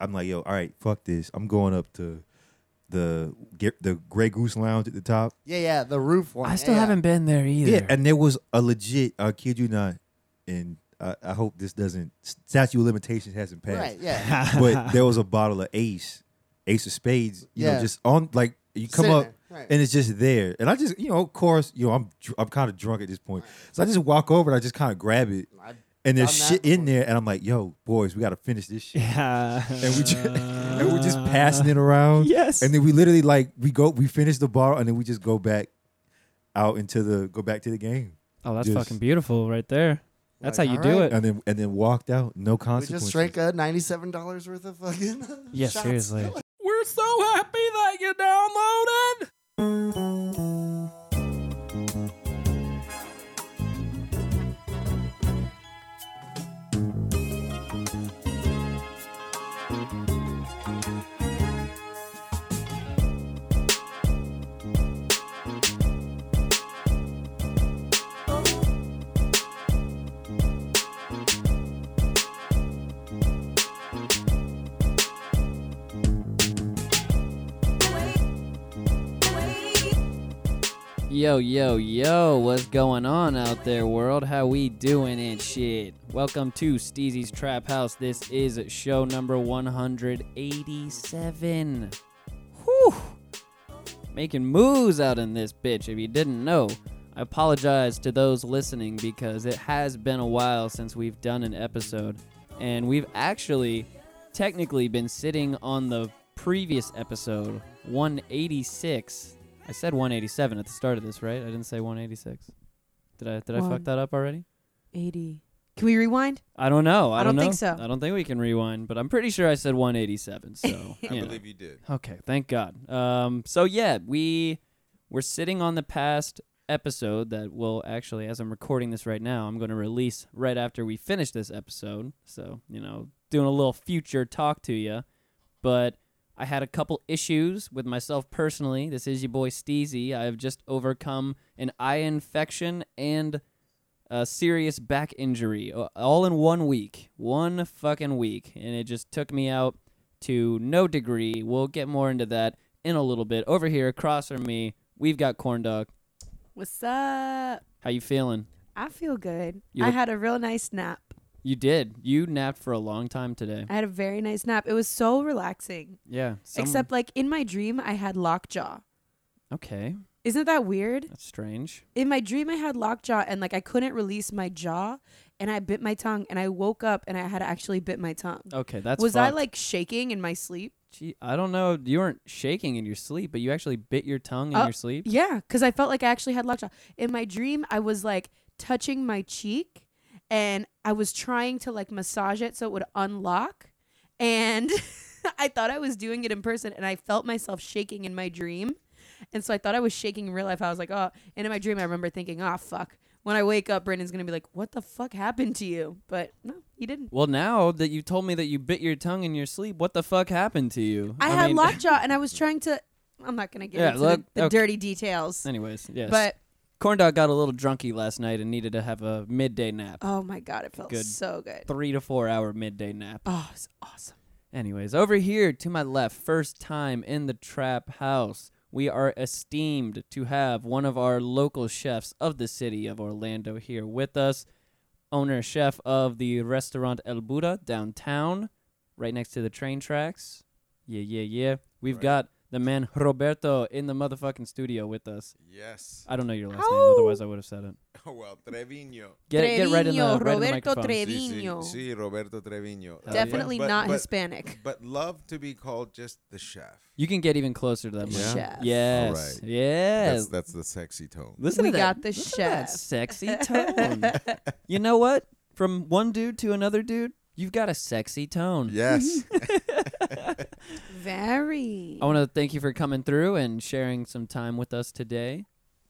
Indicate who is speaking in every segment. Speaker 1: I'm like, yo, all right, fuck this. I'm going up to the get the Grey Goose Lounge at the top.
Speaker 2: Yeah, yeah, the roof one.
Speaker 3: I still
Speaker 2: yeah.
Speaker 3: haven't been there either.
Speaker 1: Yeah, and there was a legit. I kid you not, and I, I hope this doesn't statute of limitations hasn't passed.
Speaker 2: Right, yeah.
Speaker 1: but there was a bottle of Ace, Ace of Spades. You know,
Speaker 2: Yeah.
Speaker 1: just on like you come
Speaker 2: Sitting
Speaker 1: up
Speaker 2: there, right.
Speaker 1: and it's just there. And I just, you know, of course, you know, I'm dr- I'm kind of drunk at this point, so I just walk over and I just kind of grab it,
Speaker 2: I've
Speaker 1: and there's
Speaker 2: done that
Speaker 1: shit in
Speaker 2: before.
Speaker 1: there, and I'm like, yo, boys, we got to finish this shit.
Speaker 3: Yeah.
Speaker 1: And we just, and we're just passing it around.
Speaker 3: Yes.
Speaker 1: And then we literally like we go we finish the bottle and then we just go back out into the go back to the game.
Speaker 3: oh, that's
Speaker 1: just-
Speaker 3: fucking beautiful right there. That's
Speaker 2: Like,
Speaker 3: how you
Speaker 2: all
Speaker 3: do
Speaker 2: right.
Speaker 3: it.
Speaker 1: And then and then walked out. No
Speaker 2: We
Speaker 1: consequences.
Speaker 2: just drank a ninety-seven dollars worth of fucking.
Speaker 3: Yeah,
Speaker 2: shots.
Speaker 3: seriously.
Speaker 4: We're so happy that you downloaded.
Speaker 3: Yo, yo, yo, what's going on out there, world? How we doing and shit? Welcome to Steezy's Trap House. This is show number 187. Whew! Making moves out in this bitch, if you didn't know. I apologize to those listening because it has been a while since we've done an episode, and we've actually technically been sitting on the previous episode, 186. I said 187 at the start of this, right? I didn't say 186. Did I did I fuck
Speaker 5: One.
Speaker 3: that up already?
Speaker 5: 80. Can we rewind?
Speaker 3: I don't know. I,
Speaker 5: I don't
Speaker 3: know.
Speaker 5: think so.
Speaker 3: I don't think we can rewind, but I'm pretty sure I said 187. So you know.
Speaker 4: you did.
Speaker 3: Okay, thank God. Um, so yeah, we we're sitting on the past episode that will actually, as I'm recording this right now, I'm going to release right after we finish this episode. So you know, doing a little future talk to you, but I had a couple issues with myself personally. This is your boy Steezy. I have just overcome an eye infection and a serious back injury uh, all in one week. One fucking week. And it just took me out to no degree. We'll get more into that in a little bit. Over here, across from me, we've got Corn Dog.
Speaker 5: What's up?
Speaker 3: How you feeling?
Speaker 5: I feel good.
Speaker 3: You
Speaker 5: I
Speaker 3: look-
Speaker 5: had a real nice nap.
Speaker 3: You did. You napped for a long time today.
Speaker 5: I had a very nice nap. It was so relaxing.
Speaker 3: Yeah. some-
Speaker 5: Except, like, in my dream, I had lockjaw.
Speaker 3: Okay.
Speaker 5: Isn't that weird?
Speaker 3: That's strange.
Speaker 5: In my dream, I had lockjaw and, like, I couldn't release my jaw and I bit my tongue and I woke up and I had actually bit my tongue.
Speaker 3: Okay, that's
Speaker 5: was I,
Speaker 3: fucked.
Speaker 5: like, shaking in my sleep?
Speaker 3: Gee, I don't know. You weren't shaking in your sleep, but you actually bit your tongue in
Speaker 5: Uh,
Speaker 3: your sleep.
Speaker 5: Yeah, because I felt like I actually had lockjaw. In my dream, I was like touching my cheek and I was trying to like massage it so it would unlock. And I thought I was doing it in person and I felt myself shaking in my dream. And so I thought I was shaking in real life. I was like, oh. And in my dream, I remember thinking, oh, fuck. When I wake up, Brandon's going to be like, what the fuck happened to you? But no, he didn't.
Speaker 3: Well, now that you told me that you bit your tongue in your sleep, what the fuck happened to you?
Speaker 5: I, had
Speaker 3: mean-
Speaker 5: lockjaw and I was trying to. I'm not going to get
Speaker 3: Yeah,
Speaker 5: into
Speaker 3: look-
Speaker 5: the, the
Speaker 3: okay.
Speaker 5: dirty details.
Speaker 3: Anyways, yes.
Speaker 5: But
Speaker 3: Corn Dog got a little drunky last night and needed to have a midday nap.
Speaker 5: oh my God, it felt
Speaker 3: Good.
Speaker 5: so good.
Speaker 3: Three to four hour midday nap.
Speaker 5: Oh, it's awesome.
Speaker 3: Anyways, over here to my left, first time in the trap house, we are esteemed to have one of our local chefs of the city of Orlando here with us. Owner chef of the restaurant El Buda downtown, right next to the train tracks. Yeah, yeah, yeah. We've got the man Roberto in the motherfucking studio with us.
Speaker 6: Yes.
Speaker 3: I don't know your last name,
Speaker 5: How?
Speaker 3: otherwise I would have said it.
Speaker 6: Oh, well, Treviño.
Speaker 3: Get it, get right in the, right
Speaker 5: Treviño,
Speaker 3: in the
Speaker 5: Roberto
Speaker 3: microphone.
Speaker 5: Trevi-
Speaker 6: Sí, sí,
Speaker 5: Treviño.
Speaker 6: sí, Roberto Treviño.
Speaker 3: Hell Uh, yeah.
Speaker 5: Definitely
Speaker 6: But-
Speaker 5: not
Speaker 6: but-
Speaker 5: Hispanic.
Speaker 6: But love to be called just the chef.
Speaker 3: You can get even closer to that. mic.
Speaker 6: Yeah?
Speaker 5: Chef.
Speaker 3: Yes.
Speaker 6: All right.
Speaker 3: Yes.
Speaker 6: That's, that's the sexy tone.
Speaker 3: Listen
Speaker 5: we
Speaker 3: to that.
Speaker 5: got the
Speaker 3: Look at that
Speaker 5: chef.
Speaker 3: sexy tone. you know what? From one dude to another dude, you've got a sexy tone.
Speaker 6: Yes.
Speaker 5: Very.
Speaker 3: I want to thank you for coming through and sharing some time with us today.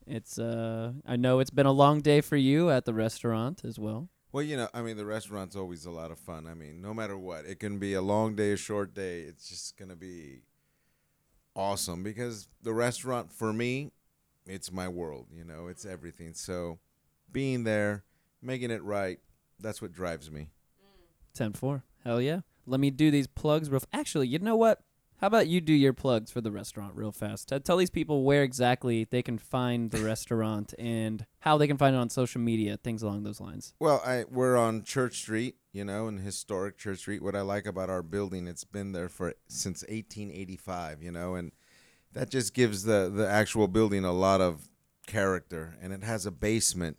Speaker 3: It's uh I know it's been a long day for you at the restaurant as well.
Speaker 6: well, you know, I mean, the restaurant's always a lot of fun. I mean, no matter what, it can be a long day, a short day. It's just going to be awesome because the restaurant, for me, it's my world. You know, it's everything. So being there, making it right, that's what drives me.
Speaker 3: 10-4. Hell yeah. Let me do these plugs real. F- Actually, you know what? How about you do your plugs for the restaurant real fast? T- tell these people where exactly they can find the restaurant and how they can find it on social media, things along those lines.
Speaker 6: Well, I we're on Church Street, you know, in historic Church Street. What I like about our building, it's been there for since 1885, you know, and that just gives the the actual building a lot of character. And it has a basement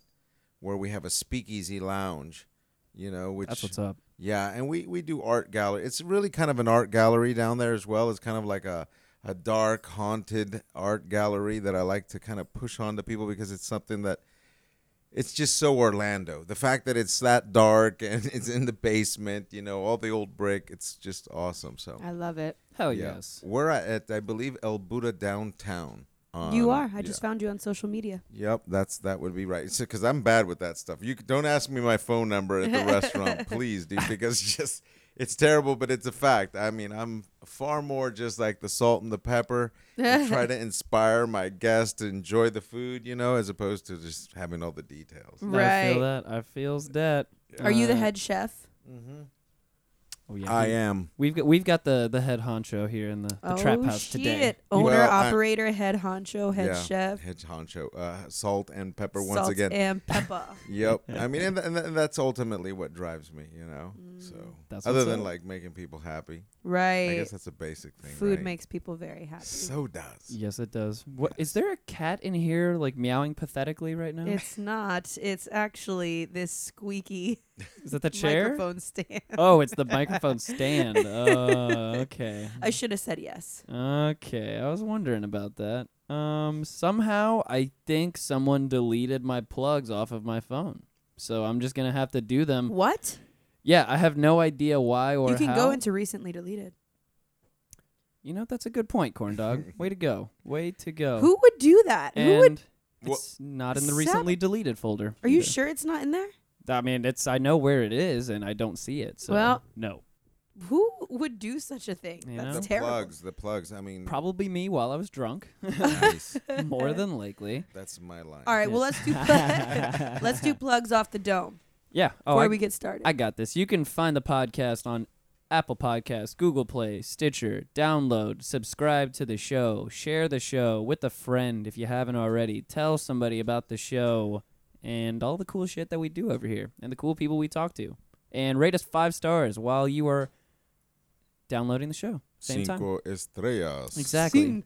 Speaker 6: where we have a speakeasy lounge, you know, which
Speaker 3: That's what's up.
Speaker 6: yeah, and we we do art gallery. It's really kind of an art gallery down there as well. It's kind of like a a dark haunted art gallery that I like to kind of push on to people because it's something that it's just so Orlando. The fact that it's that dark and it's in the basement, you know, all the old brick, it's just awesome. So
Speaker 7: I love it.
Speaker 3: Hell yes.
Speaker 6: We're at I believe El Buda downtown.
Speaker 3: Um,
Speaker 7: you
Speaker 6: on-
Speaker 7: are. I just
Speaker 6: yeah.
Speaker 7: found you on social media.
Speaker 6: Yep, that's that would be right. Because I'm bad with that stuff. You c- don't ask me my phone number at the restaurant, please, dude. Because it's just it's terrible, but it's a fact. I mean, I'm far more just like the salt and the pepper. and try to inspire my guests to enjoy the food, you know, as opposed to just having all the details.
Speaker 3: I feel that. I feels that.
Speaker 7: Are you the
Speaker 3: Uh,
Speaker 7: head chef?
Speaker 3: Oh yeah.
Speaker 6: I
Speaker 3: we-
Speaker 6: am.
Speaker 3: We've got we've got the the head honcho here in the, the trap house today.
Speaker 7: Oh, Owner,
Speaker 6: Well, I-
Speaker 7: operator, head honcho, head
Speaker 6: yeah,
Speaker 7: chef,
Speaker 6: Head honcho. Uh, salt and pepper once
Speaker 7: salt
Speaker 6: again.
Speaker 7: and pepper.
Speaker 6: Yep. I mean, and, th- and, th- and that's ultimately what drives me, you know.
Speaker 7: Mm.
Speaker 6: So,
Speaker 3: That's
Speaker 6: other
Speaker 3: what's
Speaker 6: than
Speaker 3: up.
Speaker 6: like making people happy, I
Speaker 7: right.
Speaker 6: guess that's a basic thing.
Speaker 7: Food
Speaker 6: right?
Speaker 7: makes people very happy.
Speaker 6: So does.
Speaker 3: Yes, it does. What is there a cat in here like meowing pathetically right now?
Speaker 7: It's not. It's actually this squeaky
Speaker 3: Is that the chair?
Speaker 7: microphone stand.
Speaker 3: Oh, it's the microphone stand. Oh, okay.
Speaker 7: I should have said yes.
Speaker 3: Okay, I was wondering about that. Um, somehow I think someone deleted my plugs off of my phone, so I'm just gonna have to do them.
Speaker 7: What?
Speaker 3: Yeah, I have no idea why or
Speaker 7: You can
Speaker 3: how.
Speaker 7: go into recently deleted.
Speaker 3: You know, that's a good point, corn dog. Way to go. Way to go.
Speaker 7: Who would do that?
Speaker 3: Oh. And
Speaker 7: Who would?
Speaker 6: Wha-
Speaker 3: It's not in the
Speaker 7: Sab-
Speaker 3: recently deleted folder.
Speaker 7: Are you
Speaker 3: either.
Speaker 7: sure it's not in there?
Speaker 3: I mean, it's I know where it is, and I don't see it. So
Speaker 7: Well-
Speaker 3: no,
Speaker 7: Who would do such a thing?
Speaker 3: You
Speaker 7: That's
Speaker 3: know?
Speaker 6: The
Speaker 7: terrible.
Speaker 6: plugs, the plugs. I mean,
Speaker 3: probably me while I was drunk,
Speaker 6: nice.
Speaker 3: more than likely.
Speaker 6: That's my line.
Speaker 7: All right. Well, let's do pl- let's do plugs off the dome
Speaker 3: Yeah. Oh,
Speaker 7: before
Speaker 3: I,
Speaker 7: we get started.
Speaker 3: I got this. You can find the podcast on Apple Podcasts, Google Play, Stitcher, download, subscribe to the show, share the show with a friend if you haven't already. Tell somebody about the show and all the cool shit that we do over here and the cool people we talk to. And rate us five stars while you are downloading the show. Same time.
Speaker 6: Cinco estrellas.
Speaker 3: Exactly.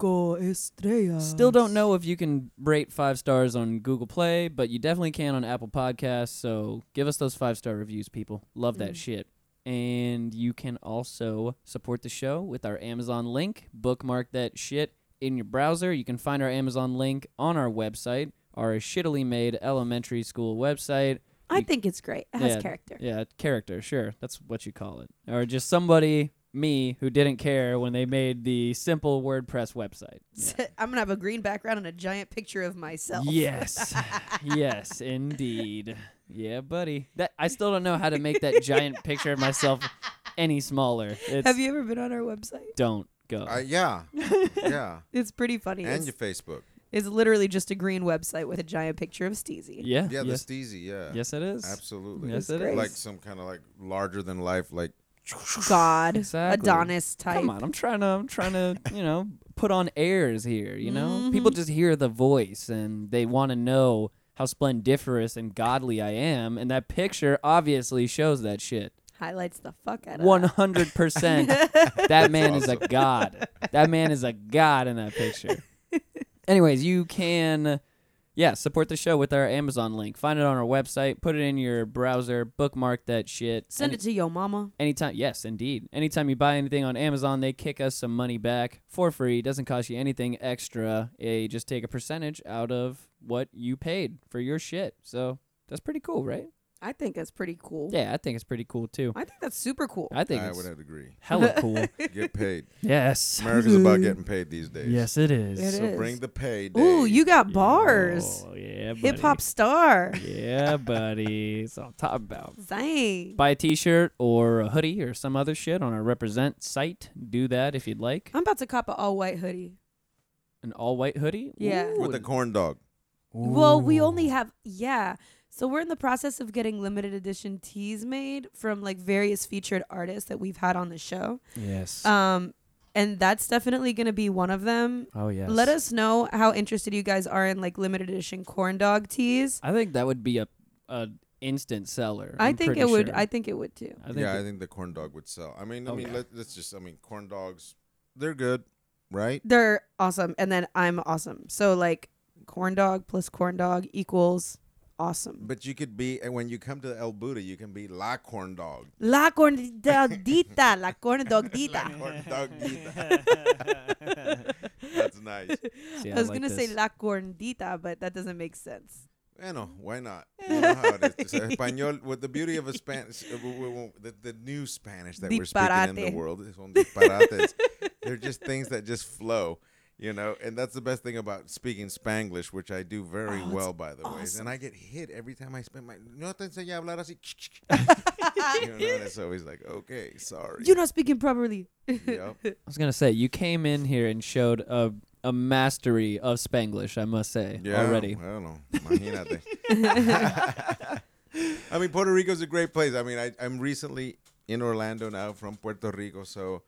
Speaker 3: Still
Speaker 7: Uh,
Speaker 3: don't know if you can rate five stars on Google Play, but you definitely can on Apple Podcasts. So give us those five star reviews, people. Love
Speaker 7: Mm.
Speaker 3: that shit. And you can also support the show with our Amazon link. Bookmark that shit in your browser. You can find our Amazon link on our website, our shittily made elementary school website.
Speaker 7: I
Speaker 3: You-
Speaker 7: think it's great. It has
Speaker 3: Yeah,
Speaker 7: character.
Speaker 3: Yeah, character, sure. That's what you call it. Or just somebody, me, who didn't care when they made the simple WordPress website. Yeah.
Speaker 7: I'm gonna have a green background and a giant picture of myself.
Speaker 3: Yes. yes, indeed. Yeah, buddy. That I still don't know how to make that giant picture of myself any smaller. It's,
Speaker 7: Have you ever been on our website?
Speaker 3: Don't go.
Speaker 6: Uh, yeah. yeah.
Speaker 7: It's pretty funny.
Speaker 6: And
Speaker 7: It's,
Speaker 6: your Facebook.
Speaker 7: it's literally just a green website with a giant picture of Steezy.
Speaker 3: yeah.
Speaker 6: Yeah,
Speaker 3: yes,
Speaker 6: the Steezy. Yeah.
Speaker 3: yes, it is.
Speaker 6: Absolutely.
Speaker 3: Yes,
Speaker 7: It's
Speaker 3: it is.
Speaker 7: great.
Speaker 6: Like some kind of like larger than life, like
Speaker 7: God,
Speaker 3: Exactly.
Speaker 7: Adonis type.
Speaker 3: Come on, I'm trying to, I'm trying to, you know, put on airs here. You know,
Speaker 7: Mm-hmm.
Speaker 3: people just hear the voice and they want to know how splendiferous and godly I am, and that picture obviously shows that shit.
Speaker 7: Highlights the fuck out of
Speaker 3: One
Speaker 7: that.
Speaker 3: hundred percent. That man is a god. That man is a god in that picture. Anyways, you can, yeah, support the show with our Amazon link. Find it on our website. Put it in your browser. Bookmark that shit.
Speaker 7: Send
Speaker 3: Any-
Speaker 7: it to yo mama.
Speaker 3: anytime. Yes, indeed. Anytime you buy anything on Amazon, they kick us some money back for free. Doesn't cost you anything extra. They just take a percentage out of what you paid for your shit. So that's pretty cool, right?
Speaker 7: I think that's pretty cool.
Speaker 3: Yeah, I think it's pretty cool too.
Speaker 7: I think that's super cool.
Speaker 3: I think
Speaker 6: I
Speaker 3: it's
Speaker 6: would have agree.
Speaker 3: hella cool.
Speaker 6: Get paid.
Speaker 3: yes.
Speaker 6: America's about getting paid these days.
Speaker 3: Yes, it is.
Speaker 7: It
Speaker 6: So
Speaker 7: is.
Speaker 6: bring the pay.
Speaker 7: Ooh,
Speaker 6: day.
Speaker 7: you got bars.
Speaker 3: Oh, yeah, buddy.
Speaker 7: Hip hop star.
Speaker 3: Yeah, buddy. That's all I'm talking about.
Speaker 7: Dang.
Speaker 3: Buy a t-shirt or a hoodie or some other shit on our Represent site. Do that if you'd like.
Speaker 5: Oh.
Speaker 7: I'm about to cop an all white hoodie.
Speaker 3: An all-white hoodie?
Speaker 7: Yeah.
Speaker 3: Ooh.
Speaker 6: with a corn dog.
Speaker 7: Well, we only have yeah.
Speaker 5: So we're in the process of getting limited edition tees made from like various featured artists that we've had on the show.
Speaker 3: Yes.
Speaker 5: Um, and that's definitely going to be one of them.
Speaker 3: oh yes.
Speaker 5: Let us know how interested you guys are in like limited edition corn dog tees.
Speaker 3: I think that would be a a instant seller.
Speaker 5: i
Speaker 3: I'm
Speaker 5: think
Speaker 3: pretty
Speaker 5: it would.
Speaker 3: sure.
Speaker 5: I think it would too.
Speaker 3: I think
Speaker 6: yeah,
Speaker 3: it-
Speaker 6: I think the corn dog would sell. I mean, I
Speaker 3: Oh,
Speaker 6: mean,
Speaker 3: yeah.
Speaker 6: let, let's just. I mean, corn dogs, they're good, right?
Speaker 5: They're awesome, and then I'm awesome. So like, corn dog plus corn dog equals awesome.
Speaker 6: But you could be, and when you come to El Buda, you can be la corn dog.
Speaker 5: La corn dogdita, la corn dogdita.
Speaker 6: Corn dog pizza. That's nice.
Speaker 3: See,
Speaker 5: I was
Speaker 3: like
Speaker 5: gonna say
Speaker 3: this.
Speaker 5: la corndita, but that doesn't make sense.
Speaker 6: Bueno, why not? You know how it is. It's Espanol, with the beauty of a Spanish, uh, w- w- w- the, the new Spanish that we're speaking in
Speaker 5: Disparate.
Speaker 6: the world is on disparates. They're just things that just flow, you know. And that's the best thing about speaking Spanglish, which I do very well, by the way. And I get hit every time I spend my. No te enseñé a hablar así. you know, and it's always like, okay, sorry.
Speaker 5: You're not speaking properly.
Speaker 6: Yep.
Speaker 3: I was gonna say you came in here and showed a a mastery of Spanglish. I must say
Speaker 6: Yeah,
Speaker 3: already.
Speaker 6: I don't know. Imagínate. I mean, Puerto Rico's a great place. I mean, I, I'm recently in Orlando now from Puerto Rico, so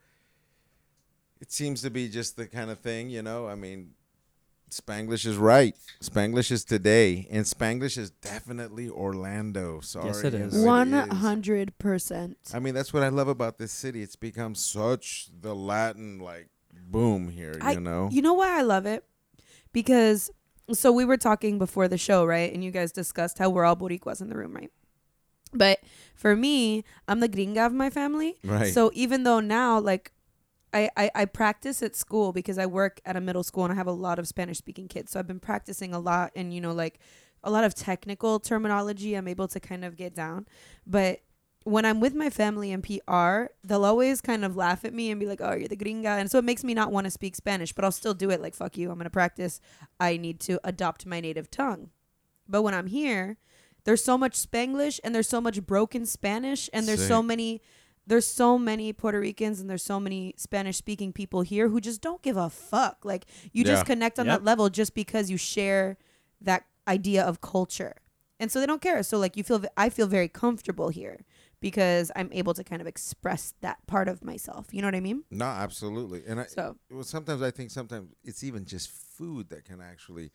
Speaker 6: it seems to be just the kind of thing, you know. I mean, Spanglish is right. Spanglish is today, and Spanglish is definitely Orlando. Sorry,
Speaker 3: it
Speaker 6: you
Speaker 3: is.
Speaker 6: know,
Speaker 5: One
Speaker 6: it is.
Speaker 5: hundred percent.
Speaker 6: I mean, that's what I love about this city. It's become such the Latin like boom here,
Speaker 5: I-
Speaker 6: you know.
Speaker 5: You know why I love it? Because so we were talking before the show, right? And you guys discussed how we're all Boricuas in the room, right? But for me, I'm the gringa of my family.
Speaker 6: Right.
Speaker 5: So even though now, like, I, I, I practice at school because I work at a middle school and I have a lot of Spanish speaking kids. So I've been practicing a lot and, you know, like a lot of technical terminology I'm able to kind of get down. But when I'm with my family in PR, they'll always kind of laugh at me and be like, oh, you're the gringa. And so it makes me not want to speak Spanish, but I'll still do it. Like, fuck you. I'm going to practice. I need to adopt my native tongue. But when I'm here, there's so much Spanglish and there's so much broken Spanish and there's so
Speaker 6: Sick.
Speaker 5: many there's so many Puerto Ricans and there's so many Spanish speaking people here who just don't give a fuck. Like you
Speaker 6: Yeah.
Speaker 5: just connect on that level just because you share that idea of culture. And so they don't care. So like you feel I feel very comfortable here because I'm able to kind of express that part of myself. You know what I mean?
Speaker 6: no, absolutely. And I,
Speaker 5: So
Speaker 6: well, sometimes I think sometimes it's even just food that can actually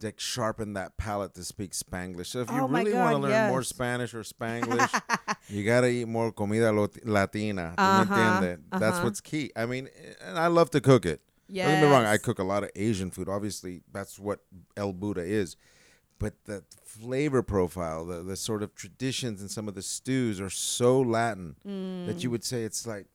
Speaker 6: like sharpen that palate to speak Spanglish. So if you
Speaker 5: Oh my
Speaker 6: really want
Speaker 5: God,
Speaker 6: to learn more
Speaker 5: yes.
Speaker 6: Spanish or Spanglish, you gotta eat more comida lo- latina. ¿Tú me
Speaker 5: Uh-huh,
Speaker 6: entiendes? That's
Speaker 5: uh-huh.
Speaker 6: what's key. I mean, and I love to cook it.
Speaker 5: yeah.
Speaker 6: Don't get me wrong. I cook a lot of Asian food. Obviously, that's what El Buda is. But the flavor profile, the, the sort of traditions and some of the stews are so Latin that
Speaker 5: Mm.
Speaker 6: you would say it's like,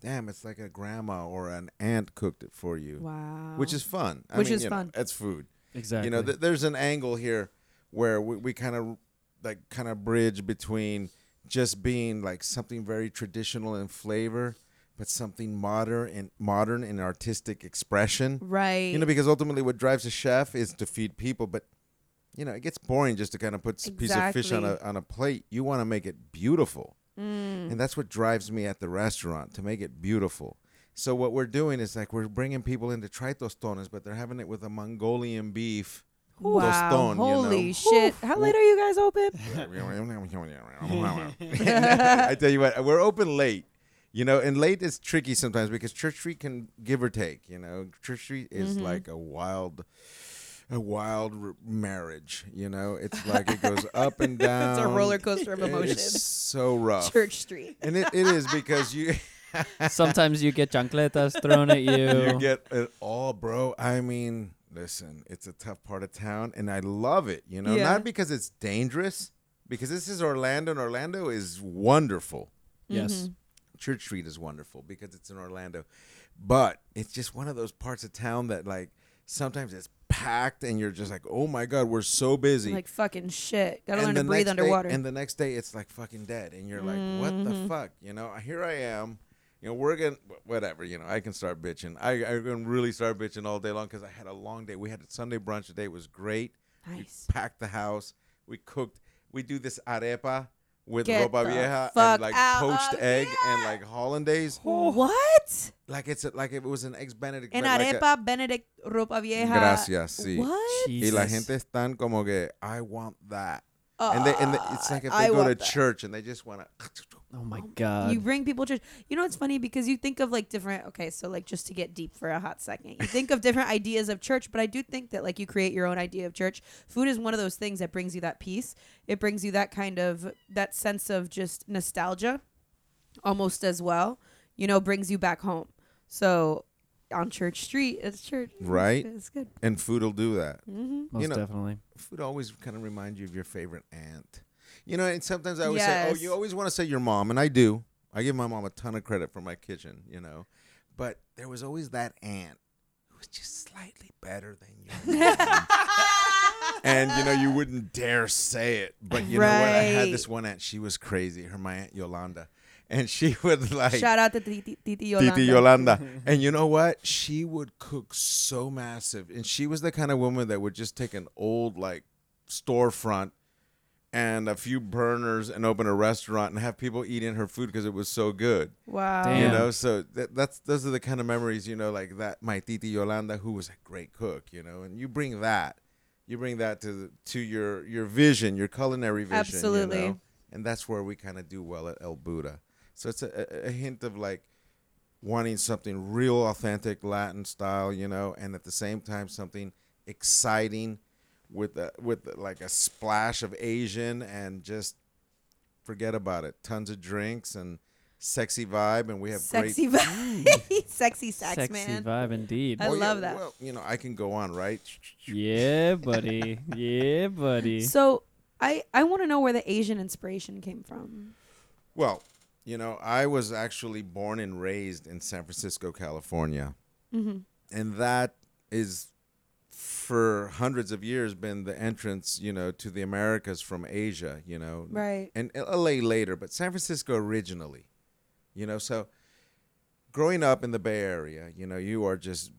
Speaker 6: damn, it's like a grandma or an aunt cooked it for you,
Speaker 5: Wow.
Speaker 6: which is fun. I
Speaker 5: Which
Speaker 6: mean,
Speaker 5: is
Speaker 6: you know,
Speaker 5: fun.
Speaker 6: It's food.
Speaker 3: Exactly.
Speaker 6: You know, th- there's an angle here where we, we kind of like kind of bridge between just being like something very traditional in flavor, but something modern and modern in artistic expression.
Speaker 5: right.
Speaker 6: You know, because ultimately what drives a chef is to feed people, but you know, it gets boring just to kind of put a piece of fish on a
Speaker 5: Exactly. Mm.
Speaker 6: on a plate. You want to make it beautiful. And that's what drives me at the restaurant, to make it beautiful. So what we're doing is like we're bringing people into try tostones, but they're having it with a Mongolian beef.
Speaker 5: wow.
Speaker 6: Tostón, you know.
Speaker 5: Holy shit. How late are you guys open?
Speaker 6: I tell you what, we're open late. You know, and late is tricky sometimes because Church Street can give or take. You know, Church Street is
Speaker 5: Mm-hmm.
Speaker 6: like a wild, a wild r- marriage. You know, it's like it goes up and down.
Speaker 5: It's a roller coaster of
Speaker 6: It is
Speaker 5: emotions.
Speaker 6: so rough.
Speaker 5: Church Street.
Speaker 6: and it, it is because you
Speaker 3: Sometimes you get chancletas thrown at you.
Speaker 6: you get it all, bro. I mean, listen, it's a tough part of town, and I love it. You know,
Speaker 5: Yeah.
Speaker 6: not because it's dangerous, because this is Orlando, and Orlando is wonderful.
Speaker 5: Mm-hmm.
Speaker 3: yes.
Speaker 6: Church Street is wonderful because it's in Orlando, but it's just one of those parts of town that like sometimes it's packed, and you're just like, oh my god, we're so busy.
Speaker 5: Like fucking shit. Gotta learn
Speaker 6: the
Speaker 5: to breathe
Speaker 6: next day-
Speaker 5: underwater. Mm-hmm.
Speaker 6: and the next day, it's like fucking dead, and you're like, what the fuck? You know, here I am. You know, we're gonna wh- whatever. You know, I can start bitching. I I can really start bitching all day long because I had a long day. We had a Sunday brunch today. It was great.
Speaker 5: Nice.
Speaker 6: We packed the house. We cooked. We do this arepa with
Speaker 5: Get
Speaker 6: ropa
Speaker 5: the
Speaker 6: vieja
Speaker 5: fuck
Speaker 6: and like
Speaker 5: out
Speaker 6: poached
Speaker 5: of
Speaker 6: egg and like hollandaise.
Speaker 5: What?
Speaker 6: Like it's a, like it was an eggs Benedict.
Speaker 5: En
Speaker 6: but like a-
Speaker 5: arepa, Benedict ropa vieja.
Speaker 6: Gracias, sí.
Speaker 5: What?
Speaker 6: Y la
Speaker 3: Jesus.
Speaker 6: gente están como que I want that. and they and they, it's like if they
Speaker 5: I
Speaker 6: go
Speaker 5: want
Speaker 6: to
Speaker 5: that.
Speaker 6: church and they just want to.
Speaker 3: Oh my god.
Speaker 6: Uh,
Speaker 5: You bring people to you know it's funny because you think of like different okay, so like just to get deep for a hot second. You think of different ideas of church, but I do think that like you create your own idea of church. Food is one of those things that brings you that peace. It brings you that kind of that sense of just nostalgia almost as well. You know, brings you back home. So on Church Street, it's church.
Speaker 6: Right.
Speaker 5: It's good.
Speaker 6: And food will do that.
Speaker 5: Mm-hmm.
Speaker 3: Most
Speaker 6: you know-
Speaker 3: definitely.
Speaker 6: Food always kind of reminds you of your favorite aunt. You know, and sometimes I always say, "Oh,
Speaker 5: Yes.
Speaker 6: you always want to say your mom," and I do. I give my mom a ton of credit for my kitchen. You know, but there was always that aunt who was just slightly better than you. and you know you wouldn't dare say it but you know what i had
Speaker 5: Right.
Speaker 6: this one aunt she was crazy her my aunt yolanda and she would like
Speaker 5: Shout out to Titi, Titi Yolanda.
Speaker 6: Titi Yolanda. And you know what? She would cook so massive. And she was the kind of woman that would just take an old, like, storefront and a few burners and open a restaurant and have people eat in her food because it was so good.
Speaker 5: Wow.
Speaker 3: Damn.
Speaker 6: You know, so that, that's those are the kind of memories, you know, like that. My Titi Yolanda, who was a great cook, you know, and you bring that, you bring that to the, to your your vision, your culinary vision, you
Speaker 5: Absolutely.
Speaker 6: know, and that's where we kind of do well at El Buda. So it's a, a- a hint of like wanting something real, authentic Latin style, you know, and at the same time something exciting with a, with like a splash of Asian and just forget about it. Tons of drinks and sexy vibe, and we have great
Speaker 5: Sexy vibe. Sexy sax
Speaker 3: Sexy
Speaker 5: man.
Speaker 3: vibe indeed.
Speaker 5: I
Speaker 6: Oh, yeah,
Speaker 5: love that.
Speaker 6: Well, you know, I can go on, right?
Speaker 3: yeah, buddy. Yeah, buddy.
Speaker 5: So I I want to know where the Asian inspiration came from.
Speaker 6: Well, you know, I was actually born and raised in San Francisco, California.
Speaker 5: Mm-hmm.
Speaker 6: And that is for hundreds of years been the entrance, you know, to the Americas from Asia, you know.
Speaker 5: Right.
Speaker 6: And LA later, but San Francisco originally. You know, so growing up in the Bay Area, you know, you are just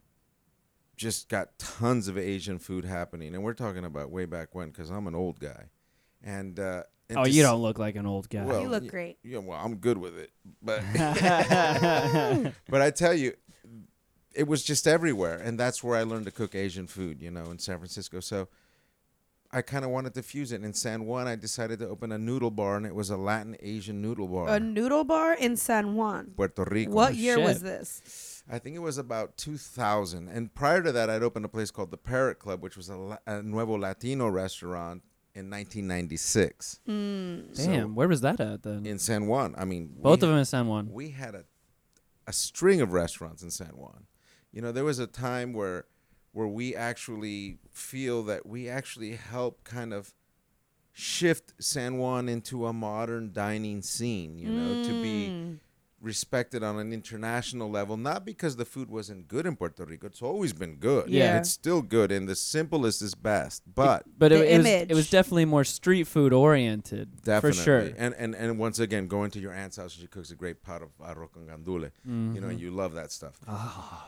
Speaker 6: just got tons of Asian food happening, and we're talking about way back when, because I'm an old guy, and, uh, and
Speaker 3: Oh,
Speaker 6: to
Speaker 3: you
Speaker 6: s-
Speaker 3: don't look like an old guy.
Speaker 6: Well,
Speaker 5: You look
Speaker 6: y-
Speaker 5: great.
Speaker 6: Yeah, well, I'm good with it, but but I tell you, it was just everywhere, and that's where I learned to cook Asian food. You know, in San Francisco, so I kind of wanted to fuse it. In San Juan, I decided to open a noodle bar, and it was a Latin Asian noodle bar,
Speaker 5: A noodle bar in San Juan.
Speaker 6: Puerto Rico.
Speaker 5: What year
Speaker 3: shit.
Speaker 5: was this?
Speaker 6: I think it was about 2000. And prior to that, I'd opened a place called the Parrot Club, which was a, La- a Nuevo Latino restaurant in 1996
Speaker 5: Hmm.
Speaker 3: Damn, where was that at then?
Speaker 6: in San Juan. I mean, we
Speaker 3: Both of
Speaker 6: had-
Speaker 3: them in San Juan.
Speaker 6: We had a, a string of restaurants in San Juan. You know, there was a time where where we actually feel that we actually help kind of shift San Juan into a modern dining scene, you know, to
Speaker 3: Mm.
Speaker 6: be respected on an international level, not because the food wasn't good in Puerto Rico. It's always been good.
Speaker 3: Yeah.
Speaker 6: It's still good and the simplest is best. But
Speaker 3: But it,
Speaker 5: The
Speaker 3: it was it
Speaker 5: image.
Speaker 3: was definitely more street food oriented
Speaker 6: Definitely.
Speaker 3: for sure.
Speaker 6: And, and and once again, going to your aunt's house, she cooks a great pot of arroz con gandule. You
Speaker 3: Mm-hmm.
Speaker 6: know, and you love that stuff.
Speaker 3: Ah.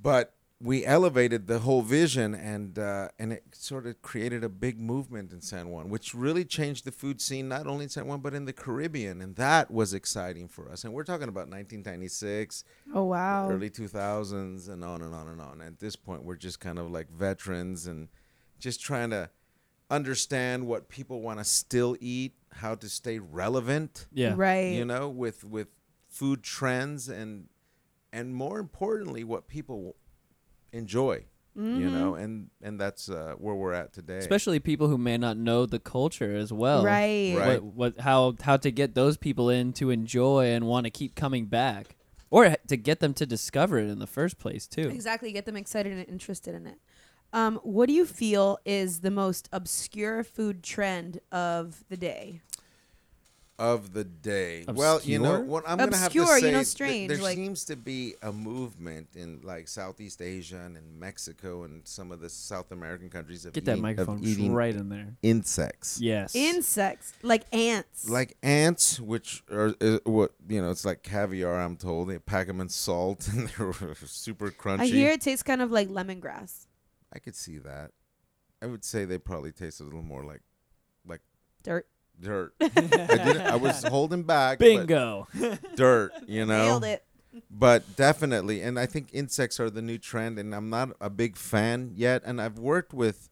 Speaker 6: But we elevated the whole vision, and uh, and it sort of created a big movement in San Juan, which really changed the food scene not only in San Juan but in the Caribbean, and that was exciting for us. And we're talking about 1996,
Speaker 5: Oh wow.
Speaker 6: early 2000s and on and on and on at this point we're just kind of like veterans and just trying to understand what people want to still eat how to stay relevant
Speaker 3: yeah,
Speaker 5: Right.
Speaker 6: you know with with food trends and and more importantly what people enjoy you know and and that's uh, where we're at today
Speaker 3: Especially people who may not know the culture as well.
Speaker 5: Right.
Speaker 6: Right.
Speaker 3: What, what how how to get those people in to enjoy and want to keep coming back, or h- to get them to discover it in the first place too.
Speaker 5: Exactly. Get them excited and interested in it. Um, what do you feel is the most obscure food trend of the day?
Speaker 6: of the day. Well, you know
Speaker 3: Obscure?
Speaker 6: what I'm going to have to
Speaker 5: Obscure,
Speaker 6: say.
Speaker 5: you know,
Speaker 6: th-
Speaker 5: strange,
Speaker 6: there
Speaker 5: like-
Speaker 6: seems to be a movement in like Southeast Asia and in Mexico and some of the South American countries of,
Speaker 3: Get that
Speaker 6: eat-
Speaker 3: microphone
Speaker 6: of eating
Speaker 3: right in there.
Speaker 6: insects.
Speaker 3: Yes.
Speaker 5: Insects, like ants.
Speaker 6: Like ants, which are uh, what you know, it's like caviar. I'm told they pack them in salt and they're super crunchy.
Speaker 5: I hear it tastes kind of like lemongrass.
Speaker 6: I could see that. I would say they probably taste a little more like
Speaker 5: Dirt.
Speaker 6: dirt. I, didn't, I was holding back. but
Speaker 3: Bingo.
Speaker 6: Dirt. You know.
Speaker 5: Nailed it.
Speaker 6: but definitely and i think insects are the new trend and i'm not a big fan yet and i've worked with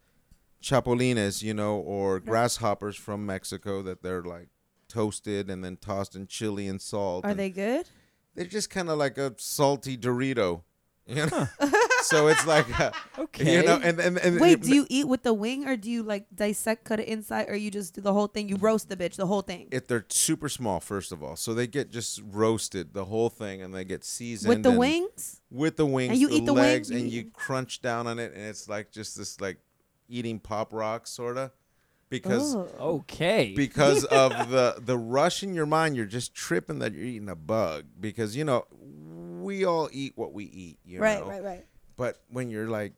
Speaker 6: chapulines, you know, or grasshoppers from Mexico that they're like toasted and then tossed in chili and salt.
Speaker 7: Are
Speaker 6: and
Speaker 7: they good?
Speaker 6: They're just kind of like a salty Dorito, you know. so it's like, a,
Speaker 3: Okay.
Speaker 6: you know, and and, and
Speaker 5: Wait, do you eat with the wing or do you like dissect, cut it inside, or you just do the whole thing? You roast the bitch, the whole thing.
Speaker 6: if they're super small, first of all, so they get just roasted the whole thing, and they get seasoned
Speaker 5: with the
Speaker 6: and-
Speaker 5: wings?
Speaker 6: with the wings,
Speaker 5: you
Speaker 6: the
Speaker 5: eat the wing,
Speaker 6: legs,
Speaker 5: you
Speaker 6: and
Speaker 5: eat-
Speaker 6: you crunch down on it, and it's like just this like eating pop rock sorta, because
Speaker 5: Oh.
Speaker 3: Okay.
Speaker 6: because of the the rush in your mind, you're just tripping that you're eating a bug because you know we all eat what we eat, you
Speaker 5: Right,
Speaker 6: know.
Speaker 5: right, right.
Speaker 6: But when you're like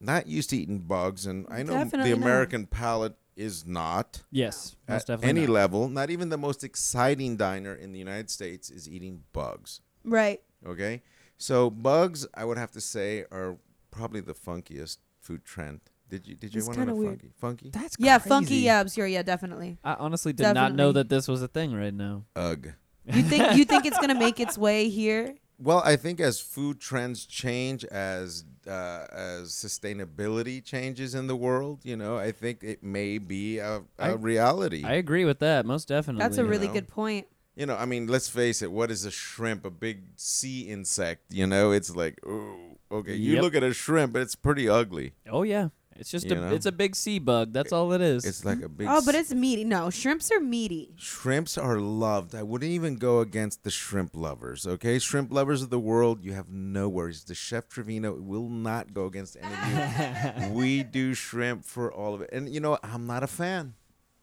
Speaker 6: not used to eating bugs, and I know
Speaker 5: Definitely
Speaker 6: the
Speaker 5: not.
Speaker 6: American palate is not
Speaker 3: yes, most
Speaker 6: at
Speaker 3: definitely.
Speaker 6: any
Speaker 3: not.
Speaker 6: level, not even the most exciting diner in the United States is eating bugs.
Speaker 5: Right.
Speaker 6: Okay. So bugs, I would have to say, are probably the funkiest food trend. Did you did you
Speaker 5: It's
Speaker 6: want to
Speaker 5: kinda
Speaker 6: know
Speaker 5: weird.
Speaker 6: funky? Funky?
Speaker 3: That's
Speaker 5: Yeah,
Speaker 3: crazy.
Speaker 5: funky. Yeah, I'm sure. Yeah, definitely.
Speaker 3: I honestly did not know
Speaker 5: Definitely.
Speaker 3: that this was a thing right now.
Speaker 6: Ugh.
Speaker 5: You think you think it's gonna make its way here?
Speaker 6: Well, I think as food trends change, as uh, as sustainability changes in the world, you know, I think it may be a, a
Speaker 3: I-
Speaker 6: reality.
Speaker 3: I agree with that. Most definitely.
Speaker 5: That's a
Speaker 6: you
Speaker 5: really
Speaker 6: know.
Speaker 5: good point.
Speaker 6: you know, I mean, let's face it. What is a shrimp? A big sea insect. You know, it's like, ooh, okay. You
Speaker 3: Yep.
Speaker 6: look at a shrimp, but it's pretty ugly.
Speaker 3: Oh yeah. It's just
Speaker 6: You
Speaker 3: a
Speaker 6: know?
Speaker 3: it's a big sea bug. That's all it is.
Speaker 6: It's like a big.
Speaker 5: Oh, but
Speaker 6: s-
Speaker 5: it's meaty. No, shrimps are meaty.
Speaker 6: Shrimps are loved. I wouldn't even go against the shrimp lovers, okay? Shrimp lovers of the world, you have no worries. The chef Trevino will not go against any of you. we do shrimp for all of it. And you know, what? I'm not a fan.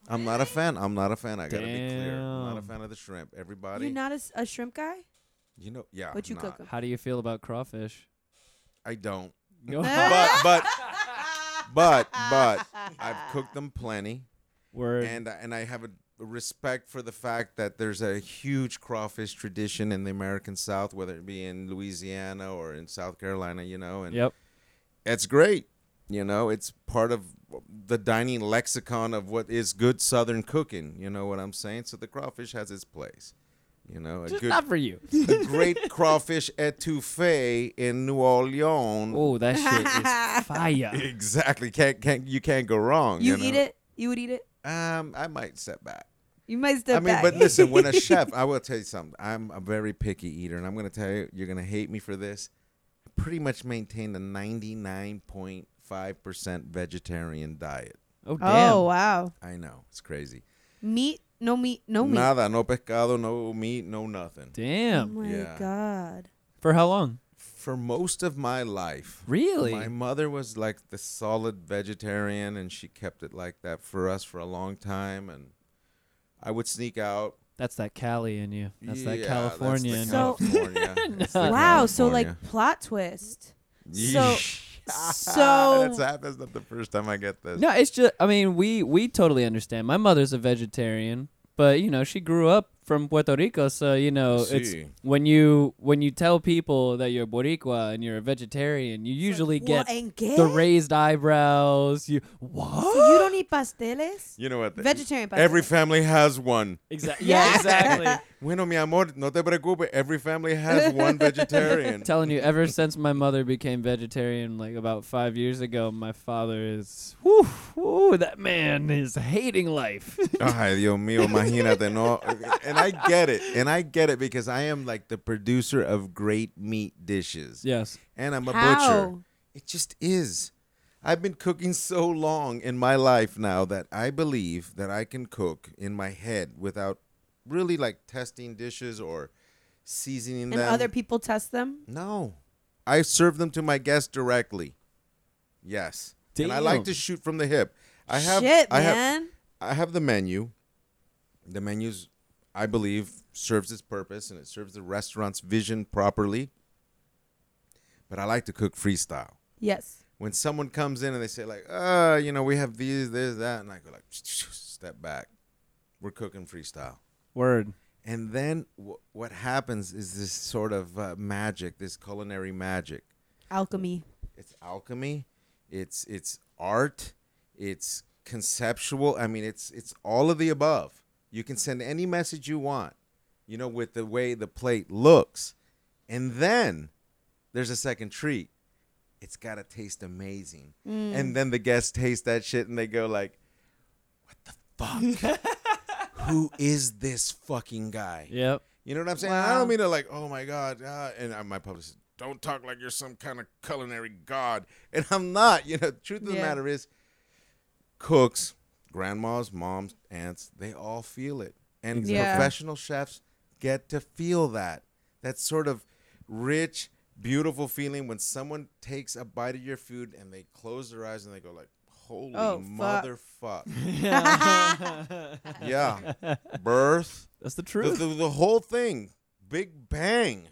Speaker 6: I'm not a fan. I'm not a fan. I gotta be clear. I'm not a
Speaker 3: Damn.
Speaker 6: fan of the shrimp. Everybody,
Speaker 5: You're not a, s- a shrimp guy,
Speaker 6: you know, yeah.
Speaker 5: but you
Speaker 6: nah,
Speaker 5: cook 'em.
Speaker 3: How do you feel about crawfish?
Speaker 6: I don't.
Speaker 3: No.
Speaker 6: But but but but I've cooked them plenty.
Speaker 3: Word.
Speaker 6: and and I have a respect for the fact that there's a huge crawfish tradition in the American South, whether it be in Louisiana or in South Carolina, you know, and
Speaker 3: yep.
Speaker 6: it's great. You know, it's part of the dining lexicon of what is good Southern cooking. You know what I'm saying? So the crawfish has its place. You know, a
Speaker 3: Just
Speaker 6: good,
Speaker 3: not for you.
Speaker 6: the great crawfish etouffee in New Orleans.
Speaker 3: Oh, that shit is fire.
Speaker 6: Exactly, can't can't you can't go wrong.
Speaker 5: You,
Speaker 6: You, know?
Speaker 5: eat it. You would eat it.
Speaker 6: Um, I might step back.
Speaker 5: You might step
Speaker 6: I mean,
Speaker 5: back.
Speaker 6: but listen, when a chef, I will tell you something. I'm a very picky eater, and I'm going to tell you, you're going to hate me for this. I pretty much maintained a 99.5% vegetarian diet.
Speaker 3: Oh damn.
Speaker 5: oh wow,
Speaker 6: I know it's crazy.
Speaker 5: meat. No meat. No meat.
Speaker 6: Nada, no pescado, no meat, no nothing.
Speaker 5: Oh
Speaker 3: Damn.
Speaker 5: my
Speaker 6: Yeah.
Speaker 5: god.
Speaker 3: For how long?
Speaker 6: For most of my life,
Speaker 3: Really?
Speaker 6: my mother was like the solid vegetarian, and she kept it like that for us for a long time. And I would sneak out.
Speaker 3: That's that Cali in you. That's
Speaker 6: Yeah,
Speaker 3: that
Speaker 6: the
Speaker 3: California. in you.
Speaker 5: So-
Speaker 6: California. It's the
Speaker 5: Wow. So
Speaker 6: California.
Speaker 5: like plot twist. So
Speaker 6: Yeesh.
Speaker 5: so
Speaker 6: that's, that- that's not the first time I get this.
Speaker 3: No, it's just I mean, we we totally understand. My mother's a vegetarian, but you know, she grew up from Puerto Rico, so you know, it's
Speaker 6: See.
Speaker 3: when you when you tell people that you're Boricua and you're a vegetarian, you usually
Speaker 5: what
Speaker 3: get
Speaker 5: and
Speaker 3: the
Speaker 5: get?
Speaker 3: raised eyebrows. You what?
Speaker 5: So you don't eat pasteles?
Speaker 6: You know what? the-
Speaker 5: Vegetarian pasteles.
Speaker 6: Every family has one.
Speaker 3: Exactly. Yeah, exactly.
Speaker 6: Bueno, mi amor, no te preocupes. Every family has one vegetarian.
Speaker 3: Telling you, ever since my mother became vegetarian, like about five years ago, my father is, whew, whew, that man is hating life.
Speaker 6: Ay, Dios mío, imagínate, no. And I get it. And I get it because I am like the producer of great meat dishes.
Speaker 3: yes.
Speaker 6: And I'm a butcher.
Speaker 5: How?
Speaker 6: It just is. I've been cooking so long in my life now that I believe that I can cook in my head without really like testing dishes or seasoning
Speaker 5: And
Speaker 6: them.
Speaker 5: other people test them?
Speaker 6: No. I serve them to my guests directly. Yes. And I like
Speaker 3: Damn.
Speaker 6: to shoot from the hip. I have
Speaker 5: Shit,
Speaker 6: I have
Speaker 5: man.
Speaker 6: I have the menu. The menu's I believe serves its purpose and it serves the restaurant's vision properly. But I like to cook freestyle.
Speaker 5: Yes.
Speaker 6: When someone comes in and they say like, "Uh, you know, we have these, this, that," and I go like, "Step back. We're cooking freestyle."
Speaker 3: Word.
Speaker 6: And then w- what happens is this sort of uh, magic, this culinary magic.
Speaker 5: Alchemy.
Speaker 6: It's alchemy, it's it's art, it's conceptual. I mean, it's it's all of the above. You can send any message you want, you know, with the way the plate looks. And then there's a second treat. it's gotta taste amazing. And then the guests taste that shit and they go like, "What the fuck? Who is this fucking guy?"
Speaker 3: Yep.
Speaker 6: You know what I'm saying? I don't mean to like, "Oh my god," ah," and uh, my publicist, "Don't talk like you're some kind of culinary god," and I'm not. You know, truth of the
Speaker 5: Yeah.
Speaker 6: matter is, cooks, grandmas, moms, aunts, they all feel it. And
Speaker 5: Exactly. Yeah.
Speaker 6: professional chefs get to feel that. That sort of rich, beautiful feeling when someone takes a bite of your food and they close their eyes and they go like, Holy
Speaker 5: Oh, fuck.
Speaker 6: motherfuck.
Speaker 3: That's
Speaker 6: yeah. Birth.
Speaker 3: the
Speaker 6: The,
Speaker 3: truth.
Speaker 6: the, the whole thing. Big bang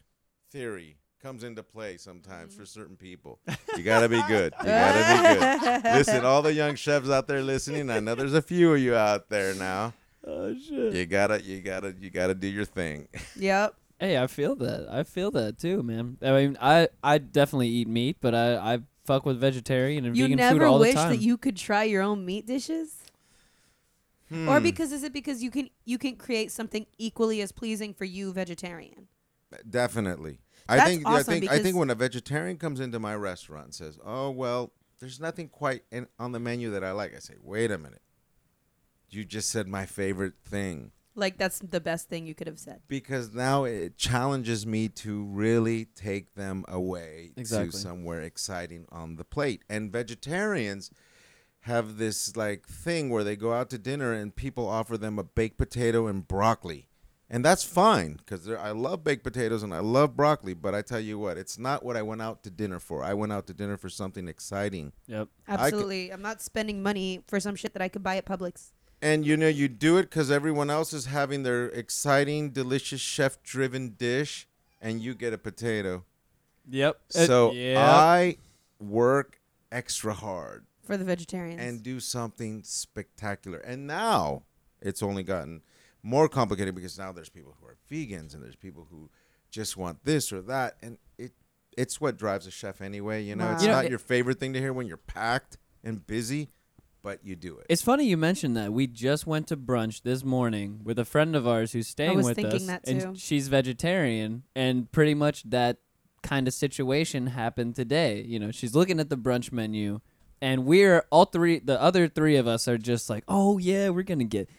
Speaker 6: theory comes into play sometimes for certain people. You gotta be good. You gotta be good listen, all the young chefs out there listening, I know there's a few of you out there now.
Speaker 3: oh shit.
Speaker 6: You gotta, you gotta, you gotta do your thing.
Speaker 5: Yep.
Speaker 3: Hey, I feel that. I feel that too, man. I mean, I I definitely eat meat, but I I fuck with vegetarian and
Speaker 5: You
Speaker 3: vegan food
Speaker 5: never
Speaker 3: all
Speaker 5: wish
Speaker 3: the time.
Speaker 5: that you could try your own meat dishes? Or
Speaker 6: Hmm.
Speaker 5: because is it because you can you can create something equally as pleasing for you vegetarian?
Speaker 6: Definitely. I
Speaker 5: That's
Speaker 6: think, I
Speaker 5: awesome
Speaker 6: think, I
Speaker 5: because-
Speaker 6: think when a vegetarian comes into my restaurant and says, "Oh well, there's nothing quite in, on the menu that I like," I say, "Wait a minute, you just said my favorite thing."
Speaker 5: Like that's the best thing you could have said.
Speaker 6: because now it challenges me to really take them away
Speaker 3: Exactly.
Speaker 6: to somewhere exciting on the plate. And vegetarians have this like thing where they go out to dinner and people offer them a baked potato and broccoli. And that's fine because I love baked potatoes and I love broccoli, but I tell you what, it's not what I went out to dinner for. I went out to dinner for something exciting.
Speaker 3: Yep.
Speaker 6: c-
Speaker 5: Absolutely. I'm not spending money for some shit that I could buy at Publix.
Speaker 6: And you know, you do it because everyone else is having their exciting, delicious, chef driven dish, and you get a potato.
Speaker 3: Yep. Uh,
Speaker 6: So
Speaker 3: yep.
Speaker 6: I work extra hard
Speaker 5: For the vegetarians.
Speaker 6: and do something spectacular. And now it's only gotten more complicated because now there's people who are vegans and there's people who just want this or that. And it it's what drives a chef anyway. You know,
Speaker 5: Wow.
Speaker 6: it's
Speaker 3: You know,
Speaker 6: not
Speaker 3: it-
Speaker 6: your favorite thing to hear when you're packed and busy, but you do it.
Speaker 3: It's funny you mentioned that. We just went to brunch this morning with a friend of ours who's staying
Speaker 5: was
Speaker 3: with us,
Speaker 5: thinking that too.
Speaker 3: and she's vegetarian. And pretty much that kind of situation happened today. You know, she's looking at the brunch menu, and we're all three. The other three of us are just like, "Oh yeah, we're gonna get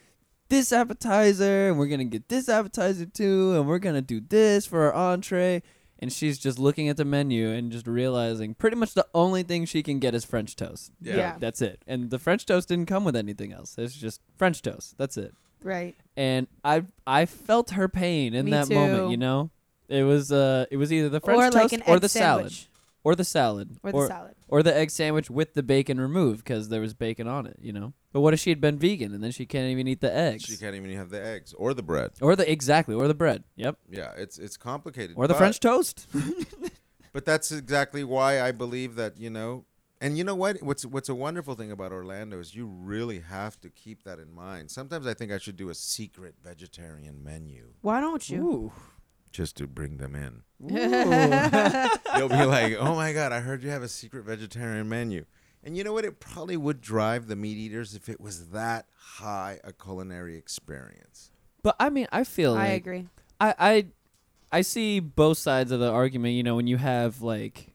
Speaker 3: this appetizer, and we're gonna get this appetizer too, and we're gonna do this for our entree." And she's just looking at the menu and just realizing pretty much the only thing she can get is French toast.
Speaker 6: Yeah.
Speaker 5: Yeah.
Speaker 3: That's it. And the French toast didn't come with anything else. It's just French toast. That's it.
Speaker 5: right.
Speaker 3: And I I felt her pain in
Speaker 5: Me
Speaker 3: that moment,
Speaker 5: too.
Speaker 3: you know? It was uh it was either the French
Speaker 5: or
Speaker 3: toast
Speaker 5: like an
Speaker 3: or
Speaker 5: egg
Speaker 3: the
Speaker 5: sandwich.
Speaker 3: salad. Or the salad.
Speaker 5: Or the salad.
Speaker 3: Or the egg sandwich with the bacon removed because there was bacon on it, you know? But what if she had been vegan and then she can't even eat the eggs?
Speaker 6: She can't even have the eggs or the bread.
Speaker 3: Or the exactly, or the bread. Yep.
Speaker 6: Yeah, it's it's complicated.
Speaker 3: Or the
Speaker 6: but-
Speaker 3: French toast.
Speaker 6: But that's exactly why I believe that you know, and you know what? What's what's a wonderful thing about Orlando is you really have to keep that in mind. Sometimes I think I should do a secret vegetarian menu
Speaker 5: Why don't you?
Speaker 6: just to bring them in. They'll be like, "Oh my god, I heard you have a secret vegetarian menu." And you know what? It probably would drive the meat eaters if it was that high a culinary experience.
Speaker 3: But I mean I feel
Speaker 5: I
Speaker 3: like
Speaker 5: agree.
Speaker 3: I I I see both sides of the argument. You know, when you have like,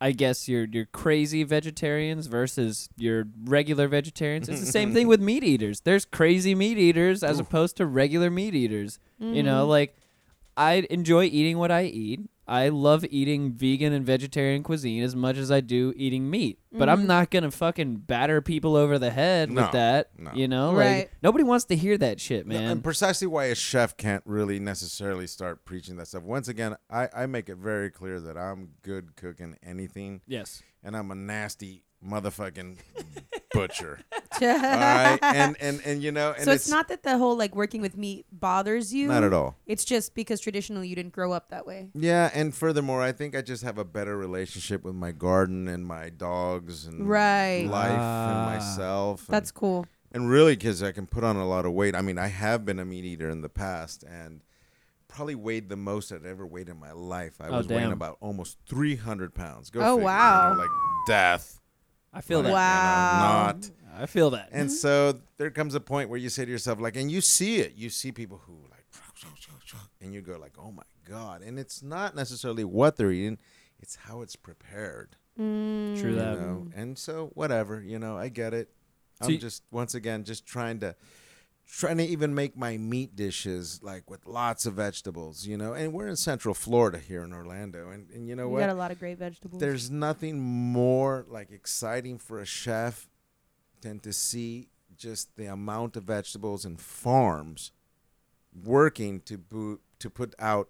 Speaker 3: I guess your your crazy vegetarians versus your regular vegetarians. It's the same thing with meat eaters. There's crazy meat eaters as opposed to regular meat eaters. You know, like I enjoy eating what I eat. I love eating vegan and vegetarian cuisine as much as I do eating meat. But I'm not gonna fucking batter people over the head
Speaker 6: No,
Speaker 3: with that.
Speaker 6: no.
Speaker 3: You know,
Speaker 5: Right.
Speaker 3: like nobody wants to hear that shit,
Speaker 6: No,
Speaker 3: man.
Speaker 6: and precisely why a chef can't really necessarily start preaching that stuff. Once again, I, I make it very clear that I'm good cooking anything,
Speaker 3: yes.
Speaker 6: and I'm a nasty motherfucking butcher. All right, uh, and and and you know, and
Speaker 5: so it's, not that the whole like working with meat bothers you.
Speaker 6: not at all.
Speaker 5: It's just because traditionally you didn't grow up that way.
Speaker 6: Yeah, and furthermore, I think I just have a better relationship with my garden and my dogs and
Speaker 5: Right.
Speaker 6: life
Speaker 3: Ah.
Speaker 6: and myself. and-
Speaker 5: That's cool.
Speaker 6: and really because i can put on a lot of weight i mean i have been a meat eater in the past and probably weighed the most i'd ever weighed in my life i
Speaker 3: Oh,
Speaker 6: was weighing
Speaker 3: damn.
Speaker 6: about almost 300 pounds go
Speaker 5: Oh,
Speaker 6: figure, you know,
Speaker 5: wow.
Speaker 6: like death
Speaker 3: I feel that.
Speaker 6: like, you know,
Speaker 5: Wow.
Speaker 6: not
Speaker 3: I feel that.
Speaker 6: and so there comes a point where you say to yourself like and you see it you see people who like and you go like oh my god and it's not necessarily what they're eating it's how it's prepared
Speaker 3: True
Speaker 6: you
Speaker 3: that.
Speaker 6: know? And so whatever, you know, I get it.
Speaker 3: Mm. So
Speaker 6: I'm
Speaker 3: you-
Speaker 6: just once again just trying to trying to even make my meat dishes like with lots of vegetables, you know. And we're in Central Florida here in Orlando and, and you know
Speaker 5: You
Speaker 6: what?
Speaker 5: got a lot of great vegetables.
Speaker 6: There's nothing more like exciting for a chef than to see just the amount of vegetables and farms working to boot, to put out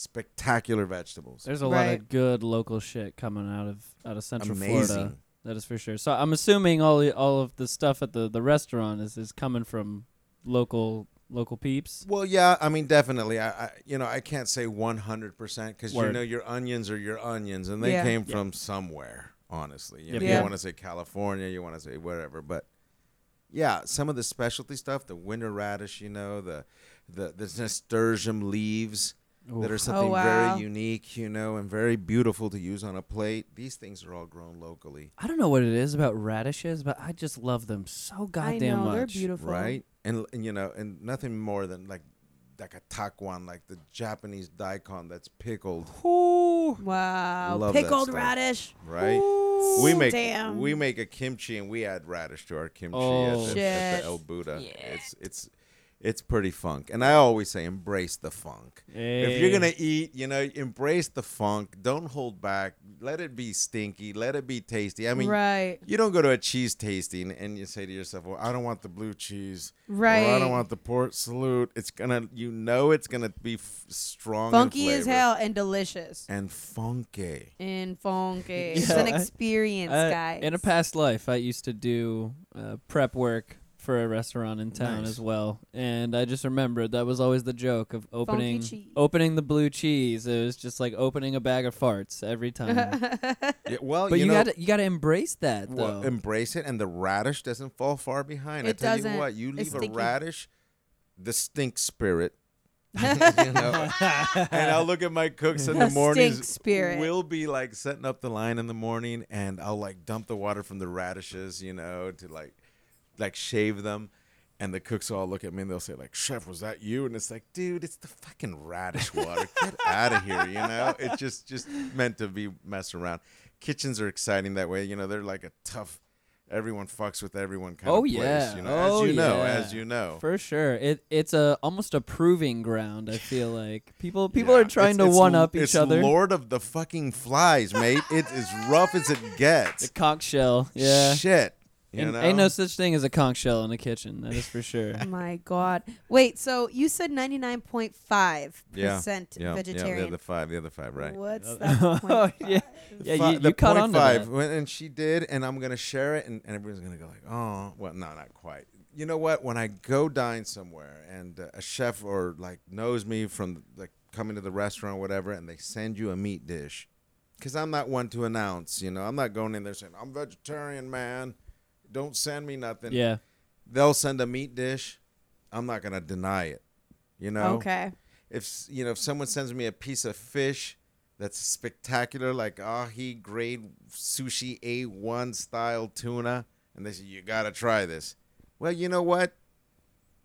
Speaker 6: spectacular vegetables.
Speaker 3: There's a lot
Speaker 5: Right.
Speaker 3: of good local shit coming out of out of Central Florida.
Speaker 6: Amazing.
Speaker 3: That is for sure. So I'm assuming all the- all of the stuff at the, the restaurant is, is coming from local local peeps.
Speaker 6: Well, yeah, I mean, definitely. I, I you know, I can't say 100 percent because you
Speaker 3: Word.
Speaker 6: know your onions are your onions, and they
Speaker 5: Yeah.
Speaker 6: came from somewhere. Honestly, you,
Speaker 3: Yep.
Speaker 6: know,
Speaker 5: Yeah.
Speaker 6: you want to say California, you want to say whatever, but yeah, some of the specialty stuff, the winter radish, you know, the the the nasturtium leaves that are something
Speaker 5: Oh, wow.
Speaker 6: very unique, you know, and very beautiful to use on a plate. These things are all grown locally,
Speaker 3: I don't know what it is about radishes, but I just love them so
Speaker 5: I
Speaker 3: goddamn
Speaker 5: know
Speaker 3: much.
Speaker 5: they're beautiful,
Speaker 6: right? And, and you know, and nothing more than like like a takwan, like the Japanese daikon that's pickled.
Speaker 5: Wow,
Speaker 6: Love that
Speaker 5: pickled
Speaker 6: stuff.
Speaker 5: radish.
Speaker 6: right? we make
Speaker 5: damn.
Speaker 6: we make a kimchi and we add radish to our kimchi
Speaker 3: Oh.
Speaker 6: at, the, at
Speaker 5: Shit.
Speaker 6: the El Buddha. It's it's it's pretty funk, and I always say embrace the funk. If you're
Speaker 3: Hey.
Speaker 6: gonna eat, you know, embrace the funk. Don't hold back. Let it be stinky. Let it be tasty. I mean.
Speaker 5: right.
Speaker 6: You don't go to a cheese tasting and you say to yourself, "Well, I don't want the blue cheese. or I
Speaker 5: Right.
Speaker 6: don't want the port salute. It's gonna, you know, it's gonna be f- strong, in
Speaker 5: Funky as
Speaker 6: flavor
Speaker 5: hell and delicious.
Speaker 6: and funky.
Speaker 5: And funky. It's
Speaker 3: Yeah.
Speaker 5: an experience,
Speaker 6: Uh,
Speaker 3: I-
Speaker 5: guys.
Speaker 3: In a past life, I used to do uh, prep work for a restaurant in town
Speaker 6: Nice.
Speaker 3: as well, and I just remembered that was always the joke of opening
Speaker 5: cheese.
Speaker 3: opening the blue cheese. It was just like opening a bag of farts every time.
Speaker 6: Yeah, well,
Speaker 3: but you,
Speaker 6: know,
Speaker 3: gotta you gotta embrace that
Speaker 6: Well,
Speaker 3: though.
Speaker 6: embrace it, and the radish doesn't fall far behind. I
Speaker 5: It
Speaker 6: tell
Speaker 5: doesn't.
Speaker 6: you what, you
Speaker 5: It's
Speaker 6: leave a
Speaker 5: stinky.
Speaker 6: radish, the stink spirit. you know? and I'll look at my cooks in the,
Speaker 5: The
Speaker 6: mornings.
Speaker 5: stink spirit.
Speaker 6: We'll be like setting up the line in the morning, and I'll like dump the water from the radishes, you know, to like, like shave them. And the cooks all look at me and they'll say like, "Chef, was that you?" And it's like, "Dude, it's the fucking radish water. Get out of here!" You know, it's just just meant to be messed around. Kitchens are exciting that way. You know, they're like a tough, everyone fucks with everyone kind
Speaker 3: Oh
Speaker 6: of place.
Speaker 3: yeah.
Speaker 6: You know,
Speaker 3: oh,
Speaker 6: as you know,
Speaker 3: yeah.
Speaker 6: as you know,
Speaker 3: For sure. It it's a almost a proving ground, I feel like. People people
Speaker 6: Yeah,
Speaker 3: are trying
Speaker 6: it's-
Speaker 3: to
Speaker 6: it's
Speaker 3: one
Speaker 6: l-
Speaker 3: up each
Speaker 6: it's
Speaker 3: other.
Speaker 6: Lord of the fucking flies, mate. It's as rough as it
Speaker 3: The
Speaker 6: gets.
Speaker 3: conch shell. Yeah.
Speaker 6: Shit. You
Speaker 3: ain't,
Speaker 6: know?
Speaker 3: ain't no such thing as a conch shell in the kitchen, that is for sure.
Speaker 5: My God. Wait, so you said 99.5%
Speaker 6: yeah. yeah,
Speaker 5: vegetarian.
Speaker 6: Yeah, the other five, the other five, right?
Speaker 5: What's that?
Speaker 3: oh,
Speaker 5: point
Speaker 3: yeah.
Speaker 5: five?
Speaker 3: Yeah,
Speaker 6: Fi-
Speaker 3: you,
Speaker 6: the
Speaker 3: you caught
Speaker 6: point
Speaker 3: on to
Speaker 6: five,
Speaker 3: that.
Speaker 6: when- and she did, and I'm gonna share it, and, and everyone's gonna go like, oh, well, no, not quite. You know what? When I go dine somewhere, and uh, a chef or like knows me from like coming to the restaurant or whatever, and they send you a meat dish, because I'm not one to announce. You know, I'm not going in there saying I'm vegetarian, man. Don't send me nothing.
Speaker 3: Yeah.
Speaker 6: They'll send a meat dish. I'm not gonna deny it. You know
Speaker 5: Okay.
Speaker 6: if s- you know if someone sends me a piece of fish that's spectacular like ahi grade sushi a1 style tuna and they say you gotta try this well you know what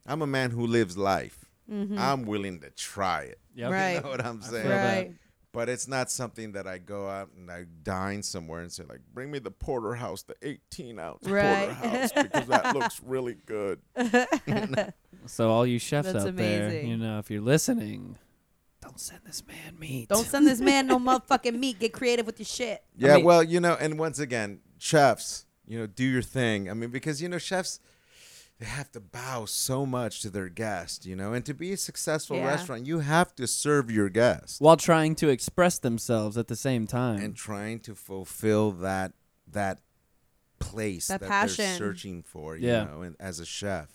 Speaker 6: i'm a man who lives life i'm willing to try it
Speaker 3: Yep.
Speaker 6: you
Speaker 5: Mm-hmm. Right.
Speaker 6: know what i'm saying
Speaker 5: Right.
Speaker 6: but it's not something that i go out and i dine somewhere and say like bring me the porterhouse the 18 ounce
Speaker 5: Right.
Speaker 6: porterhouse because that looks really good
Speaker 3: So all you chefs
Speaker 5: That's
Speaker 3: out there,
Speaker 5: amazing.
Speaker 3: you know, if you're listening, don't send this man meat.
Speaker 5: Don't send this man no motherfucking meat. Get creative with your shit.
Speaker 6: Yeah,
Speaker 3: mean-
Speaker 6: well, you know, and once again, chefs, you know, do your thing. I mean, because you know, chefs they have to bow so much to their guest, you know, and to be a successful
Speaker 5: Yeah.
Speaker 6: restaurant, you have to serve your guest
Speaker 3: while trying to express themselves at the same time.
Speaker 6: and trying to fulfill that that place
Speaker 5: That
Speaker 6: that,
Speaker 5: passion.
Speaker 6: they're searching for, you
Speaker 3: Yeah.
Speaker 6: know, and as a chef.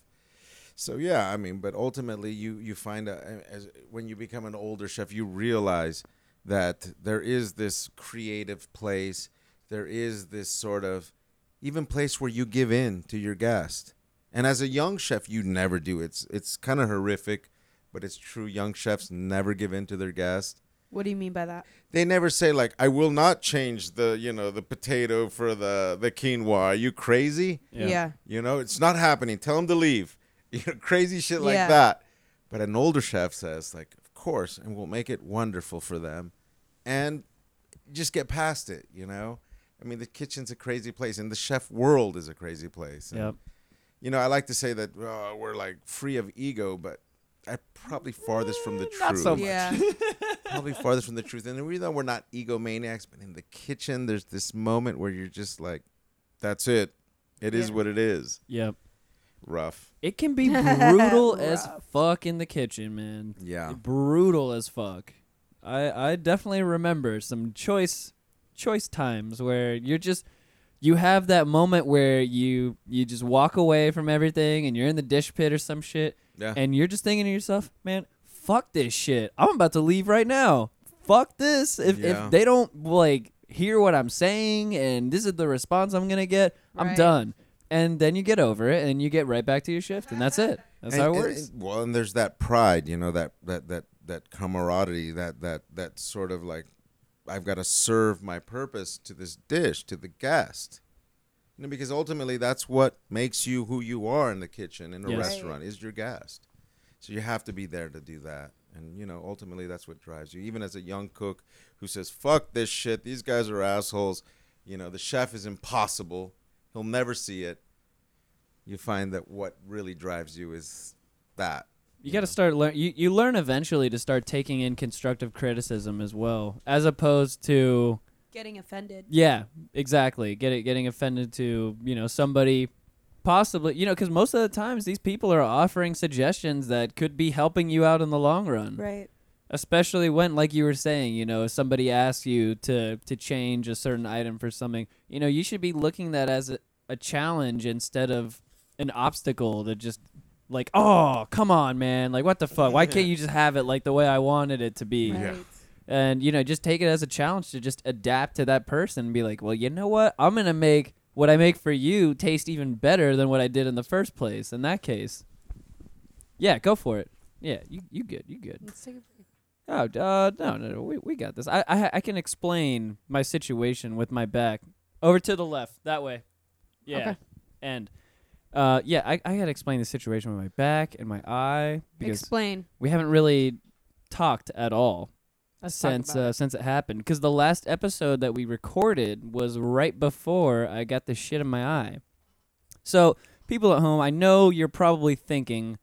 Speaker 6: So yeah, I mean, but ultimately, you you find a, as when you become an older chef, you realize that there is this creative place, there is this sort of even place where you give in to your guest. And as a young chef, you never do. It's it's kind of horrific, but it's true. Young chefs never give in to their guest
Speaker 5: What do you mean by that?
Speaker 6: they never say like I will not change the you know the potato for the the quinoa. Are you crazy?
Speaker 5: Yeah.
Speaker 6: You know it's not happening. Tell them to leave. You know crazy shit like
Speaker 5: Yeah.
Speaker 6: that. But an older chef says like of course and we'll make it wonderful for them, and just get past it. You know, I mean, the kitchen's a crazy place, and the chef world is a crazy place. And,
Speaker 3: Yep.
Speaker 6: You know, I like to say that uh, we're like free of ego, but I'm probably farthest from the truth.
Speaker 3: Not so much.
Speaker 5: Yeah.
Speaker 6: probably farthest from the truth. And we know we're not egomaniacs, but in the kitchen, there's this moment where you're just like, "That's it. It is what it is."
Speaker 3: Yep.
Speaker 6: Rough.
Speaker 3: It can be brutal as fuck in the kitchen, man.
Speaker 6: Yeah.
Speaker 3: Brutal as fuck. I I definitely remember some choice choice times where you're just you have that moment where you you just walk away from everything and you're in the dish pit or some shit
Speaker 6: Yeah.
Speaker 3: and you're just thinking to yourself, man, fuck this shit. I'm about to leave right now. Fuck this. If
Speaker 6: Yeah.
Speaker 3: if they don't like hear what I'm saying and this is the response I'm gonna get, I'm
Speaker 5: Right.
Speaker 3: done. And then you get over it and you get right back to your shift and that's it. That's
Speaker 6: And-
Speaker 3: how it
Speaker 6: and-
Speaker 3: works.
Speaker 6: and- well, and there's that pride, you know, that that that that camaraderie, that that that sort of like, I've got to serve my purpose to this dish, to the guest. You know, because ultimately that's what makes you who you are in the kitchen in a
Speaker 3: Yes. Right.
Speaker 6: restaurant is your guest. So you have to be there to do that. And you know, ultimately that's what drives you. Even as a young cook who says, Fuck this shit, these guys are assholes, you know, the chef is impossible. He'll never see it. You find that what really drives you is that.
Speaker 3: You got to start learn. You, you learn eventually to start taking in constructive criticism as well, as opposed to
Speaker 5: Getting offended.
Speaker 3: yeah, exactly. Get it, getting offended to you know somebody, possibly you know because most of the times these people are offering suggestions that could be helping you out in the long run.
Speaker 5: Right.
Speaker 3: Especially when, like you were saying, you know, if somebody asks you to to change a certain item for something, you know, you should be looking that as a, a challenge instead of an obstacle to just like, oh, come on, man, like what the fuck? Why can't you just have it like the way I wanted it to be?
Speaker 5: Right.
Speaker 3: and you know just take it as a challenge to just adapt to that person and be like well you know what i'm gonna make what i make for you taste even better than what i did in the first place in that case yeah go for it yeah you, you good you good
Speaker 7: Let's take a break.
Speaker 3: oh uh, no no no we, we got this I, I i can explain my situation with my back over to the left that way yeah
Speaker 7: Okay.
Speaker 3: and uh yeah i i gotta explain the situation with my back and my eye because
Speaker 7: Explain.
Speaker 3: we haven't really talked at all
Speaker 7: Let's talk
Speaker 3: since
Speaker 7: about
Speaker 3: uh, since it happened because the last episode that we recorded was right before I got the shit in my eye. So people at home, I know you're probably thinking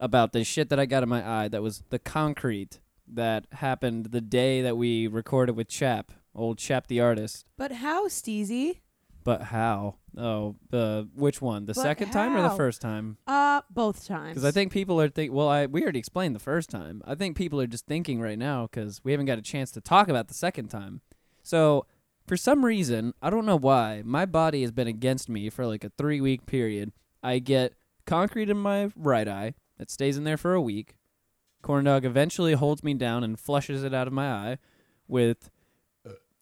Speaker 3: about the shit that I got in my eye. That was the concrete that happened the day that we recorded with Chap, old Chap the artist.
Speaker 5: But how, Steezy?
Speaker 3: But how? Oh, the which one? The
Speaker 5: But
Speaker 3: second time or the
Speaker 5: how?
Speaker 3: first time?
Speaker 5: Uh, both times.
Speaker 3: Because I think people are think. Well, I we already explained the first time. I think people are just thinking right now because we haven't got a chance to talk about the second time. So for some reason, I don't know why, my body has been against me for like a three week period. I get concrete in my right eye that stays in there for a week. Corn dog eventually holds me down and flushes it out of my eye with,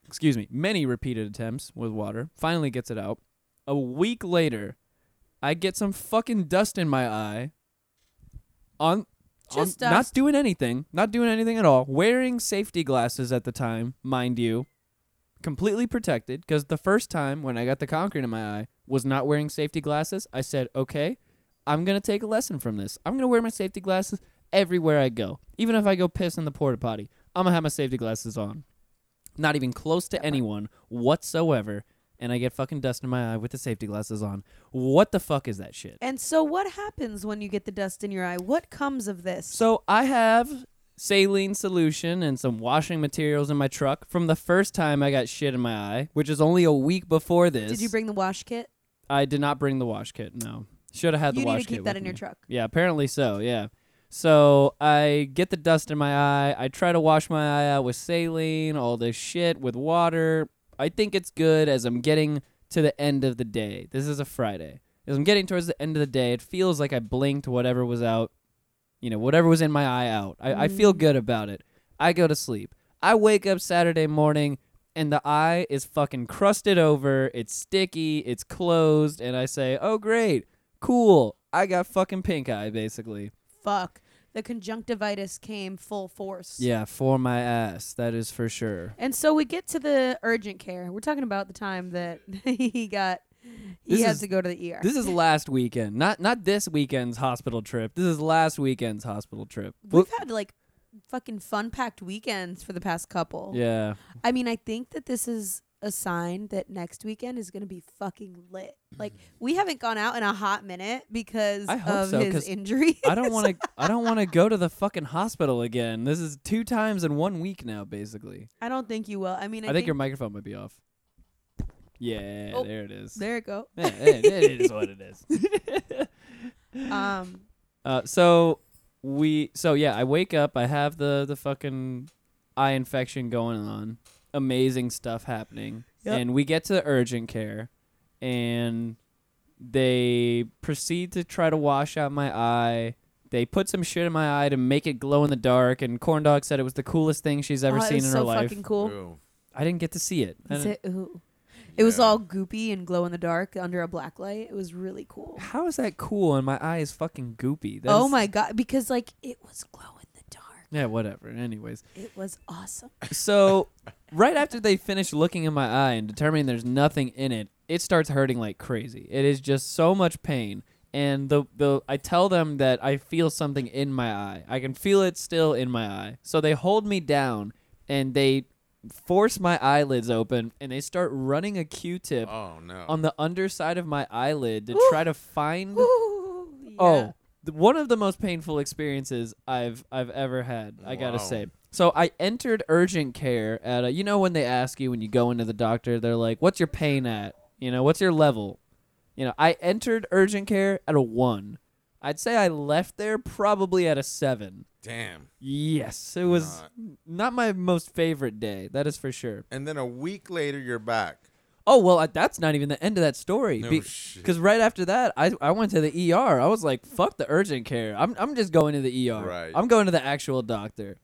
Speaker 3: excuse me, many repeated attempts with water. Finally gets it out. A week later, I get some fucking dust in my eye. On, on
Speaker 5: Just
Speaker 3: not
Speaker 5: dust.
Speaker 3: doing anything, not doing anything at all. Wearing safety glasses at the time, mind you, completely protected. Because the first time when I got the concrete in my eye, was not wearing safety glasses. I said, okay, I'm gonna take a lesson from this. I'm gonna wear my safety glasses everywhere I go, even if I go piss in the porta potty. I'm gonna have my safety glasses on. Not even close to anyone whatsoever, and I get fucking dust in my eye with the safety glasses on. What the fuck is that shit?
Speaker 5: And so, what happens when you get the dust in your eye? What comes of this?
Speaker 3: So I have saline solution and some washing materials in my truck from the first time I got shit in my eye, which is only a week before this.
Speaker 5: Did you bring the wash kit?
Speaker 3: I did not bring the wash kit. No, should have had the
Speaker 5: you
Speaker 3: wash
Speaker 5: need to
Speaker 3: kit.
Speaker 5: keep that
Speaker 3: with
Speaker 5: in
Speaker 3: me.
Speaker 5: your truck.
Speaker 3: Yeah, apparently so. Yeah. So I get the dust in my eye. I try to wash my eye out with saline, all this shit with water. I think it's good as I'm getting to the end of the day. This is a Friday. As I'm getting towards the end of the day, it feels like I blinked whatever was out, you know, whatever was in my eye out. I, I feel good about it. I go to sleep. I wake up Saturday morning and the eye is fucking crusted over. It's sticky. It's closed. And I say, oh, great. Cool. I got fucking pink eye, basically.
Speaker 5: Fuck. The conjunctivitis came full force.
Speaker 3: Yeah, for my ass. That is for sure.
Speaker 5: And so we get to the urgent care. We're talking about the time that he got he
Speaker 3: This
Speaker 5: has
Speaker 3: is-
Speaker 5: to go to the ER.
Speaker 3: This is last weekend. Not not this weekend's hospital trip. This is last weekend's hospital trip.
Speaker 5: We've had like fucking fun packed weekends for the past couple.
Speaker 3: yeah.
Speaker 5: I mean, I think that this is a sign that next weekend is going to be fucking lit. Like we haven't gone out in a hot minute because
Speaker 3: I hope
Speaker 5: of
Speaker 3: so,
Speaker 5: his
Speaker 3: 'cause
Speaker 5: injury.
Speaker 3: I don't want to. I don't want to go to the fucking hospital again. This is two times in one week now, basically.
Speaker 5: I don't think you will. I mean,
Speaker 3: I
Speaker 5: I,
Speaker 3: think, your microphone might be off. Yeah,
Speaker 5: Oh,
Speaker 3: there it is.
Speaker 5: there it go.
Speaker 3: Yeah, it- it is what it is.
Speaker 5: Um,
Speaker 3: Uh, so we so yeah, I wake up, I have the the fucking eye infection going on. Amazing stuff happening.
Speaker 5: Yep.
Speaker 3: And we get to urgent care and they proceed to try to wash out my eye. They put some shit in my eye to make it glow in the dark and corn dog said it was the coolest thing she's ever
Speaker 5: oh, it
Speaker 3: seen
Speaker 5: was
Speaker 3: in
Speaker 5: so
Speaker 3: her life.
Speaker 5: fucking cool.
Speaker 6: Ooh,
Speaker 3: I didn't get to see it. I
Speaker 5: Is
Speaker 3: didn't-
Speaker 5: it, ooh. it was
Speaker 6: yeah.
Speaker 5: all goopy and glow in the dark under a black light. It was really cool.
Speaker 3: How is that cool and my eye is fucking goopy? That
Speaker 5: oh
Speaker 3: is-
Speaker 5: my god! Because like it was glow in the dark.
Speaker 3: Yeah, whatever. Anyways.
Speaker 5: It was awesome.
Speaker 3: So, right after they finish looking in my eye and determining there's nothing in it, it starts hurting like crazy. It is just so much pain. And the, the I tell them that I feel something in my eye. I can feel it still in my eye. So they hold me down and they force my eyelids open and they start running a Q-tip
Speaker 6: Oh no.
Speaker 3: on the underside of my eyelid to
Speaker 5: Ooh.
Speaker 3: try to find
Speaker 5: Ooh, yeah.
Speaker 3: Oh, th- one of the most painful experiences I've I've ever had. I gotta
Speaker 6: Wow.
Speaker 3: say. So I entered urgent care at a. You know when they ask you when you go into the doctor, they're like, "What's your pain at? You know, what's your level? You know." I entered urgent care at a one. I'd say I left there probably at a seven.
Speaker 6: Damn.
Speaker 3: Yes, it was not my most favorite day. That is for sure.
Speaker 6: And then a week later, you're back.
Speaker 3: Oh well, I, that's not even the end of that story.
Speaker 6: No shit.
Speaker 3: Because right after that, I I went to the ER. I was like, "Fuck the urgent care. I'm I'm just going to the ER.
Speaker 6: Right.
Speaker 3: I'm going to the actual doctor."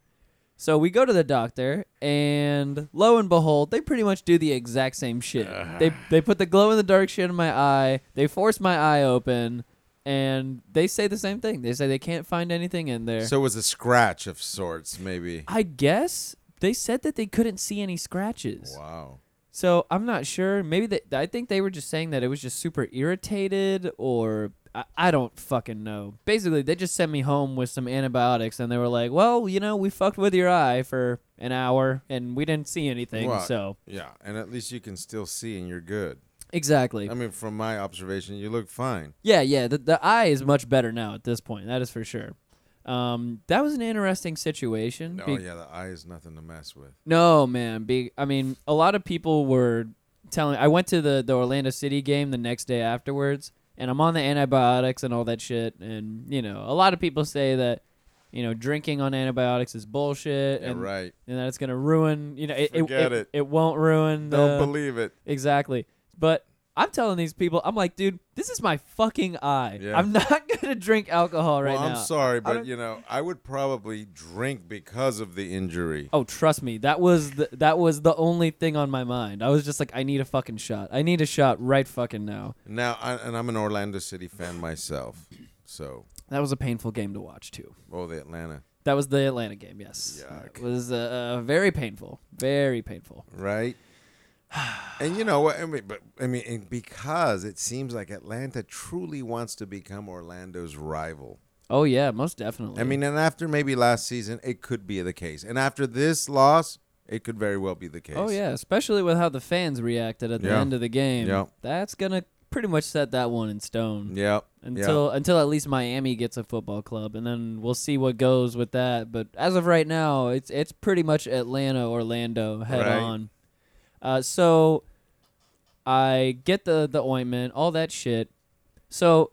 Speaker 3: So we go to the doctor, and lo and behold, they pretty much do the exact same shit.
Speaker 6: Uh-huh.
Speaker 3: They they put the glow in the dark shit in my eye. They force my eye open, and they say the same thing. They say they can't find anything in there.
Speaker 6: So it was a scratch of sorts, maybe.
Speaker 3: I guess they said that they couldn't see any scratches.
Speaker 6: Wow.
Speaker 3: So I'm not sure. Maybe they, I think they were just saying that it was just super irritated, or I, I don't fucking know. Basically, they just sent me home with some antibiotics, and they were like, "Well, you know, we fucked with your eye for an hour, and we didn't see anything."
Speaker 6: Well,
Speaker 3: So
Speaker 6: Yeah, and at least you can still see and you're good.
Speaker 3: exactly.
Speaker 6: I mean, from my observation, you look fine.
Speaker 3: yeah, yeah. The the eye is much better now at this point. That is for sure. Um, that was an interesting situation.
Speaker 6: Oh
Speaker 3: be-
Speaker 6: yeah, the eye is nothing to mess with.
Speaker 3: No, man. Be, I mean, a lot of people were telling. I went to the the Orlando City game the next day afterwards, and I'm on the antibiotics and all that shit. And you know, a lot of people say that you know drinking on antibiotics is bullshit,
Speaker 6: Yeah,
Speaker 3: and
Speaker 6: right.
Speaker 3: and that it's gonna ruin. You know, it it, it,
Speaker 6: Forget it.
Speaker 3: it won't ruin.
Speaker 6: Don't
Speaker 3: the-
Speaker 6: believe it.
Speaker 3: Exactly. But I'm telling these people, I'm like, dude, this is my fucking eye.
Speaker 6: Yeah.
Speaker 3: I'm not gonna drink alcohol right
Speaker 6: well,
Speaker 3: now.
Speaker 6: I'm sorry, but you know, I would probably drink because of the injury.
Speaker 3: Oh, trust me. That was the, that was the only thing on my mind. I was just like, I need a fucking shot. I need a shot right fucking now.
Speaker 6: Now, I, and I'm an Orlando City fan myself, so
Speaker 3: That was a painful game to watch too.
Speaker 6: oh, the Atlanta,
Speaker 3: That was the Atlanta game. Yes,
Speaker 6: Yuck.
Speaker 3: it was uh, uh, very painful. Very painful.
Speaker 6: right? and you know what? I mean, but I mean, and because it seems like Atlanta truly wants to become Orlando's rival.
Speaker 3: Oh yeah, most definitely.
Speaker 6: I mean, and after maybe last season, it could be the case, and after this loss, it could very well be the case.
Speaker 3: oh yeah, especially with how the fans reacted at the
Speaker 6: Yeah.
Speaker 3: end of the game.
Speaker 6: Yeah.
Speaker 3: that's gonna pretty much set that one in stone.
Speaker 6: Yep.
Speaker 3: Until until at least Miami gets a football club, and then we'll see what goes with that. But as of right now, it's it's pretty much Atlanta Orlando head
Speaker 6: Right.
Speaker 3: on. Uh, so I get the the ointment, all that shit. So,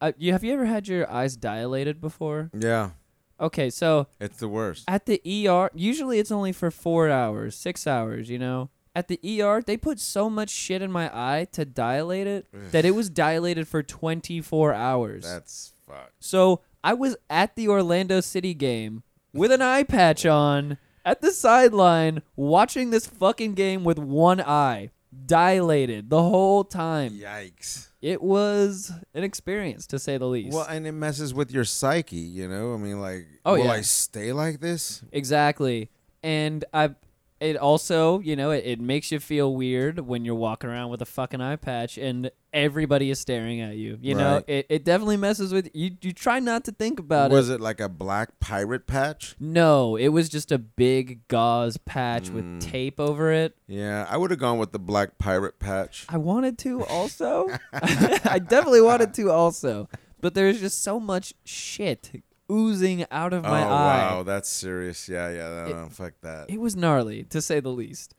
Speaker 3: uh, you have you ever had your eyes dilated before?
Speaker 6: yeah. yeah,
Speaker 3: Okay, so
Speaker 6: it's the worst.
Speaker 3: at the ER, usually it's only for four hours, six hours, you know. At the ER, they put so much shit in my eye to dilate it that it was dilated for 24 hours.
Speaker 6: That's fucked.
Speaker 3: So I was at the Orlando City game with an eye patch on at the sideline watching this fucking game with one eye dilated the whole time.
Speaker 6: Yikes.
Speaker 3: It was an experience to say the least.
Speaker 6: Well, and it messes with your psyche, you know? I mean, like,
Speaker 3: Oh,
Speaker 6: will
Speaker 3: yeah.
Speaker 6: I stay like this?
Speaker 3: exactly. And I it also, you know, it, it makes you feel weird when you're walking around with a fucking eye patch and everybody is staring at you. You know,
Speaker 6: Right.
Speaker 3: it, it definitely messes with you. You try not to think about it.
Speaker 6: Was it like a black pirate patch?
Speaker 3: No, it was just a big gauze patch
Speaker 6: Mm.
Speaker 3: with tape over it.
Speaker 6: Yeah, I would have gone with the black pirate patch.
Speaker 3: I wanted to also. I definitely wanted to also. But there's just so much shit oozing out of my
Speaker 6: oh
Speaker 3: eye.
Speaker 6: wow, that's serious. Yeah, yeah. No, no, fuck that.
Speaker 3: It was gnarly, to say the least.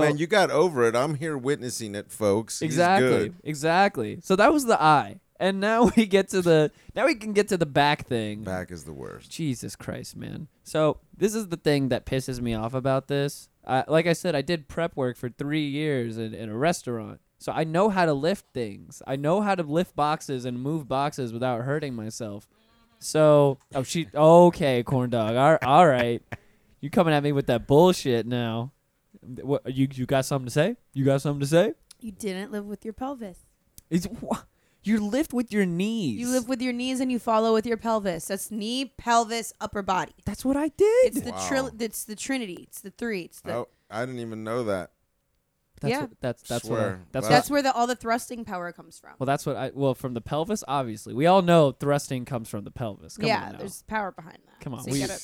Speaker 3: so,
Speaker 6: man, you got over it. I'm here witnessing it, folks. He's
Speaker 3: exactly,
Speaker 6: good.
Speaker 3: exactly. So that was the eye, and now we get to the now we can get to the back thing.
Speaker 6: Back is the worst.
Speaker 3: Jesus Christ, man. So this is the thing that pisses me off about this. I, like I said, I did prep work for three years in, in a restaurant. So I know how to lift things. I know how to lift boxes and move boxes without hurting myself. So oh she okay, corn dog. All, all right. You coming at me with that bullshit now. What you you got something to say? You got something to say?
Speaker 5: You didn't live with your pelvis.
Speaker 3: It's wha- you lift with your knees.
Speaker 5: You live with your knees and you follow with your pelvis. That's knee, pelvis, upper body.
Speaker 3: That's what I did.
Speaker 5: It's the
Speaker 6: Wow.
Speaker 5: tril. It's the trinity. It's the three. It's the.
Speaker 6: Oh, I didn't even know that.
Speaker 3: that's
Speaker 5: yeah.
Speaker 3: what, that's that's what I,
Speaker 6: Swear.
Speaker 3: that's what I-
Speaker 5: That's where the all the thrusting power comes from.
Speaker 3: Well, that's what I. Well, from the pelvis, obviously. We all know thrusting comes from the pelvis. Come
Speaker 5: yeah,
Speaker 3: on now.
Speaker 5: there's power behind that.
Speaker 3: Come on,
Speaker 5: So you
Speaker 3: we-
Speaker 5: gotta,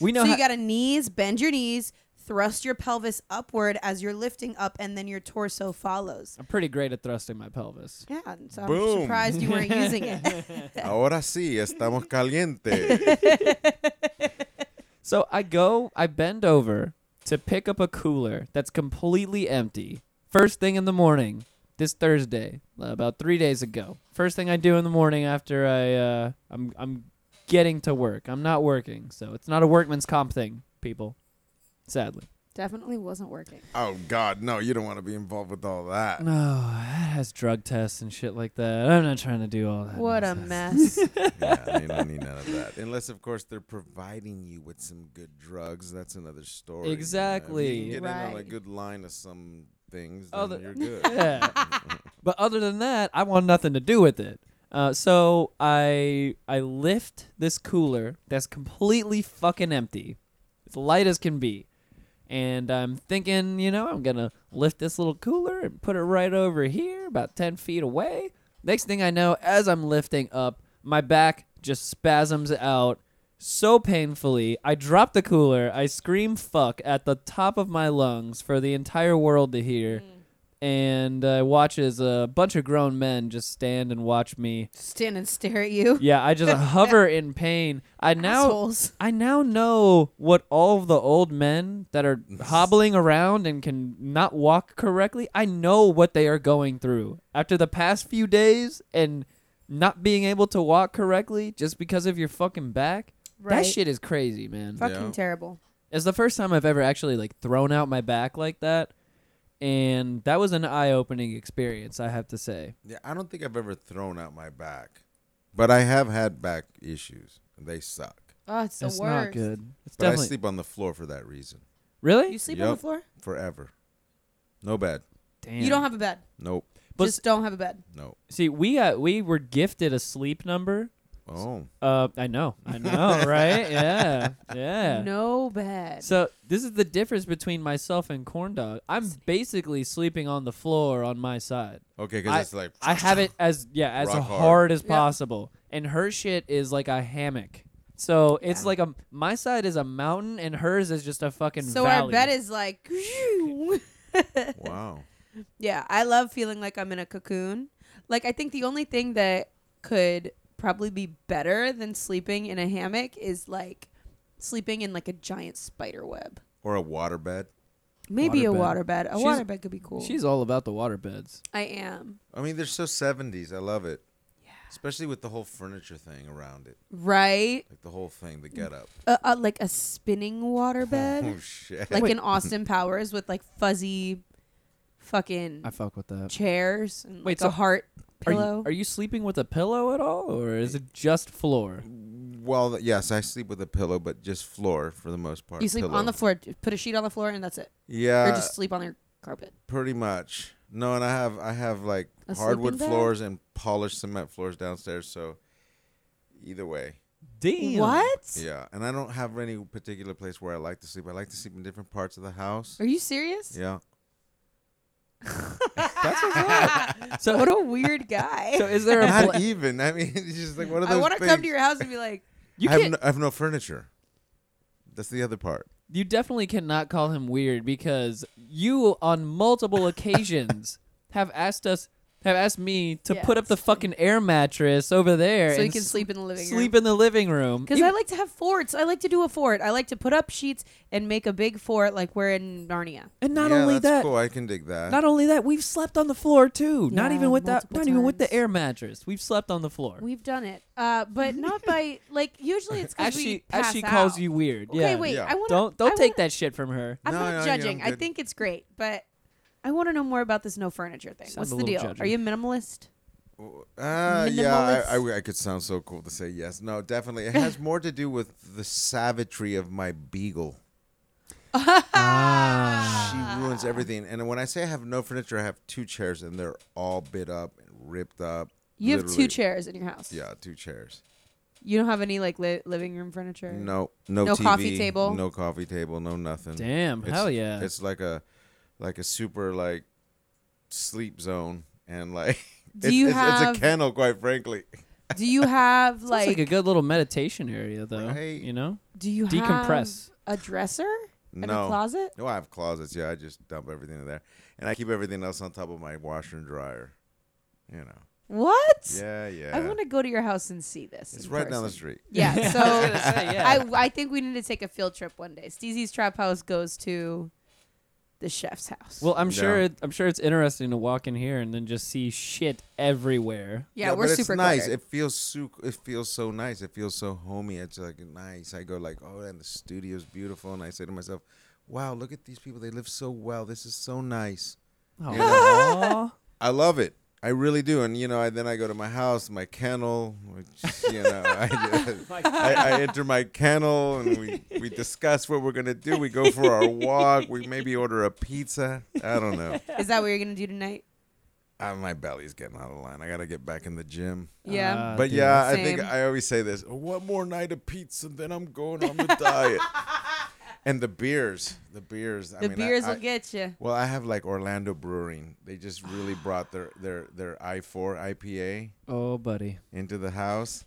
Speaker 3: we know.
Speaker 5: so you
Speaker 3: how-
Speaker 5: got to knees, bend your knees, thrust your pelvis upward as you're lifting up, and then your torso follows.
Speaker 3: I'm pretty great at thrusting my pelvis.
Speaker 5: Yeah, and so
Speaker 6: Boom.
Speaker 5: I'm surprised you weren't using it.
Speaker 6: Ahora sí, estamos caliente.
Speaker 3: So I go, I bend over to pick up a cooler that's completely empty. First thing in the morning, this Thursday, about three days ago. First thing I do in the morning after I, uh, I'm, I'm getting to work. I'm not working, so it's not a workman's comp thing, people. Sadly.
Speaker 5: Definitely wasn't working.
Speaker 6: oh God, no! You don't want to be involved with all that.
Speaker 3: No, that has drug tests and shit like that. I'm not trying to do all that.
Speaker 5: What a
Speaker 3: nonsense.
Speaker 5: mess.
Speaker 6: yeah, you don't need none of that. Unless, of course, they're providing you with some good drugs. That's another story. you know. If
Speaker 3: Exactly.
Speaker 6: You can get in on a
Speaker 5: Right.
Speaker 6: good line of some things, then
Speaker 3: Oh, the-
Speaker 6: you're good.
Speaker 3: Yeah. but other than that, I want nothing to do with it. Uh, so I I lift this cooler that's completely fucking empty. It's light as can be. And I'm thinking, you know, I'm gonna lift this little cooler and put it right over here, about ten feet away. Next thing I know, as I'm lifting up, my back just spasms out so painfully. I drop the cooler. I scream "fuck" at the top of my lungs for the entire world to hear, and I watch as a bunch of grown men just stand and watch me.
Speaker 5: Stand and stare at you.
Speaker 3: Yeah, I just hover in pain. I now.
Speaker 5: Assholes.
Speaker 3: I now know what all of the old men that are hobbling around and can not walk correctly. I know what they are going through after the past few days and not being able to walk correctly just because of your fucking back. That
Speaker 5: Right.
Speaker 3: shit is crazy, man.
Speaker 5: Fucking
Speaker 6: Yeah.
Speaker 5: terrible.
Speaker 3: It's the first time I've ever actually like thrown out my back like that, and that was an eye-opening experience, I have to say.
Speaker 6: Yeah, I don't think I've ever thrown out my back, but I have had back issues, and they suck.
Speaker 5: Oh, it's the
Speaker 3: it's
Speaker 5: worst.
Speaker 3: not good. It's
Speaker 6: But
Speaker 3: definitely
Speaker 6: I sleep on the floor for that reason,
Speaker 3: really.
Speaker 5: You sleep on
Speaker 6: Yup.
Speaker 5: the floor?
Speaker 6: forever. No bed.
Speaker 3: Damn.
Speaker 5: You don't have a bed.
Speaker 6: Nope.
Speaker 3: But
Speaker 5: Just don't have a bed.
Speaker 6: No.
Speaker 3: see, we got we were gifted a sleep number.
Speaker 6: Oh,
Speaker 3: Uh, I know, I know, right? Yeah, yeah.
Speaker 5: No bed.
Speaker 3: So this is the difference between myself and corn dog. I'm basically sleeping on the floor on my side.
Speaker 6: okay.
Speaker 3: I-
Speaker 6: Because it's like
Speaker 3: I have it as yeah as
Speaker 6: Rock
Speaker 3: hard.
Speaker 6: hard.
Speaker 3: as
Speaker 5: Yeah.
Speaker 3: possible, and her shit is like a hammock. So it's like a my side is a mountain and hers is just a fucking
Speaker 5: So
Speaker 3: valley.
Speaker 5: our bed is like.
Speaker 6: Wow.
Speaker 5: Yeah, I love feeling like I'm in a cocoon. Like I think the only thing that could probably be better than sleeping in a hammock is like sleeping in like a giant spider web.
Speaker 6: Or a water bed.
Speaker 5: Maybe
Speaker 3: Water
Speaker 5: a waterbed. A
Speaker 3: She's-
Speaker 5: waterbed could be cool.
Speaker 3: She's all about the water beds.
Speaker 5: I am.
Speaker 6: I mean, they're so seventies. I love it. Yeah. Especially with the whole furniture thing around it,
Speaker 5: Right?
Speaker 6: like the whole thing, the get up.
Speaker 5: Uh, uh, like a spinning
Speaker 6: Oh
Speaker 5: waterbed.
Speaker 6: shit.
Speaker 5: like in Austin Powers with like fuzzy fucking
Speaker 3: I fuck with that.
Speaker 5: chairs and
Speaker 3: Wait,
Speaker 5: like
Speaker 3: so
Speaker 5: a heart
Speaker 3: Are you,
Speaker 5: pillow.
Speaker 3: are you sleeping with a pillow at all, or is it just floor?
Speaker 6: well, th- yes, I sleep with a pillow, but just floor for the most part.
Speaker 5: You sleep
Speaker 6: pillow. Uh,
Speaker 5: on the floor, put a sheet on the floor and that's it.
Speaker 6: Yeah.
Speaker 5: or just sleep on your carpet.
Speaker 6: pretty much. No, and I have I have like
Speaker 5: A
Speaker 6: hardwood
Speaker 5: sleeping bag?
Speaker 6: floors and polished cement floors downstairs, so either way.
Speaker 3: Damn.
Speaker 7: What?
Speaker 6: Yeah, and I don't have any particular place where I like to sleep. I like to sleep in different parts of the house.
Speaker 5: Are you serious?
Speaker 6: Yeah.
Speaker 3: So,
Speaker 5: What a weird guy.
Speaker 3: so is there a
Speaker 6: Not
Speaker 3: bla-
Speaker 6: even. I mean, it's just like one of
Speaker 5: I
Speaker 6: those.
Speaker 5: want to
Speaker 6: things.
Speaker 5: come to your house and be like,
Speaker 3: you
Speaker 6: I have,
Speaker 3: can
Speaker 6: no, I have no furniture. That's the other part.
Speaker 3: you definitely cannot call him weird because you on multiple occasions have asked us have asked me to
Speaker 5: Yeah,
Speaker 3: put up the fucking air mattress over there
Speaker 5: so
Speaker 3: and
Speaker 5: you can
Speaker 3: s-
Speaker 5: sleep in the living room.
Speaker 3: sleep in the living room
Speaker 5: Because
Speaker 3: You-
Speaker 5: I like to have forts. I like to do a fort. I like to put up sheets and make a big fort like we're in Narnia.
Speaker 3: and not
Speaker 6: yeah,
Speaker 3: only that
Speaker 6: that's cool. I can dig that.
Speaker 3: not only that we've slept on the floor too not
Speaker 5: Yeah,
Speaker 3: even with that not
Speaker 5: multiple
Speaker 3: even with the
Speaker 5: times.
Speaker 3: air mattress we've slept on the floor
Speaker 5: We've done it, uh, but not by like usually it's
Speaker 3: as
Speaker 5: because we
Speaker 3: she
Speaker 5: pass
Speaker 3: as she calls
Speaker 5: out.
Speaker 3: you weird
Speaker 5: Okay,
Speaker 3: yeah
Speaker 5: wait.
Speaker 6: Yeah.
Speaker 5: I want
Speaker 3: don't don't take that shit from her
Speaker 5: I'm
Speaker 6: No,
Speaker 5: not
Speaker 6: no, yeah, I'm
Speaker 5: judging. I
Speaker 6: good.
Speaker 5: think it's great, but I want to know more about this no furniture thing.
Speaker 3: Sounds
Speaker 5: What's
Speaker 3: a
Speaker 5: the deal?
Speaker 3: little
Speaker 5: Are you a minimalist?
Speaker 6: Uh, yeah, I, I, I could sound so cool to say yes. No, definitely. It has more to do with the savagery of my beagle. She ruins everything. And when I say I have no furniture, I have two chairs, and they're all bit up and ripped up.
Speaker 5: You have
Speaker 6: Literally.
Speaker 5: two chairs in your house.
Speaker 6: Yeah, two chairs.
Speaker 5: You don't have any like li- living room furniture.
Speaker 6: No, no,
Speaker 5: No
Speaker 6: TV,
Speaker 5: coffee table?
Speaker 6: No coffee table. No nothing.
Speaker 3: damn
Speaker 6: It's-
Speaker 3: hell yeah
Speaker 6: It's like a, like a super like, sleep zone, and like.
Speaker 5: Do
Speaker 6: it's,
Speaker 5: you
Speaker 6: it's,
Speaker 5: have-
Speaker 6: it's a kennel, quite frankly.
Speaker 5: Do you have
Speaker 3: Sounds
Speaker 5: like,
Speaker 3: like a good little meditation area though
Speaker 6: Right.
Speaker 3: you know
Speaker 5: do you
Speaker 3: decompress
Speaker 5: have a dresser and
Speaker 6: no.
Speaker 5: a closet?
Speaker 6: No, I have closets. Yeah, I just dump everything in there, and I keep everything else on top of my washer and dryer. You know.
Speaker 5: What?
Speaker 6: Yeah, yeah.
Speaker 5: I want to go to your house and see this.
Speaker 6: It's
Speaker 5: in
Speaker 6: right down the
Speaker 5: person.
Speaker 6: street.
Speaker 5: Yeah. So
Speaker 3: I was gonna say, yeah.
Speaker 5: I I think we need to take a field trip one day. Steezy's Trap House goes to the chef's house.
Speaker 3: Well, I'm sure
Speaker 6: No.
Speaker 3: it, I'm sure it's interesting to walk in here and then just see shit everywhere.
Speaker 5: yeah,
Speaker 6: No,
Speaker 5: we're
Speaker 6: but
Speaker 5: super
Speaker 6: it's nice.
Speaker 5: cluttered.
Speaker 6: It feels so. It feels so nice. It feels so homey. It's like nice. I go like, oh, and the studio's beautiful, and I say to myself, wow, look at these people. They live so well. This is so nice.
Speaker 3: Aw.
Speaker 6: I love it. I really do, and you know, I, then I go to my house, my kennel, which you know, I, I, I enter my kennel, and we, we discuss what we're gonna do. We go for our walk. We maybe order a pizza. I don't know.
Speaker 5: Is that what you're gonna do tonight?
Speaker 6: Ah, my belly's getting out of line. I gotta get back in the gym.
Speaker 5: Yeah.
Speaker 3: Ah,
Speaker 6: But
Speaker 3: dude.
Speaker 6: yeah, I think
Speaker 5: Same.
Speaker 6: I always say this: one more night of pizza, then I'm going on the diet. And the beers, the beers. I
Speaker 5: the
Speaker 6: mean, I-
Speaker 5: beers
Speaker 6: I,
Speaker 5: will get you.
Speaker 6: well, I have like Orlando Brewing. They just really brought their their their I four IPA
Speaker 3: oh, buddy.
Speaker 6: into the house,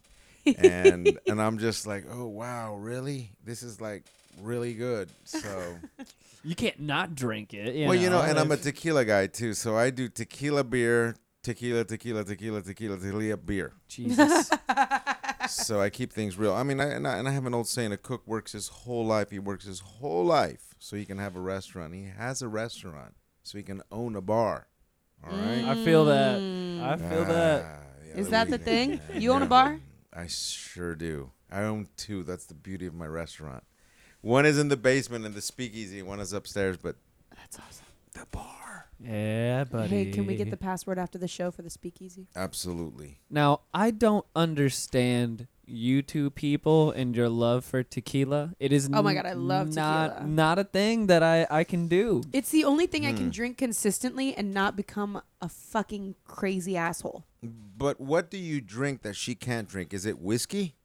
Speaker 6: and and I'm just like, oh wow, really? This is like really good. So
Speaker 3: You can't not drink it.
Speaker 6: well, you know, and I'm a
Speaker 3: if-
Speaker 6: tequila guy too, so I do tequila beer, tequila, tequila, tequila, tequila, tequila beer.
Speaker 3: Jesus.
Speaker 6: so I keep things real. I mean, I, and I and I have an old saying: a cook works his whole life. He works his whole life so he can have a restaurant. He has a restaurant, so he can own a bar. All right.
Speaker 3: I feel that.
Speaker 5: Mm.
Speaker 3: I feel that.
Speaker 6: Ah, yeah,
Speaker 5: Is that the
Speaker 6: we-
Speaker 5: thing?
Speaker 6: yeah,
Speaker 5: You own a
Speaker 6: yeah.
Speaker 5: bar?
Speaker 6: I sure do. I own two. That's the beauty of my restaurant. One is in the basement in the speakeasy. One is upstairs, but
Speaker 5: That's awesome.
Speaker 3: Yeah, buddy.
Speaker 5: Hey, can we get the password after the show for the speakeasy?
Speaker 6: absolutely.
Speaker 3: Now, I don't understand you two people and your love for tequila. It is
Speaker 5: Oh my God, I love
Speaker 3: not,
Speaker 5: tequila.
Speaker 3: Not a thing that I I can do.
Speaker 5: It's the only thing I can drink consistently and not become a fucking crazy asshole.
Speaker 6: But what do you drink that she can't drink? Is it whiskey?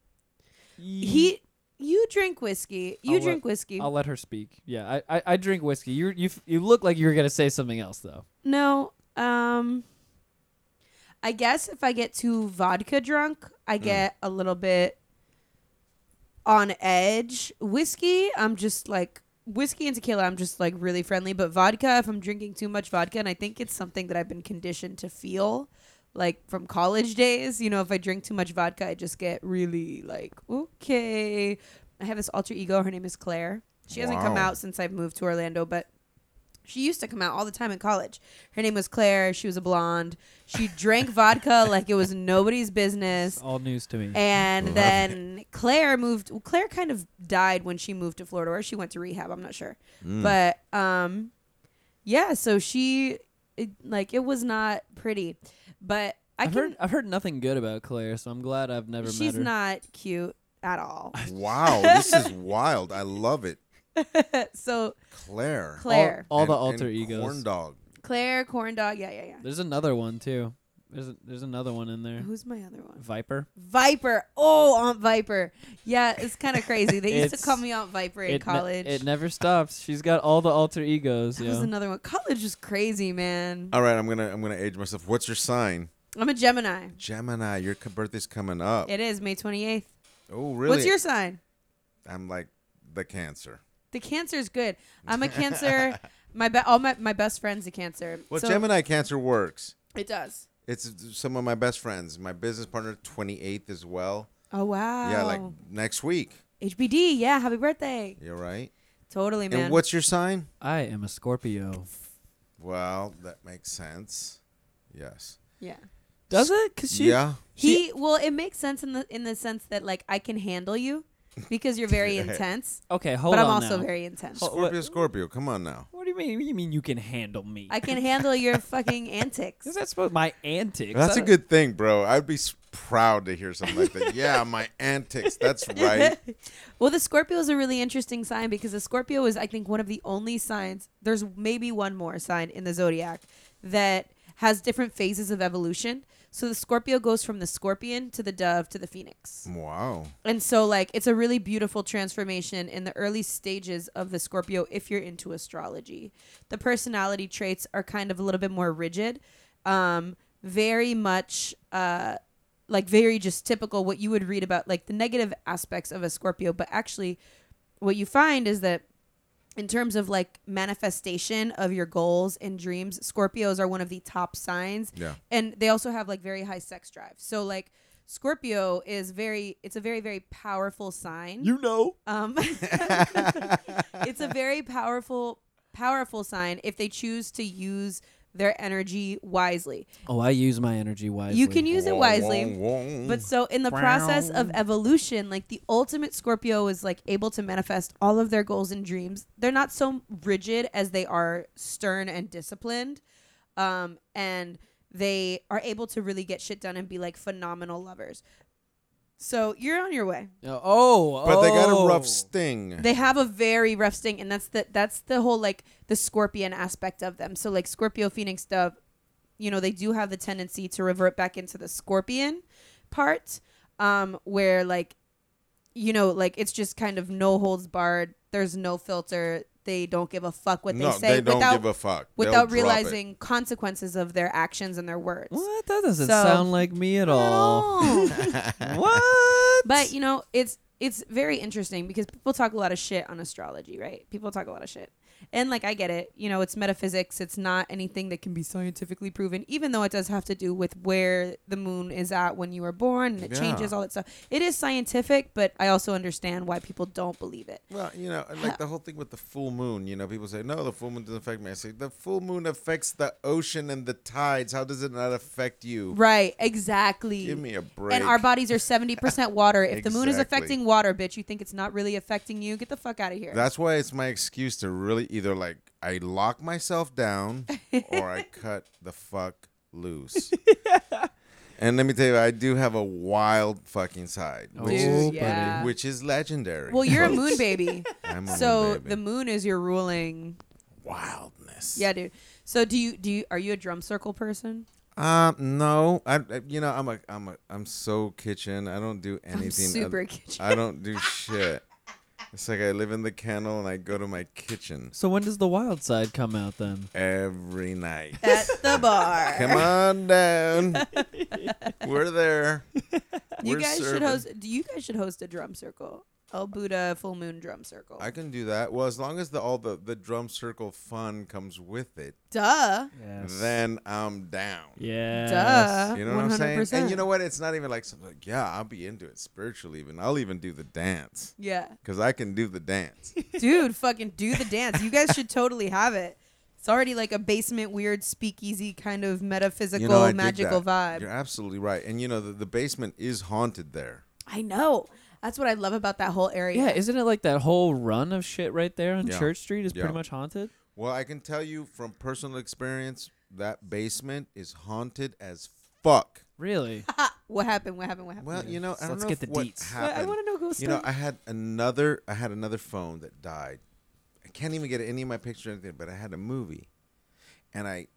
Speaker 5: He, you drink whiskey. You
Speaker 3: I'll let-
Speaker 5: drink whiskey.
Speaker 3: I'll let her speak. Yeah, I I, I drink whiskey. You you f- you look like you were gonna say something else though.
Speaker 5: No. Um I guess if I get too vodka drunk, I get a little bit on edge. Whiskey, I'm just like whiskey and tequila, I'm just like really friendly, but vodka, if I'm drinking too much vodka and I think it's something that I've been conditioned to feel like from college days, you know, if I drink too much vodka, I just get really like, okay. I have this alter ego, her name is Claire. She hasn't come
Speaker 6: Wow.
Speaker 5: out since I've moved to Orlando, but she used to come out all the time in college. Her name was Claire. She was a blonde. She drank vodka like it was nobody's business.
Speaker 3: All news to me.
Speaker 5: And then Claire moved. well, Claire kind of died when she moved to Florida, or she went to rehab. I'm not sure,
Speaker 3: Mm.
Speaker 5: but um, yeah. So she, it, like, it was not pretty, but I
Speaker 3: I've
Speaker 5: can.
Speaker 3: heard I've heard nothing good about Claire, so I'm glad I've never met
Speaker 5: she's
Speaker 3: her.
Speaker 5: not cute at all.
Speaker 6: Wow, this is wild. I love it,
Speaker 5: so
Speaker 6: Claire.
Speaker 3: All-
Speaker 5: Claire,
Speaker 3: All, the
Speaker 6: And-
Speaker 3: alter
Speaker 6: and
Speaker 3: egos.
Speaker 6: Corn dog.
Speaker 5: Claire, corn dog. Yeah, yeah, yeah.
Speaker 3: There's another one too. There's a, there's another one in there.
Speaker 5: Who's my other one?
Speaker 3: Viper.
Speaker 5: Viper. Oh, Aunt Viper. Yeah, it's kind of crazy. They used
Speaker 3: It's-
Speaker 5: to call me Aunt Viper in
Speaker 3: it, ne-
Speaker 5: college.
Speaker 3: it never stops. She's got all the alter egos.
Speaker 5: that
Speaker 3: yo.
Speaker 5: was another one. College was crazy, man.
Speaker 6: All right, I'm gonna I'm gonna age myself. What's your sign?
Speaker 5: I'm a Gemini.
Speaker 6: Gemini. Your c- birthday's coming up.
Speaker 5: It is May 28th.
Speaker 6: oh really?
Speaker 5: What's your sign?
Speaker 6: I'm like the Cancer.
Speaker 5: The Cancer is good. I'm a Cancer. my be- all my, my best friends a Cancer.
Speaker 6: Well,
Speaker 5: So-
Speaker 6: Gemini Cancer works.
Speaker 5: It does.
Speaker 6: It's some of my best friends. My business partner, 28th as well.
Speaker 5: Oh wow.
Speaker 6: Yeah, like next week.
Speaker 5: HBD. Yeah, happy birthday.
Speaker 6: You're right.
Speaker 5: Totally, man.
Speaker 6: And what's your sign?
Speaker 3: I am a Scorpio.
Speaker 6: Well, that makes sense. Yes.
Speaker 5: yeah.
Speaker 3: Does it? Cause she.
Speaker 6: yeah.
Speaker 5: He well, it makes sense in the in the sense that like I can handle you because you're very intense,
Speaker 3: Okay, hold
Speaker 5: but I'm
Speaker 3: on
Speaker 5: also
Speaker 3: now.
Speaker 5: very intense.
Speaker 3: Oh, what-
Speaker 6: Scorpio, Scorpio. Come on now.
Speaker 3: What do you mean? You mean you can handle me?
Speaker 5: I can handle your fucking antics.
Speaker 3: Is that supposed my antics?
Speaker 6: That's a
Speaker 3: I-
Speaker 6: good thing, bro. I'd be s- proud to hear something like that. yeah, my antics. That's right.
Speaker 5: well, the Scorpio is a really interesting sign because the Scorpio is, I think, one of the only signs. There's maybe one more sign in the zodiac that has different phases of evolution. So the Scorpio goes from the scorpion to the dove to the phoenix.
Speaker 6: Mm. Wow.
Speaker 5: And so, like, it's a really beautiful transformation in the early stages of the Scorpio if you're into astrology. The personality traits are kind of a little bit more rigid, um, very much uh, like very just typical what you would read about, like the negative aspects of a Scorpio. But actually, what you find is that in terms of like manifestation of your goals and dreams, Scorpios are one of the top signs
Speaker 6: Yeah.
Speaker 5: and they also have like very high sex drive. So like Scorpio is very it's a very very powerful sign.
Speaker 3: You know.
Speaker 5: Um It's a very powerful powerful sign if they choose to use their energy wisely.
Speaker 3: Oh, I use my energy wisely.
Speaker 5: You can use it wisely. But
Speaker 6: But
Speaker 5: so in the process of evolution, like the ultimate Scorpio is like able to manifest all of their goals and dreams. They're not so rigid as they are stern and disciplined. Um, and they are able to really get shit done and be like phenomenal lovers. So you're on your way.
Speaker 3: Oh,
Speaker 6: but they got a
Speaker 3: oh.
Speaker 6: rough sting.
Speaker 5: They have a very rough sting, and that's the that's the whole like the scorpion aspect of them. So like Scorpio, Phoenix, Dove, you know, they do have the tendency to revert back into the scorpion part, um, where like, you know, like it's just kind of no holds barred. There's no filter. They don't give a fuck what
Speaker 6: no,
Speaker 5: they say
Speaker 6: they don't
Speaker 5: without
Speaker 6: give a fuck. They'll
Speaker 5: without
Speaker 6: drop it.
Speaker 5: realizing consequences of their actions and their words.
Speaker 3: What? That doesn't
Speaker 5: So-
Speaker 3: sound like me at all.
Speaker 5: Oh.
Speaker 3: what?
Speaker 5: But you know, it's it's very interesting because people talk a lot of shit on astrology, right? People talk a lot of shit. And like I get it, you know, it's metaphysics, it's not anything that can be scientifically proven, even though it does have to do with where the moon is at when you were born and it
Speaker 6: Yeah.
Speaker 5: changes all that stuff. It is scientific, but I also understand why people don't believe it.
Speaker 6: Well, you know, like the whole thing with the full moon. You know, people say, "No, the full moon doesn't affect me." I say, "The full moon affects the ocean and the tides. How does it not affect you?"
Speaker 5: Right, exactly.
Speaker 6: Give me a break.
Speaker 5: and our bodies are 70% water. If the moon is
Speaker 6: Exactly.
Speaker 5: affecting water, bitch, you think it's not really affecting you? Get the fuck out of here.
Speaker 6: That's why it's my excuse to really either like I lock myself down or I cut the fuck loose. And let me tell you, I do have a wild fucking side, which,
Speaker 5: Dude,
Speaker 3: buddy.
Speaker 5: yeah.
Speaker 6: which is legendary.
Speaker 5: well, you're a
Speaker 6: folks.
Speaker 5: moon baby.
Speaker 6: I'm a
Speaker 5: So
Speaker 6: moon baby.
Speaker 5: the moon is your ruling.
Speaker 6: wildness.
Speaker 5: Yeah, dude. So do you do you are you a drum circle person?
Speaker 6: Um. No. I. I- You know. I'm a. I'm a. I'm so kitchen. I don't do anything.
Speaker 5: super
Speaker 6: oth-
Speaker 5: kitchen.
Speaker 6: I don't do shit. It's like I live in the kennel and I go to my kitchen
Speaker 3: So when does the wild side come out then?
Speaker 6: every night.
Speaker 5: At the bar.
Speaker 6: Come on down. We're there.
Speaker 5: you
Speaker 6: We're
Speaker 5: guys should
Speaker 6: serving.
Speaker 5: host do you guys should host a drum circle. El Buddha full moon drum circle.
Speaker 6: I can do that. Well, as long as the all the the drum circle fun comes with it,
Speaker 5: Duh.
Speaker 3: Yes.
Speaker 6: then I'm down.
Speaker 3: Yes.
Speaker 5: Duh.
Speaker 6: You know what I'm saying?
Speaker 5: 100%.
Speaker 6: And you know what? It's not even like something like, yeah, I'll be into it spiritually even. I'll even do the dance
Speaker 5: Yeah.
Speaker 6: because I can do the dance.
Speaker 5: Dude, fucking do the dance. You guys should totally have it. It's already like a basement weird speakeasy kind of metaphysical
Speaker 6: you know, I dig
Speaker 5: magical
Speaker 6: that.
Speaker 5: vibe.
Speaker 6: You're absolutely right. And you know, the, the basement is haunted there.
Speaker 5: I know. That's what I love about that whole area.
Speaker 3: Yeah, isn't it like that whole run of shit right there on
Speaker 6: Yeah.
Speaker 3: Church Street is
Speaker 6: Yeah.
Speaker 3: pretty much haunted?
Speaker 6: Well, I can tell you from personal experience that basement is haunted as fuck.
Speaker 3: Really?
Speaker 5: what happened? What happened? What happened?
Speaker 6: Well, you know,
Speaker 3: So
Speaker 6: I don't
Speaker 3: let's
Speaker 6: know
Speaker 3: get the
Speaker 6: if what
Speaker 3: deets.
Speaker 5: I-
Speaker 6: happened.
Speaker 5: I want to know who
Speaker 6: You know, I had another I had another phone that died. I can't even get any of my pictures or anything, but I had a movie. And I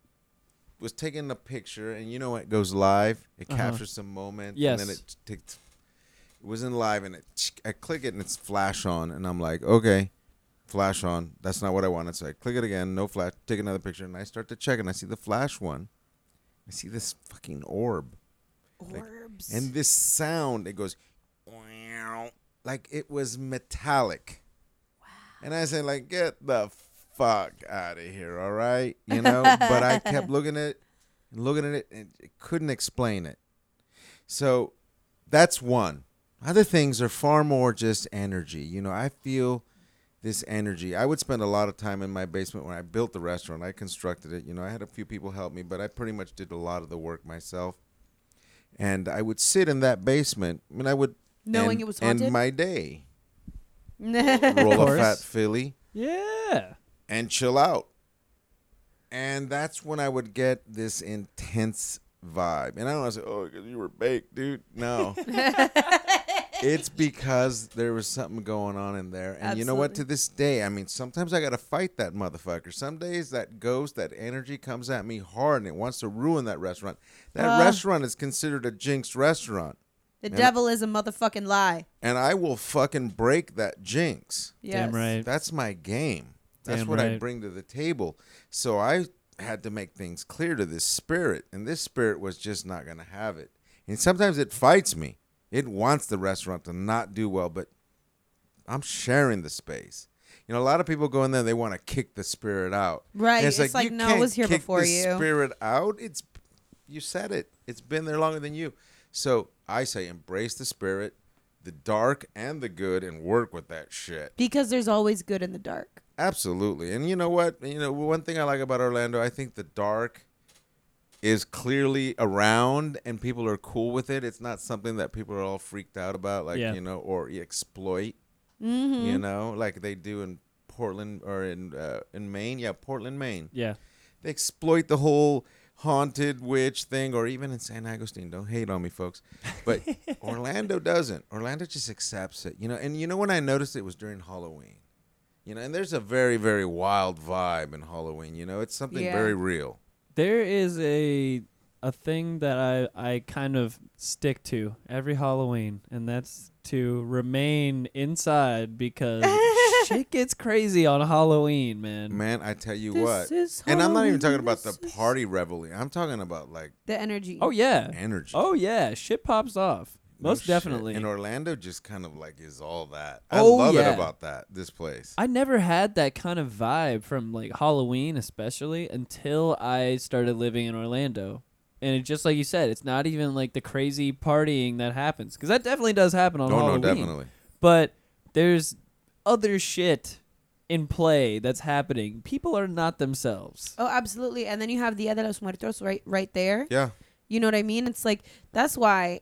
Speaker 6: was taking a picture, and you know what goes live? It
Speaker 3: Uh-huh.
Speaker 6: captures some moment, and then
Speaker 3: Yes.
Speaker 6: it ticked. It wasn't live, and it I click it, and it's flash on, and I'm like, okay, flash on. That's not what I wanted, so I click it again, no flash. Take another picture, and I start to check, and I see the flash one. I see this fucking orb,
Speaker 5: Orbs.
Speaker 6: and this sound. It goes, "Meow," like it was metallic. And I said, like, get the fuck out of here, all right? You know? but I kept looking at it and looking at it and it couldn't explain it. So that's one. Other things are far more just energy. You know, I feel this energy. I would spend a lot of time in my basement when I built the restaurant. I constructed it. You know, I had a few people help me, but I pretty much did a lot of the work myself. And I would sit in that basement and I would
Speaker 5: Knowing
Speaker 6: end-
Speaker 5: it was
Speaker 6: end
Speaker 5: haunted?
Speaker 6: my day.
Speaker 5: and
Speaker 6: Roll a
Speaker 3: course.
Speaker 6: fat Philly
Speaker 3: Yeah.
Speaker 6: and chill out. And that's when I would get this intense vibe. And I don't want to say, oh, because you were baked, dude. No. it's because there was something going on in there. And you know what? To
Speaker 5: Absolutely.
Speaker 6: this day, I mean, sometimes I got to fight that motherfucker. Some days that ghost, that energy comes at me hard and it wants to ruin that restaurant. That restaurant is considered a jinxed restaurant.
Speaker 5: the devil is a motherfucking lie.
Speaker 6: And I will fucking break that jinx.
Speaker 5: Yes.
Speaker 3: Damn right.
Speaker 6: That's my game. That's
Speaker 3: Damn
Speaker 6: what I
Speaker 3: right.
Speaker 6: bring to the table. So I had to make things clear to this spirit, and this spirit was just not going to have it. And sometimes it fights me. It wants the restaurant to not do well, but I'm sharing the space. You know, a lot of people go in there; they want to kick the spirit out.
Speaker 5: Right.
Speaker 6: And
Speaker 5: It's like,
Speaker 6: you
Speaker 5: no, it
Speaker 6: can't
Speaker 5: was here
Speaker 6: kick
Speaker 5: before
Speaker 6: the
Speaker 5: you.
Speaker 6: Spirit out. It's you said it. It's been there longer than you. So I say, embrace the spirit, the dark and the good, and work with that shit.
Speaker 5: Because there's always good in the dark.
Speaker 6: Absolutely. And you know what? You know, one thing I like about Orlando, I think the dark is clearly around and people are cool with it. It's not something that people are all freaked out about, like,
Speaker 3: Yeah.
Speaker 6: you know, or exploit, you know, like they do in Portland or in uh, in Maine. Yeah, Portland, Maine.
Speaker 3: Yeah.
Speaker 6: They exploit the whole haunted witch thing or even in San Agustin. Don't hate on me, folks. But Orlando doesn't. Orlando just accepts it. You know, and you know when I noticed it was during Halloween. You know, and there's a very, very wild vibe in Halloween, you know. It's something
Speaker 5: Yeah.
Speaker 6: very real.
Speaker 3: There is a a thing that I I kind of stick to every Halloween, and that's to remain inside because shit gets crazy on Halloween, man.
Speaker 6: Man, I tell you
Speaker 5: This
Speaker 6: what.
Speaker 5: is
Speaker 6: And I'm not even talking
Speaker 5: Halloween,
Speaker 6: about the
Speaker 5: this is-
Speaker 6: party revelry. I'm talking about like
Speaker 5: The energy.
Speaker 3: Oh yeah.
Speaker 6: energy.
Speaker 3: Oh yeah. Shit pops off.
Speaker 6: No
Speaker 3: Most
Speaker 6: shit.
Speaker 3: definitely.
Speaker 6: And Orlando just kind of like is all that. I
Speaker 3: Oh,
Speaker 6: love
Speaker 3: yeah.
Speaker 6: it about that, this place.
Speaker 3: I never had that kind of vibe from like Halloween, especially until I started living in Orlando. And it just like you said, it's not even like the crazy partying that happens because that definitely does happen on
Speaker 6: Oh, no,
Speaker 3: Halloween.
Speaker 6: no, definitely.
Speaker 3: But there's other shit in play that's happening. People are not themselves.
Speaker 5: Oh, absolutely. And then you have the Dia de los Muertos right, right there.
Speaker 6: Yeah.
Speaker 5: You know what I mean? It's like that's why.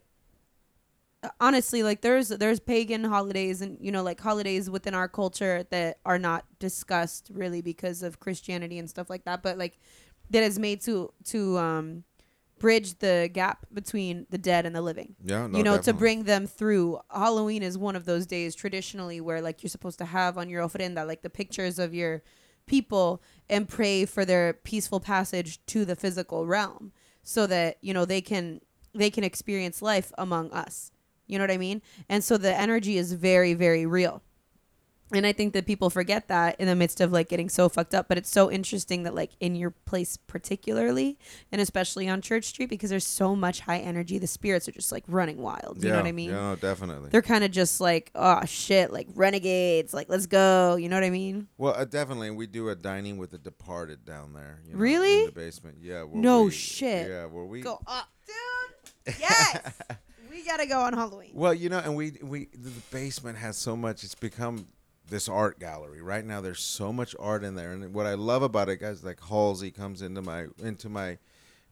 Speaker 5: uh, Honestly, like there's there's pagan holidays and you know like holidays within our culture that are not discussed really because of Christianity and stuff like that. But like that is made to to um, bridge the gap between the dead and the living.
Speaker 6: Yeah, no,
Speaker 5: you know, to
Speaker 6: definitely.
Speaker 5: bring them through. Halloween is one of those days traditionally where like you're supposed to have on your ofrenda like the pictures of your people and pray for their peaceful passage to the physical realm so that, you know, they can they can experience life among us. You know what I mean? And so the energy is very very real. And I think that people forget that in the midst of like getting so fucked up. But it's so interesting that like in your place particularly, and especially on Church Street, because there's so much high energy, the spirits are just like running wild. You
Speaker 6: yeah.
Speaker 5: know what I mean?
Speaker 6: Yeah, no, definitely.
Speaker 5: They're kind of just like, oh shit, like renegades, like let's go. You know what I mean?
Speaker 6: Well, uh, definitely, we do a dining with the departed down there. You know,
Speaker 5: Really?
Speaker 6: In the basement. Yeah. where
Speaker 5: No
Speaker 6: we-
Speaker 5: shit.
Speaker 6: Yeah, where we
Speaker 5: Go up, dude. Yes, we gotta go on Halloween.
Speaker 6: Well, you know, and we we the basement has so much. It's become this art gallery right now. There's so much art in there, and what I love about it, guys, like Halsey comes into my into my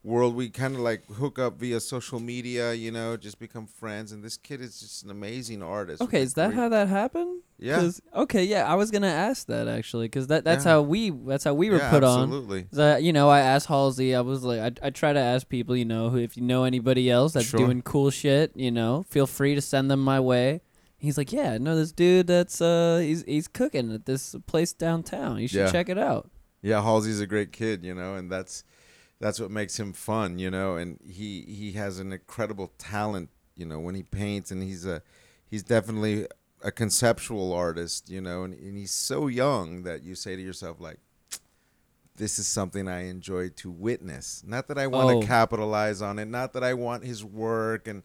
Speaker 6: world. We kind of like hook up via social media, you know, just become friends. And this kid is just an amazing artist.
Speaker 3: Okay,
Speaker 6: with
Speaker 3: is
Speaker 6: a
Speaker 3: that
Speaker 6: great-
Speaker 3: how that happened?
Speaker 6: Yeah.
Speaker 3: 'Cause- Okay, yeah, I was gonna ask that actually, because that that's
Speaker 6: Yeah.
Speaker 3: how we that's how we were
Speaker 6: Yeah,
Speaker 3: put on.
Speaker 6: Absolutely.
Speaker 3: So, you know, I asked Halsey. I was like, I, I try to ask people, you know, who if you know anybody else that's
Speaker 6: Sure.
Speaker 3: doing cool shit, you know, feel free to send them my way. He's like, yeah, I know this dude that's uh, he's he's cooking at this place downtown. You should
Speaker 6: Yeah.
Speaker 3: check it out.
Speaker 6: Yeah, Halsey's a great kid, you know, and that's that's what makes him fun, you know. And he he has an incredible talent, you know, when he paints, and he's a he's definitely a conceptual artist, you know. And, and he's so young that you say to yourself like. This is something I enjoy to witness. Not that I want
Speaker 3: Oh.
Speaker 6: to capitalize on it. Not that I want his work and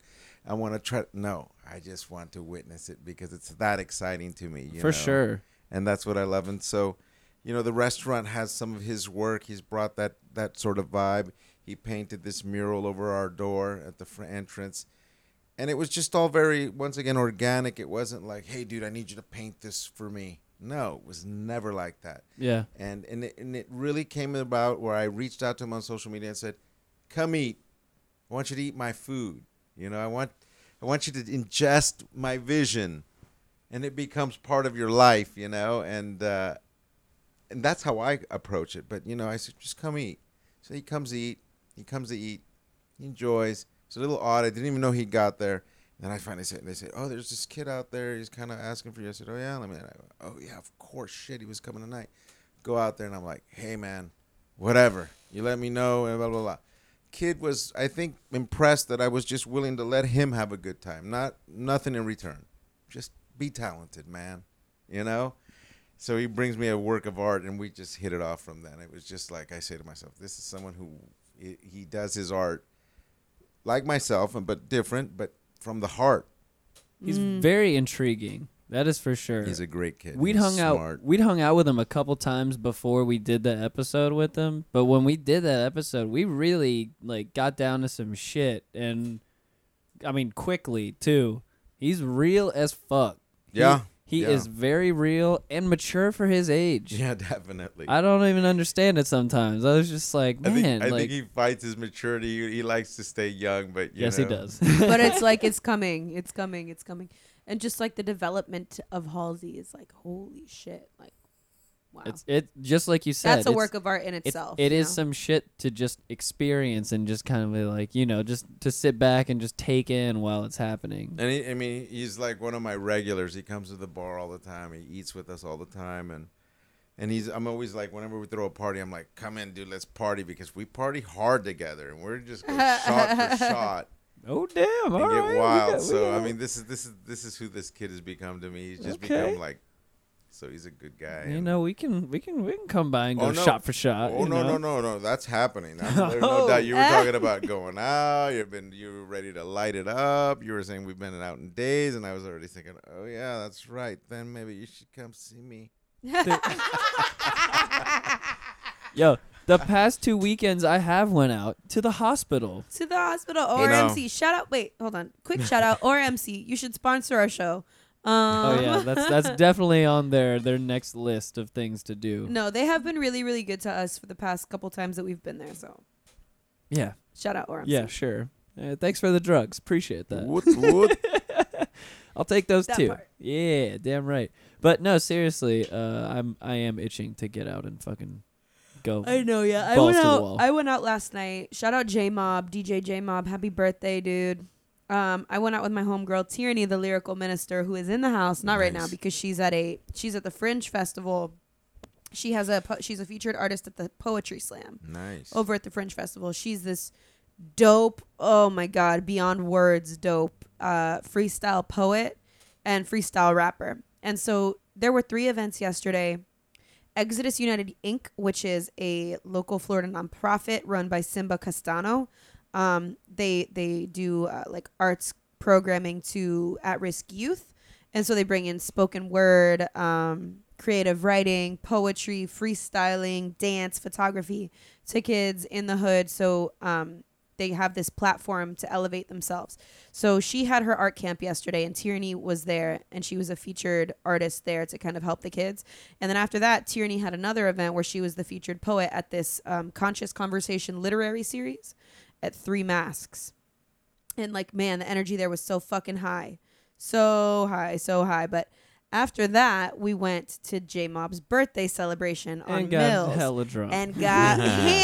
Speaker 6: I want to try. No, I just want to witness it because it's that exciting to me. you
Speaker 3: for
Speaker 6: know?
Speaker 3: sure.
Speaker 6: and that's what I love. And so, you know, the restaurant has some of his work. He's brought that that sort of vibe. He painted this mural over our door at the fr- entrance, and it was just all very once again organic. It wasn't like, "Hey, dude, I need you to paint this for me." No, it was never like that.
Speaker 3: Yeah.
Speaker 6: And and it, and it really came about where I reached out to him on social media and said, "Come eat. I want you to eat my food. You know, I want I want you to ingest my vision." and it becomes part of your life, you know, and uh, and that's how I approach it. But you know, I said just come eat. So he comes to eat. He comes to eat. He enjoys. It's a little odd. I didn't even know he got there. And I finally said, they said, oh, there's this kid out there. He's kind of asking for you. I said, oh yeah, let me. I, oh yeah, of course. Shit, he was coming tonight. Go out there, and I'm like, hey man, whatever. You let me know, and blah blah blah. Kid was, I think, impressed that I was just willing to let him have a good time, not nothing in return just be talented, man. You know? So he brings me a work of art, and we just hit it off from then. It was just like I say to myself, this is someone who he- he does his art like myself, and but different, but from the heart.
Speaker 3: He's very intriguing. That is for sure.
Speaker 6: He's a great kid.
Speaker 3: we'd
Speaker 6: He's
Speaker 3: hung
Speaker 6: smart.
Speaker 3: out we'd hung out with him a couple times before we did the episode with him but when we did that episode we really like got down to some shit and i mean quickly too he's real as fuck He-
Speaker 6: Yeah,
Speaker 3: he,
Speaker 6: yeah.
Speaker 3: is very real and mature for his age
Speaker 6: Yeah, definitely.
Speaker 3: i don't even understand it sometimes i was just like
Speaker 6: I
Speaker 3: man
Speaker 6: think, I
Speaker 3: like
Speaker 6: think he fights his maturity. He, he likes to stay young, but you
Speaker 3: yes
Speaker 6: know,
Speaker 3: he does
Speaker 5: but it's like it's coming, it's coming, it's coming, and just like the development of Halsey is like holy shit, like wow,
Speaker 3: it's it just like you said
Speaker 5: that's a
Speaker 3: it's-
Speaker 5: work of art in
Speaker 3: It-
Speaker 5: itself.
Speaker 3: it
Speaker 5: you
Speaker 3: is
Speaker 5: know?
Speaker 3: some shit to just experience and just kind of be like, you know, just to sit back and just take in while it's happening.
Speaker 6: And he, I mean, he's like one of my regulars. He comes to the bar all the time. He eats with us all the time, and and he's. I'm always like, whenever we throw a party, I'm like, come in, dude, let's party because we party hard together, and we're just go shot for shot
Speaker 3: Oh damn!
Speaker 6: and
Speaker 3: all
Speaker 6: get
Speaker 3: right, we
Speaker 6: wild.
Speaker 3: got- we
Speaker 6: so I
Speaker 3: got-
Speaker 6: mean, this is this is this is who this kid has become to me. He's just
Speaker 3: Okay.
Speaker 6: become like. So he's a good guy.
Speaker 3: you
Speaker 6: and-
Speaker 3: know, we can we can we can come by and go
Speaker 6: Oh, no.
Speaker 3: shot for shot. Uh,
Speaker 6: Oh
Speaker 3: you
Speaker 6: no
Speaker 3: know?
Speaker 6: no no no! That's happening. I'm- there's
Speaker 3: Oh.
Speaker 6: no doubt. You were talking about going out. You've been you were ready to light it up. You were saying we've been out in days, and I was already thinking, oh yeah, that's right. Then maybe you should come see me.
Speaker 3: Yo, the past two weekends I have went out to the hospital.
Speaker 5: to the hospital.
Speaker 6: You know.
Speaker 5: ORMC, shout out. Wait, hold on. Quick shout out. ORMC, you should sponsor our show. Um,
Speaker 3: Oh yeah, that's that's definitely on their their next list of things to do.
Speaker 5: No, they have been really, really good to us for the past couple times that we've been there. So
Speaker 3: Yeah,
Speaker 5: shout out ORMC.
Speaker 3: yeah, sure. Uh, thanks for the drugs. Appreciate that.
Speaker 6: Woot, woot.
Speaker 3: I'll take those
Speaker 5: That
Speaker 3: two.
Speaker 5: part.
Speaker 3: Yeah, damn right. But no, seriously, uh, I'm I am itching to get out and fucking go.
Speaker 5: I know. Yeah, I
Speaker 3: Balls
Speaker 5: went
Speaker 3: to the
Speaker 5: out.
Speaker 3: wall.
Speaker 5: I went out last night. Shout out J Mob, DJ J Mob. Happy birthday, dude. Um, I went out with my homegirl Tyranny, the lyrical minister, who is in the house. Not right now
Speaker 6: Nice.
Speaker 5: because she's at a she's at the Fringe Festival. She has a po- she's a featured artist at the Poetry Slam.
Speaker 6: nice.
Speaker 5: over at the Fringe Festival. She's this dope, oh my god, beyond words dope uh, freestyle poet and freestyle rapper. And so there were three events yesterday. Exodus United Inc., which is a local Florida nonprofit run by Simba Castano. Um, they they do uh, like arts programming to at-risk youth, and so they bring in spoken word, um, creative writing, poetry, freestyling, dance, photography to kids in the hood. So um, they have this platform to elevate themselves. So she had her art camp yesterday, and Tierney was there, and she was a featured artist there to kind of help the kids. And then after that, Tierney had another event where she was the featured poet at this um, Conscious Conversation literary series at Three Masks. And like, man, the energy there was so fucking high. So high, so high. But after that, we went to J Mob's birthday celebration on
Speaker 3: and got
Speaker 5: Mills
Speaker 3: hella drunk.
Speaker 5: and got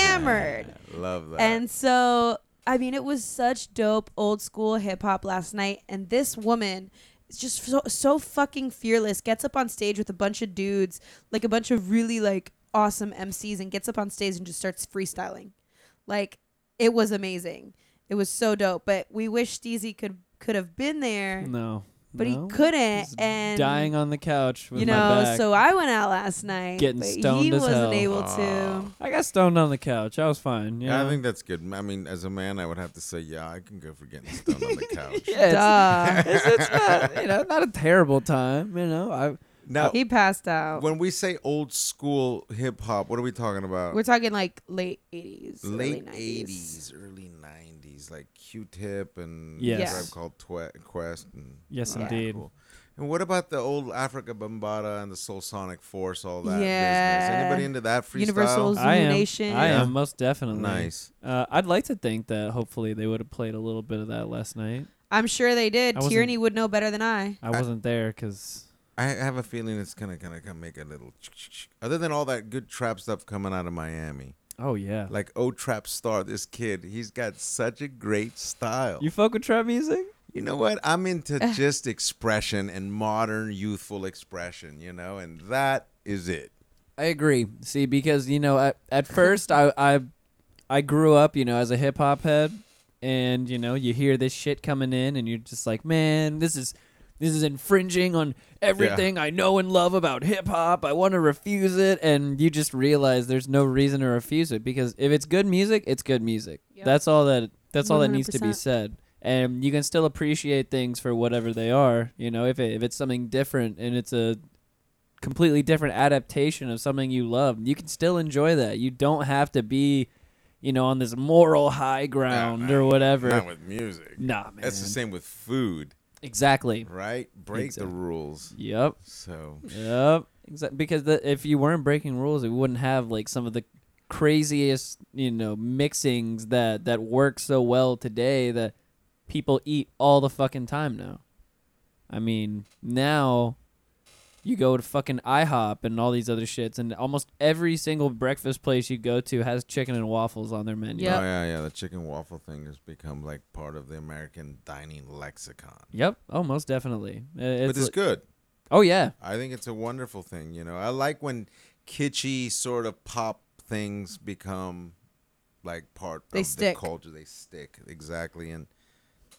Speaker 5: hammered.
Speaker 6: Love that.
Speaker 5: And so, I mean, it was such dope old school hip hop last night. And this woman is just so, so fucking fearless, gets up on stage with a bunch of dudes, like a bunch of really like awesome MCs, and gets up on stage and just starts freestyling. Like it was amazing. It was so dope. But we wish Steezy could could have been there,
Speaker 3: No.
Speaker 5: but
Speaker 3: no.
Speaker 5: he couldn't.
Speaker 3: He's
Speaker 5: and
Speaker 3: dying on the couch with
Speaker 5: you
Speaker 3: my
Speaker 5: know,
Speaker 3: back.
Speaker 5: so I went out last night.
Speaker 3: Getting
Speaker 5: but
Speaker 3: stoned
Speaker 5: he
Speaker 3: as
Speaker 5: wasn't
Speaker 3: hell.
Speaker 5: able
Speaker 6: Ah.
Speaker 5: to.
Speaker 3: I got stoned on the couch. I was fine. You
Speaker 6: Yeah, I
Speaker 3: know?
Speaker 6: think that's good. I mean, as a man, I would have to say, yeah, I can go for getting stoned on the couch.
Speaker 5: Duh.
Speaker 3: it's, it's not you know not a terrible time. You know I
Speaker 6: Now,
Speaker 5: he passed out.
Speaker 6: when we say old school hip hop, what are we talking about?
Speaker 5: We're talking like late 80s,
Speaker 6: Oh. Late
Speaker 5: early 90s.
Speaker 6: '80s, early '90s, like Q-Tip and
Speaker 3: Yes.
Speaker 6: yes.
Speaker 5: Yes.
Speaker 6: called Twe- Quest. And,
Speaker 3: yes
Speaker 5: Yeah.
Speaker 3: indeed.
Speaker 6: Cool. And what about the old Africa Bambata and the Soul Sonic Force, all that business?
Speaker 5: Yeah.
Speaker 6: Anybody into that freestyle?
Speaker 5: Universal Zulu
Speaker 3: I am.
Speaker 5: Nation.
Speaker 3: I
Speaker 6: Yeah.
Speaker 3: am most definitely.
Speaker 6: Nice.
Speaker 3: Uh, I'd like to think that hopefully they would have played a little bit of that last night.
Speaker 5: I'm sure they did.
Speaker 3: I wasn't-
Speaker 5: Tierney would know better than I.
Speaker 3: I wasn't there because
Speaker 6: I have a feeling it's gonna gonna come make a little. Other than all that good trap stuff coming out of Miami,
Speaker 3: oh yeah,
Speaker 6: like oh trap star, this kid, he's got such a great style.
Speaker 3: you fuck with trap music.
Speaker 6: You know what? I'm into just expression and modern youthful expression, you know, and that is it.
Speaker 3: I agree. See, because you know, at, at first I, I I grew up, you know, as a hip hop head, and you know, you hear this shit coming in, and you're just like, man, this is this is infringing on everything I know and love about hip hop. I want to refuse it, and you just realize there's no reason to refuse it because if it's good music, it's good music.
Speaker 5: Yep.
Speaker 3: That's all that. That's all that needs to be
Speaker 7: 100%.
Speaker 3: said. And you can still appreciate things for whatever they are. You know, if it, if it's something different and it's a completely different adaptation of something you love. You can still enjoy that. You don't have to be, you know, on this moral high ground
Speaker 6: Nah,
Speaker 3: or whatever.
Speaker 6: Not with music.
Speaker 3: nah, man.
Speaker 6: That's the same with food,
Speaker 3: Exactly.
Speaker 6: right? Break
Speaker 3: Exactly.
Speaker 6: the rules.
Speaker 3: Yep.
Speaker 6: So
Speaker 3: Yep. Exactly. Because the, if you weren't breaking rules, it wouldn't have like some of the craziest, you know, mixings that that work so well today that people eat all the fucking time now. I mean, now you go to fucking IHOP and all these other shits, and almost every single breakfast place you go to has chicken and waffles on their menu.
Speaker 5: Yep.
Speaker 6: Oh yeah, yeah. The chicken waffle thing has become like part of the American dining lexicon.
Speaker 3: Yep. Oh, most definitely. Uh, It's,
Speaker 6: but it's
Speaker 3: like-
Speaker 6: good.
Speaker 3: oh yeah.
Speaker 6: I think it's a wonderful thing. You know, I like when kitschy sort of pop things become like part
Speaker 5: They
Speaker 6: of
Speaker 5: stick.
Speaker 6: the culture. They stick exactly, and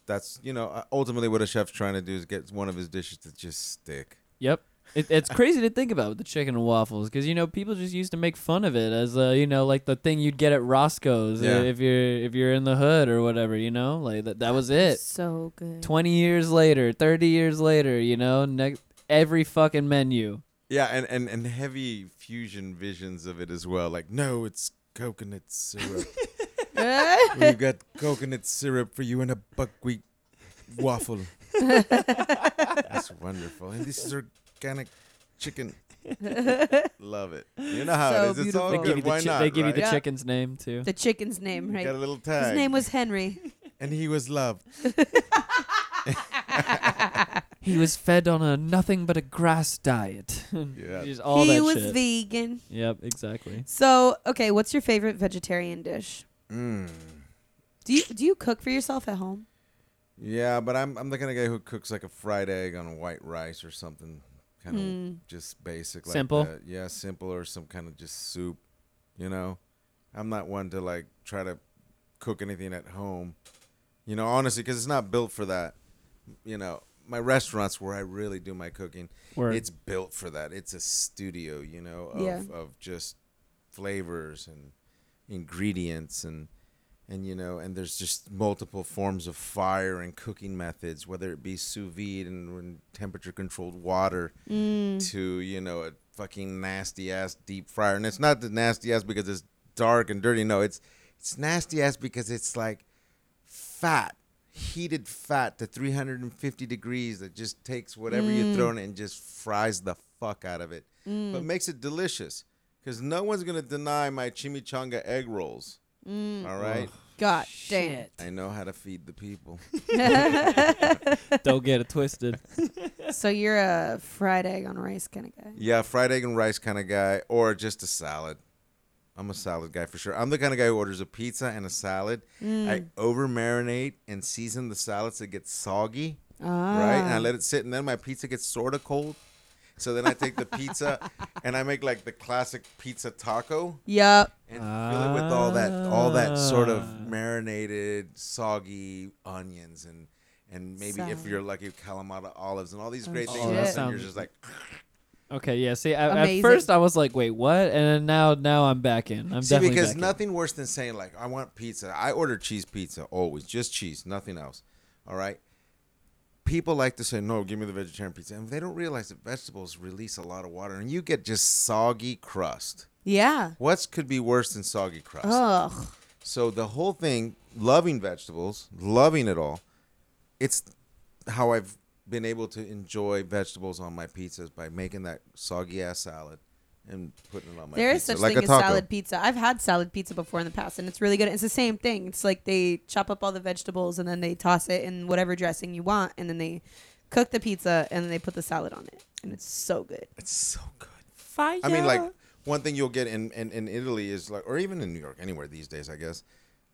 Speaker 6: that's you know uh, ultimately what a chef's trying to do is get one of his dishes to just stick.
Speaker 3: Yep. It, it's crazy to think about with the chicken and waffles because you know people just used to make fun of it as uh, you know like the thing you'd get at Roscoe's uh,
Speaker 6: Yeah.
Speaker 3: if you're if you're in the hood or whatever you know like that that was it.
Speaker 7: So good.
Speaker 3: Twenty years later, thirty years later, you know, ne- every fucking menu.
Speaker 6: Yeah, and and and heavy fusion visions of it as well. Like no, it's coconut syrup. We've got coconut syrup for you in a buckwheat waffle. That's wonderful. And this is organic chicken. Love it. You know how
Speaker 5: So
Speaker 6: it is. It's
Speaker 3: They
Speaker 5: beautiful. Oh,
Speaker 6: all
Speaker 3: give
Speaker 6: good.
Speaker 3: you the
Speaker 6: Why
Speaker 3: chi-
Speaker 6: not?
Speaker 3: they give you
Speaker 6: right?
Speaker 3: the
Speaker 5: Yeah.
Speaker 3: chicken's name too.
Speaker 5: the chicken's name,
Speaker 6: You
Speaker 5: right?
Speaker 6: Got a little tag.
Speaker 5: His name was Henry.
Speaker 6: and he was loved.
Speaker 3: He was fed on a nothing but a grass diet.
Speaker 6: Yeah.
Speaker 3: Just all
Speaker 5: he
Speaker 3: that
Speaker 5: was
Speaker 3: shit.
Speaker 5: vegan.
Speaker 3: yep, exactly.
Speaker 5: So, okay, what's your favorite vegetarian dish?
Speaker 6: Mm.
Speaker 5: Do you do you cook for yourself at home?
Speaker 6: Yeah, but I'm I'm the kind of guy who cooks like a fried egg on white rice or something, kind of just basic, like
Speaker 3: Simple.
Speaker 6: that. Yeah, simple or some kind of just soup. You know, I'm not one to like try to cook anything at home. You know, honestly, because it's not built for that. You know, my restaurants where I really do my cooking,
Speaker 3: Word.
Speaker 6: it's built for that. It's a studio, you know, of
Speaker 5: Yeah.
Speaker 6: of just flavors and ingredients and and you know and there's just multiple forms of fire and cooking methods whether it be sous vide and, and temperature controlled water to you know a fucking nasty ass deep fryer and it's not the nasty ass because it's dark and dirty no it's it's nasty ass because it's like fat heated fat to 350 degrees that just takes whatever you throw in it and just fries the fuck out of it but makes it delicious because no one's gonna deny my chimichanga egg rolls all right
Speaker 5: God damn it.
Speaker 6: I know how to feed the people.
Speaker 3: Don't get it twisted.
Speaker 5: So you're a fried egg on rice kind of guy.
Speaker 6: yeah, fried egg and rice kind of guy, or just a salad. I'm a salad guy for sure. I'm the kind of guy who orders a pizza and a salad. I over marinate and season
Speaker 5: Ah.
Speaker 6: the salad so it gets soggy, right? And I let it sit, and then my pizza gets sort of cold. So then I take the pizza and I make like the classic pizza taco
Speaker 5: Yep.
Speaker 6: and fill it with all that all that sort of marinated soggy onions and and maybe if
Speaker 5: Salad.
Speaker 6: you're lucky calamata olives and all these
Speaker 5: Oh,
Speaker 6: great things
Speaker 5: shit.
Speaker 6: and then you're
Speaker 3: Sounds-
Speaker 6: just like
Speaker 3: Okay, yeah. See, I, at
Speaker 5: Amazing.
Speaker 3: first I was like, "Wait, what?" And then now, now I'm back in. I'm
Speaker 6: See,
Speaker 3: definitely
Speaker 6: because
Speaker 3: back
Speaker 6: nothing worse than saying like, "I want pizza." I order cheese pizza always, just cheese, nothing else. All right. People like to say, "No, give me the vegetarian pizza," and they don't realize that vegetables release a lot of water, and you get just soggy crust.
Speaker 5: Yeah.
Speaker 6: What's could be worse than soggy crust?
Speaker 5: Ugh.
Speaker 6: So the whole thing, loving vegetables, loving it all, it's how I've been able to enjoy vegetables on my pizzas by making that soggy ass salad and putting it on my
Speaker 5: There is
Speaker 6: pizza
Speaker 5: such
Speaker 6: like
Speaker 5: thing
Speaker 6: a
Speaker 5: as
Speaker 6: taco.
Speaker 5: salad pizza. I've had salad pizza before in the past, and it's really good. It's the same thing. It's like they chop up all the vegetables and then they toss it in whatever dressing you want, and then they cook the pizza and then they put the salad on it, and it's so good.
Speaker 6: It's so good. I mean, like one thing you'll get in, in in Italy is like, or even in New York, anywhere these days, I guess,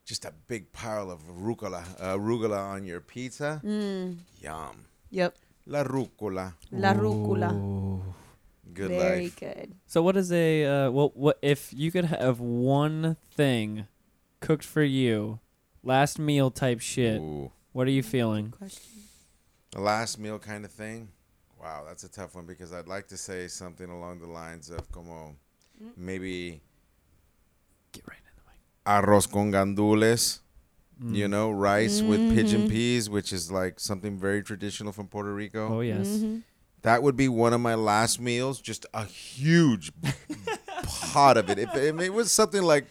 Speaker 6: just a big pile of rucola, uh, rucola on your pizza. Yum.
Speaker 5: Mm, Yep.
Speaker 6: La rucola.
Speaker 5: La rucola.
Speaker 3: Ooh.
Speaker 6: Good
Speaker 5: Very
Speaker 6: life.
Speaker 5: good.
Speaker 3: So, what is a uh, well? What if you could have one thing cooked for you, last meal type shit?
Speaker 6: Ooh.
Speaker 3: What are you feeling?
Speaker 5: Question.
Speaker 6: The last meal kind of thing. Wow, that's a tough one because I'd like to say something along the lines of como maybe
Speaker 3: Get right in the mic.
Speaker 6: arroz con gandules, you know, rice with pigeon peas, which is like something very traditional from Puerto Rico.
Speaker 3: Oh yes.
Speaker 5: Mm-hmm.
Speaker 6: That would be one of my last meals. Just a huge pot of it. If, if it was something like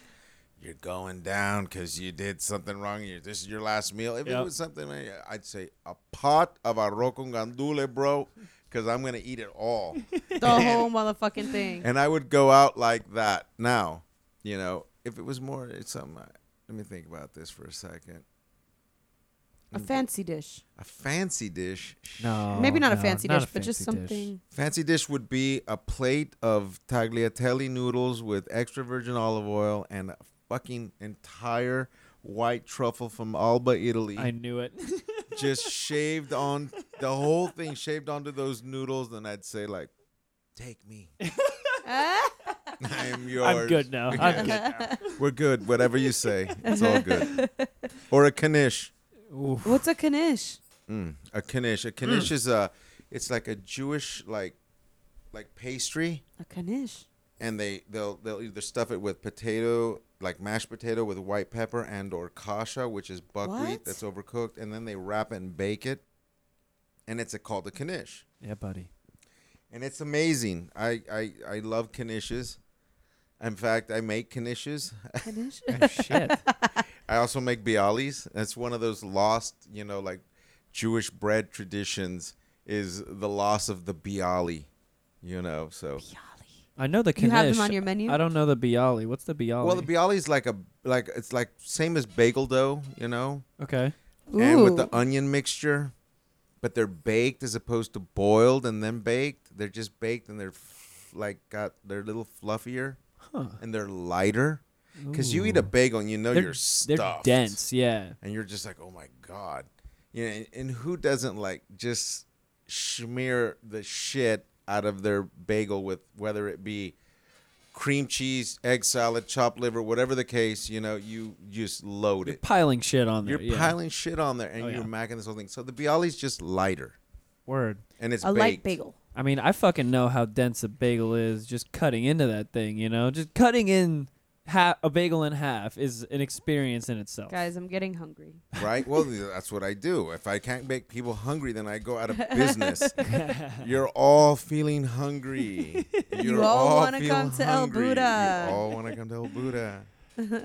Speaker 6: you're going down because you did something wrong, you this is your last meal. If
Speaker 3: Yep.
Speaker 6: it was something, like- I'd say a pot of arroz con gandule, bro, because I'm gonna eat it all,
Speaker 5: The whole motherfucking thing.
Speaker 6: and I would go out like that. Now, you know, if it was more, it's something. I- let me think about this for a second.
Speaker 5: A fancy dish.
Speaker 6: A fancy dish.
Speaker 3: No.
Speaker 5: Maybe not a
Speaker 3: no,
Speaker 5: fancy
Speaker 3: not
Speaker 5: dish,
Speaker 3: a
Speaker 5: but just
Speaker 3: fancy dish.
Speaker 5: something.
Speaker 6: Fancy dish would be a plate of tagliatelle noodles with extra virgin olive oil and a fucking entire white truffle from Alba, Italy.
Speaker 3: I knew it.
Speaker 6: just shaved on the whole thing, shaved onto those noodles, and I'd say like, "Take me,
Speaker 5: Ah,
Speaker 6: I am yours."
Speaker 3: I'm good now. I'm good.
Speaker 6: We're good. Whatever you say, it's all good. Or a knish.
Speaker 3: Oof.
Speaker 5: What's a knish?
Speaker 6: Mm, a knish. A knish is a. It's like a Jewish like, like pastry.
Speaker 5: A knish.
Speaker 6: and they they'll they'll either stuff it with potato like mashed potato with white pepper and or kasha which is buckwheat
Speaker 5: What?
Speaker 6: that's overcooked and then they wrap it and bake it and it's a, called a knish
Speaker 3: Yeah, buddy.
Speaker 6: and it's amazing i i, I love knishes in fact i make knishes
Speaker 5: Knish?
Speaker 3: Oh, shit.
Speaker 6: i also make bialys that's one of those lost you know like jewish bread traditions is the loss of the bialy you know so
Speaker 3: I know the knish.
Speaker 5: You have them on your menu?
Speaker 3: I don't know the bialy. What's the bialy?
Speaker 6: Well, the bialy is like a like it's like same as bagel dough, you know,
Speaker 3: okay.
Speaker 6: and with the
Speaker 5: Ooh.
Speaker 6: onion mixture, but they're baked as opposed to boiled and then baked. They're just baked and they're f- like got they're a little fluffier
Speaker 3: Huh.
Speaker 6: and they're lighter. Because you eat a bagel and you know
Speaker 3: They're,
Speaker 6: you're
Speaker 3: they're
Speaker 6: stuffed,
Speaker 3: dense. Yeah.
Speaker 6: and you're just like, oh my god, you know. And, and who doesn't like just smear the shit out of their bagel with whether it be cream cheese, egg salad, chopped liver, whatever the case, you know, you just load
Speaker 3: You're
Speaker 6: it.
Speaker 3: piling shit on there.
Speaker 6: You're
Speaker 3: yeah.
Speaker 6: piling shit on there, and
Speaker 3: Oh,
Speaker 6: you're
Speaker 3: yeah.
Speaker 6: macking this whole thing. So the bialy's just lighter,
Speaker 3: Word.
Speaker 6: and it's
Speaker 5: A light
Speaker 6: baked.
Speaker 5: bagel.
Speaker 3: I mean, I fucking know how dense a bagel is. Just cutting into that thing, you know, just cutting in ha a bagel in half is an experience in itself.
Speaker 5: Guys, I'm getting hungry.
Speaker 6: right? Well, that's what I do. If I can't make people hungry, then I go out of business. You're all feeling hungry. You're
Speaker 5: all
Speaker 6: want
Speaker 5: wanna come to El Buda.
Speaker 6: You all want to come to El Buddha.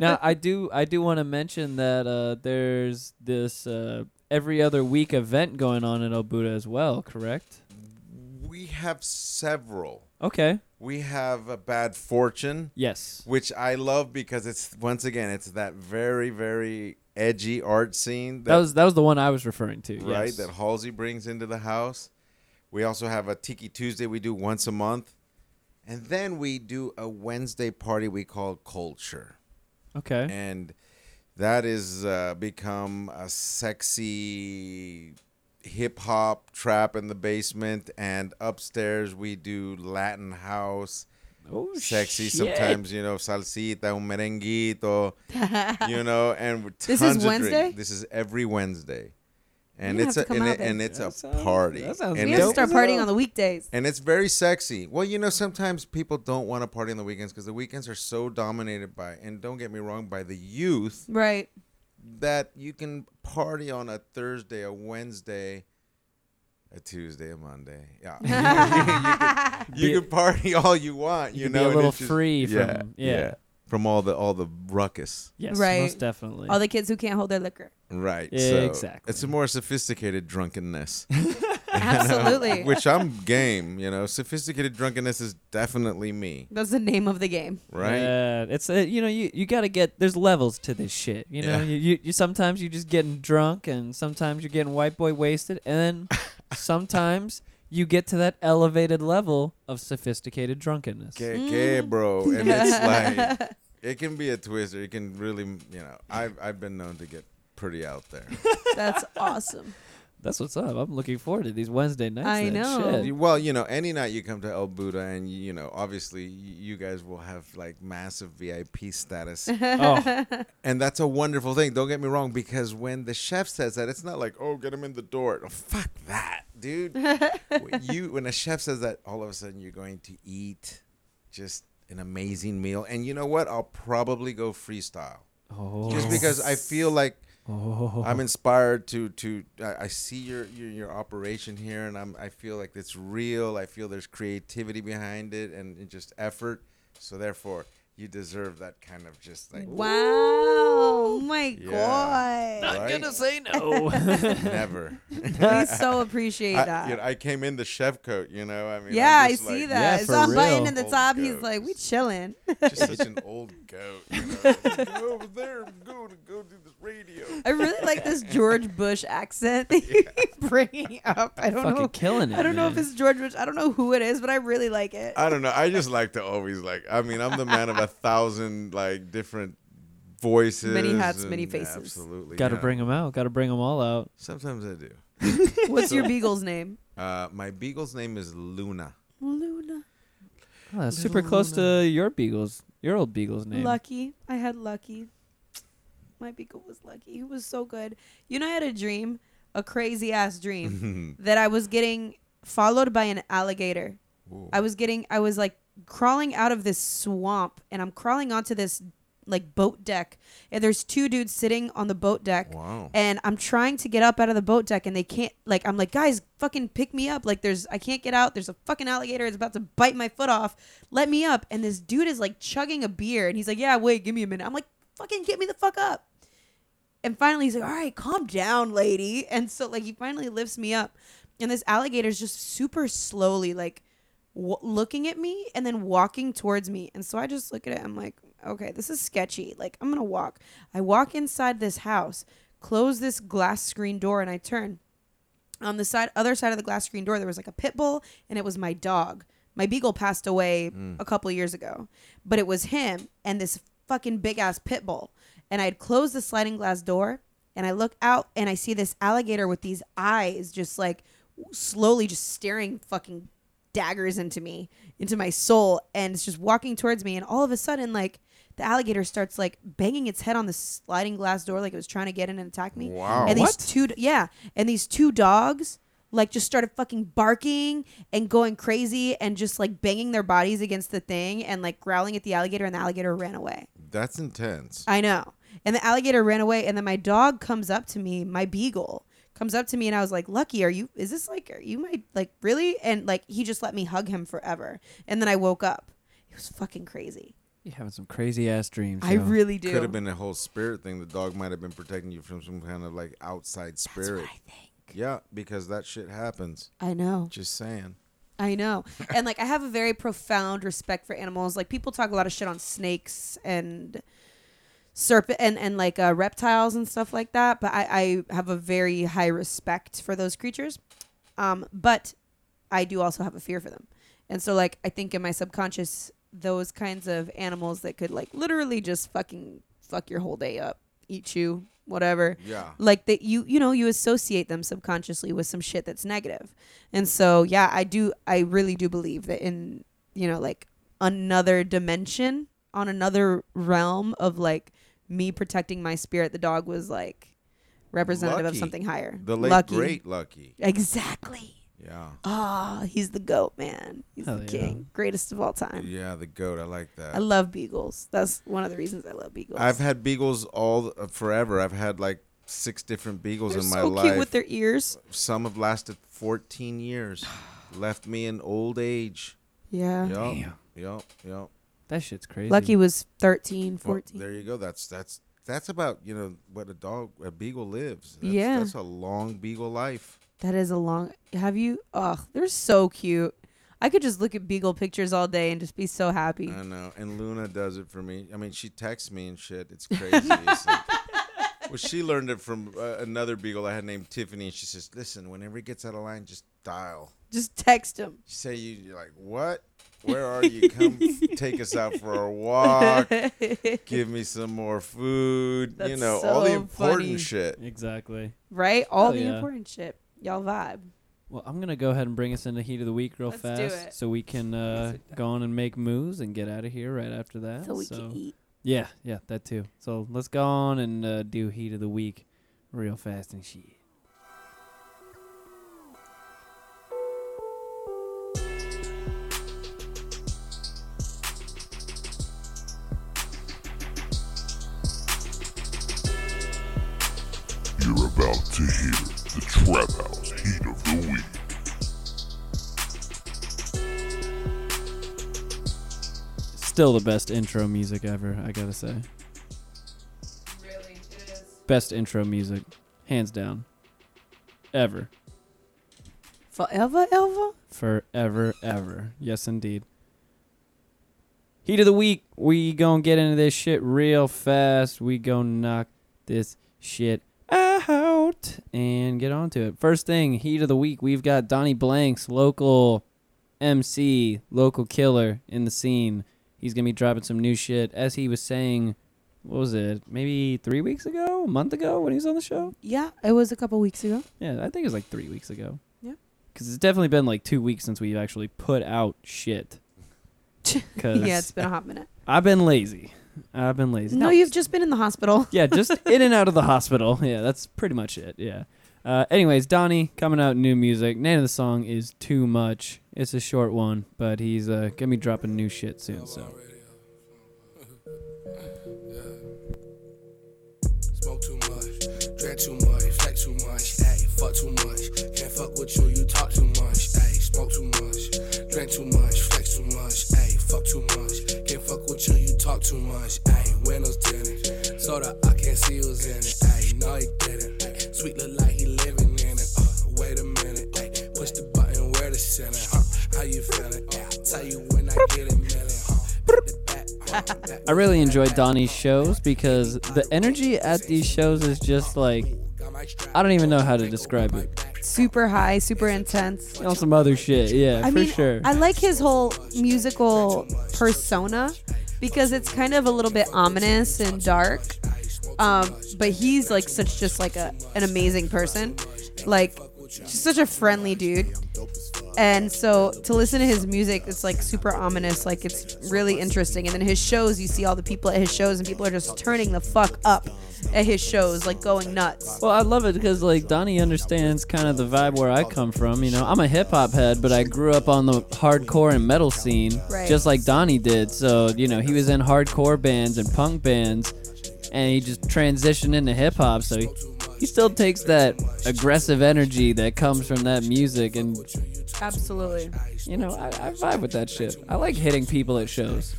Speaker 3: now, I do, I do want to mention that uh, there's this uh, every other week event going on in Obuda as well. Correct?
Speaker 6: We have several.
Speaker 3: Okay.
Speaker 6: We have a bad fortune,
Speaker 3: Yes.
Speaker 6: which I love because it's once again it's that very very edgy art scene.
Speaker 3: That, was that was the one I was referring to.
Speaker 6: right
Speaker 3: yes.
Speaker 6: that Halsey brings into the house. We also have a Tiki Tuesday we do once a month, and then we do a Wednesday party we call Culture,
Speaker 3: okay.
Speaker 6: and that is uh, become a sexy hip hop trap in the basement, and upstairs we do Latin house.
Speaker 3: Oh,
Speaker 6: Sexy
Speaker 3: shit.
Speaker 6: sometimes, you know, salsita, un merenguito, you know, and with
Speaker 5: This is
Speaker 6: tons of drink.
Speaker 5: Wednesday?
Speaker 6: This is every Wednesday, and
Speaker 5: gonna
Speaker 6: it's
Speaker 5: have
Speaker 6: a
Speaker 5: to come
Speaker 6: and,
Speaker 5: out
Speaker 6: it,
Speaker 5: then.
Speaker 6: and it's
Speaker 3: That
Speaker 6: a
Speaker 3: sounds-
Speaker 6: party.
Speaker 3: that sounds
Speaker 6: and
Speaker 5: We
Speaker 3: dope
Speaker 5: have to start
Speaker 6: it's-
Speaker 3: as hell.
Speaker 5: partying on the weekdays.
Speaker 6: and it's very sexy. Well, you know, sometimes people don't want to party on the weekends because the weekends are so dominated by, and don't get me wrong, by the youth
Speaker 5: Right.
Speaker 6: that you can party on a Thursday, a Wednesday, a Tuesday, a Monday. Yeah, you, can, you
Speaker 3: Be-
Speaker 6: can party all you want. You,
Speaker 3: You can be
Speaker 6: know,
Speaker 3: a
Speaker 6: and
Speaker 3: little
Speaker 6: it's just-
Speaker 3: free from- yeah.
Speaker 6: from all the all the ruckus.
Speaker 3: Yes,
Speaker 5: Right.
Speaker 3: most definitely.
Speaker 5: All the kids who can't hold their liquor.
Speaker 6: Right.
Speaker 3: Yeah,
Speaker 6: so
Speaker 3: exactly.
Speaker 6: It's a more sophisticated drunkenness.
Speaker 5: Absolutely.
Speaker 6: Which I'm game, you know. Sophisticated drunkenness is definitely me,
Speaker 5: That's the name of the game.
Speaker 6: right?
Speaker 3: Yeah, it's a, you know you, you gotta get there's levels to this shit. You know
Speaker 6: Yeah.
Speaker 3: you, you, you sometimes you're just getting drunk and sometimes you're getting white boy wasted and then sometimes you get to that elevated level of sophisticated drunkenness.
Speaker 6: Okay, okay, bro. And it's like it can be a twister. It can really, you know, I've I've been known to get pretty out there.
Speaker 5: That's awesome.
Speaker 3: That's what's up. I'm looking forward to these Wednesday nights.
Speaker 5: I
Speaker 3: then.
Speaker 5: know.
Speaker 3: Shit.
Speaker 6: You- well, you know, any night you come to El Buda, and you know, obviously, y- you guys will have like massive VIP status,
Speaker 3: Oh,
Speaker 6: and that's a wonderful thing. Don't get me wrong, because when the chef says that, it's not like, oh, get him in the door. Oh, fuck that, dude. When you when a chef says that, all of a sudden you're going to eat just an amazing meal, and you know what? I'll probably go freestyle.
Speaker 3: oh,
Speaker 6: just because I feel like
Speaker 3: oh.
Speaker 6: I'm inspired to to I, I see your, your your operation here, and I'm I feel like it's real. I feel there's creativity behind it and, and just effort. So therefore, you deserve that kind of just like
Speaker 5: Wow. Oh my
Speaker 6: Yeah.
Speaker 5: God.
Speaker 6: right?
Speaker 3: say no.
Speaker 6: never.
Speaker 5: We so appreciate that.
Speaker 6: I, you know, I came in the chef coat. You know, I mean, I'm
Speaker 5: yeah, I
Speaker 6: just
Speaker 5: see
Speaker 6: like, Oh,
Speaker 5: that.
Speaker 3: Yeah,
Speaker 5: it's
Speaker 3: for
Speaker 5: on button
Speaker 3: real.
Speaker 5: at the
Speaker 6: Old
Speaker 5: top. He's
Speaker 6: goats.
Speaker 5: like, we chilling.
Speaker 6: Just such an old goat. You know? go over there and go to go do this radio.
Speaker 5: I really like this George Bush accent that you keep bringing up. I don't
Speaker 3: Fucking
Speaker 5: know.
Speaker 3: killing it.
Speaker 5: I don't know if
Speaker 3: man.
Speaker 5: it's George Bush. I don't know who it is, but I really like it.
Speaker 6: I don't know. I just like to always like. I mean, I'm the man of a thousand like different voices,
Speaker 5: Many hats, many
Speaker 6: and-
Speaker 5: faces.
Speaker 6: Absolutely,
Speaker 3: Got to
Speaker 6: yeah.
Speaker 3: bring them out. Got to bring them all out.
Speaker 6: Sometimes I do.
Speaker 5: What's your beagle's name?
Speaker 6: Uh, my beagle's name is Luna.
Speaker 5: Luna.
Speaker 3: Oh, that's super close to your beagles, your old beagle's name.
Speaker 5: Lucky. I had Lucky. My beagle was Lucky. He was so good. You know, I had a dream, a crazy ass dream, that I was getting followed by an alligator.
Speaker 6: Ooh.
Speaker 5: I was getting, I was like crawling out of this swamp and I'm crawling onto this like boat deck. And there's two dudes sitting on the boat deck.
Speaker 6: Wow.
Speaker 5: and I'm trying to get up out of the boat deck and they can't like I'm like guys fucking pick me up like there's I can't get out there's a fucking alligator it's about to bite my foot off let me up and this dude is like chugging a beer and he's like yeah wait give me a minute I'm like fucking get me the fuck up and finally he's like all right calm down lady and so like he finally lifts me up and this alligator's just super slowly like w- looking at me and then walking towards me. And so I just look at it. I'm like, okay, this is sketchy. Like, I'm going to walk. I walk inside this house, close this glass screen door, and I turn. On the side, other side of the glass screen door, there was like a pit bull, and it was my dog. My beagle passed away a couple years ago, but it was him and this fucking big ass pit bull. And I had closed the sliding glass door, and I look out and I see this alligator with these eyes just like slowly just staring fucking daggers into me, into my soul, and it's just walking towards me. And all of a sudden, like the alligator starts like banging its head on the sliding glass door, like it was trying to get in and attack me.
Speaker 6: Wow.
Speaker 5: And these two, yeah, and these two dogs like just started fucking barking and going crazy and just like banging their bodies against the thing and like growling at the alligator, and the alligator ran away.
Speaker 6: That's intense.
Speaker 5: I know. And the alligator ran away, and then my dog comes up to me, my beagle comes up to me, and I was like, "Lucky, are you? Is this like, are you my like really?" And like he just let me hug him forever, and then I woke up. It was fucking crazy.
Speaker 3: You're having some crazy ass dreams.
Speaker 5: I
Speaker 3: yo.
Speaker 5: really do.
Speaker 6: Could have been a whole spirit thing. The dog might have been protecting you from some kind of like outside
Speaker 5: That's what
Speaker 6: spirit.
Speaker 5: I think.
Speaker 6: Yeah, because that shit happens.
Speaker 5: I know.
Speaker 6: Just saying.
Speaker 5: I know. and like I have a very profound respect for animals. Like people talk a lot of shit on snakes and serpent and and like uh, reptiles and stuff like that, but I I have a very high respect for those creatures. Um but I do also have a fear for them. And so like I think in my subconscious those kinds of animals that could like literally just fucking fuck your whole day up, eat you, whatever
Speaker 6: Yeah.
Speaker 5: like that you you know you associate them subconsciously with some shit that's negative and so yeah i do i really do believe that in you know like another dimension on another realm of like me protecting my spirit the dog was like representative
Speaker 6: Lucky.
Speaker 5: of something higher
Speaker 6: The late
Speaker 5: Lucky.
Speaker 6: great Lucky.
Speaker 5: exactly
Speaker 6: Yeah.
Speaker 5: oh he's the goat man he's
Speaker 3: Hell
Speaker 5: the
Speaker 3: yeah.
Speaker 5: king greatest of all time
Speaker 6: Yeah, the goat. I like that.
Speaker 5: i love beagles that's one of the reasons i love beagles
Speaker 6: I've had beagles all uh, forever. I've had like six different beagles
Speaker 5: they're
Speaker 6: in my
Speaker 5: so
Speaker 6: life.
Speaker 5: cute with their ears
Speaker 6: Some have lasted 14 years. Left me in old age.
Speaker 5: yeah
Speaker 6: Yup.
Speaker 3: Damn.
Speaker 6: Yup. Yup.
Speaker 3: That shit's crazy.
Speaker 5: lucky was 13
Speaker 6: Well,
Speaker 5: 14
Speaker 6: there you go. That's that's that's about you know what a dog a beagle lives. That's,
Speaker 5: Yeah.
Speaker 6: that's a long beagle life.
Speaker 5: That is a long. Have you? Ugh, they're so cute. I could just look at beagle pictures all day and just be so happy.
Speaker 6: I know. And Luna does it for me. I mean, she texts me and shit. It's crazy. It's like- well, she learned it from uh, another beagle I had named Tiffany. And she says, "Listen, whenever he gets out of line, just dial.
Speaker 5: Just text him.
Speaker 6: You say you you're like what? Where are you? Come f- take us out for a walk. Give me some more food. you
Speaker 5: That's
Speaker 6: know all the
Speaker 5: so
Speaker 6: important
Speaker 5: funny.
Speaker 6: shit.
Speaker 3: Exactly.
Speaker 5: Right? All
Speaker 3: Hell
Speaker 5: the
Speaker 3: yeah.
Speaker 5: important shit. Y'all vibe.
Speaker 3: Well, I'm gonna go ahead and bring us into heat of the week real
Speaker 5: Let's do
Speaker 3: fast,
Speaker 5: it.
Speaker 3: so we can uh, go on and make moves and get out of here right after that.
Speaker 5: So we can eat.
Speaker 3: Yeah, yeah, that too. So let's go on and uh, do heat of the week real fast and shit.
Speaker 8: You're about to hear the Trap House Heat of the Week.
Speaker 3: Still the best intro music ever, I gotta say. Really, it is. Best intro music, hands down. Ever.
Speaker 5: Forever, Elva.
Speaker 3: Forever, ever. Yes, indeed. Heat of the week. We gonna get into this shit real fast. We gonna knock this shit out and get on to it. First thing, heat of the week. We've got Donnie Blanks, local MC, local killer in the scene. He's gonna be dropping some new shit. As he was saying, what was it? Maybe three weeks ago, a month ago, when he was on the show.
Speaker 5: Yeah, it was a couple weeks ago.
Speaker 3: Yeah, I think it was like three weeks ago.
Speaker 5: Yeah.
Speaker 3: Because it's definitely been like two weeks since we've actually put out shit. Because
Speaker 5: Yeah, it's been a hot minute.
Speaker 3: I've been lazy. I've been lazy.
Speaker 5: No, you've just been in the hospital.
Speaker 3: yeah, just in and out of the hospital. Yeah, that's pretty much it. Yeah. Uh, anyways, Donnie coming out new music. Name of the song is Too Much. It's a short one, but he's uh, gonna be dropping new shit soon. So
Speaker 9: uh, Smoke too much, drink too much, flex too much, ayy, fuck too much. Can't fuck with you, you talk too much, ayy, smoke too much, drink too much, flex too much, ayy, fuck too much. Can't fuck with you, you talk too much, ayy, windows tinted. Soda, I can't see who's in it, ayy, no he didn't. Ayy, sweet look like he living in it, uh, wait a minute, ayy, push the button, where the center, huh? How you feeling? Ayy, tell you when I get it, million, uh, huh? Put it back, huh? Back
Speaker 3: I really enjoy Donnie's shows because the energy at these shows is just like
Speaker 9: Got my strap.
Speaker 3: I don't even know how to describe it.
Speaker 5: Super high, super intense.
Speaker 3: On some other shit, yeah,
Speaker 5: I
Speaker 3: Oh, for
Speaker 5: mean,
Speaker 3: sure.
Speaker 5: I like his whole musical persona because it's kind of a little bit ominous and dark. Um, but he's like such just like a an amazing person, like just such a friendly dude. And so to listen to his music, it's like super ominous, like it's really interesting. And then his shows, you see all the people at his shows, and people are just turning the fuck up at his shows, like going nuts.
Speaker 3: Well, I love it because like Donnie understands kind of the vibe where I come from. You know, I'm a hip hop head, but I grew up on the hardcore and metal scene,
Speaker 5: Right.
Speaker 3: just like Donnie did. So you know, he was in hardcore bands and punk bands, and he just transitioned into hip hop. So he, he still takes that aggressive energy that comes from that music, and
Speaker 5: Absolutely.
Speaker 3: you know, I, I vibe with that shit. I like hitting people at shows.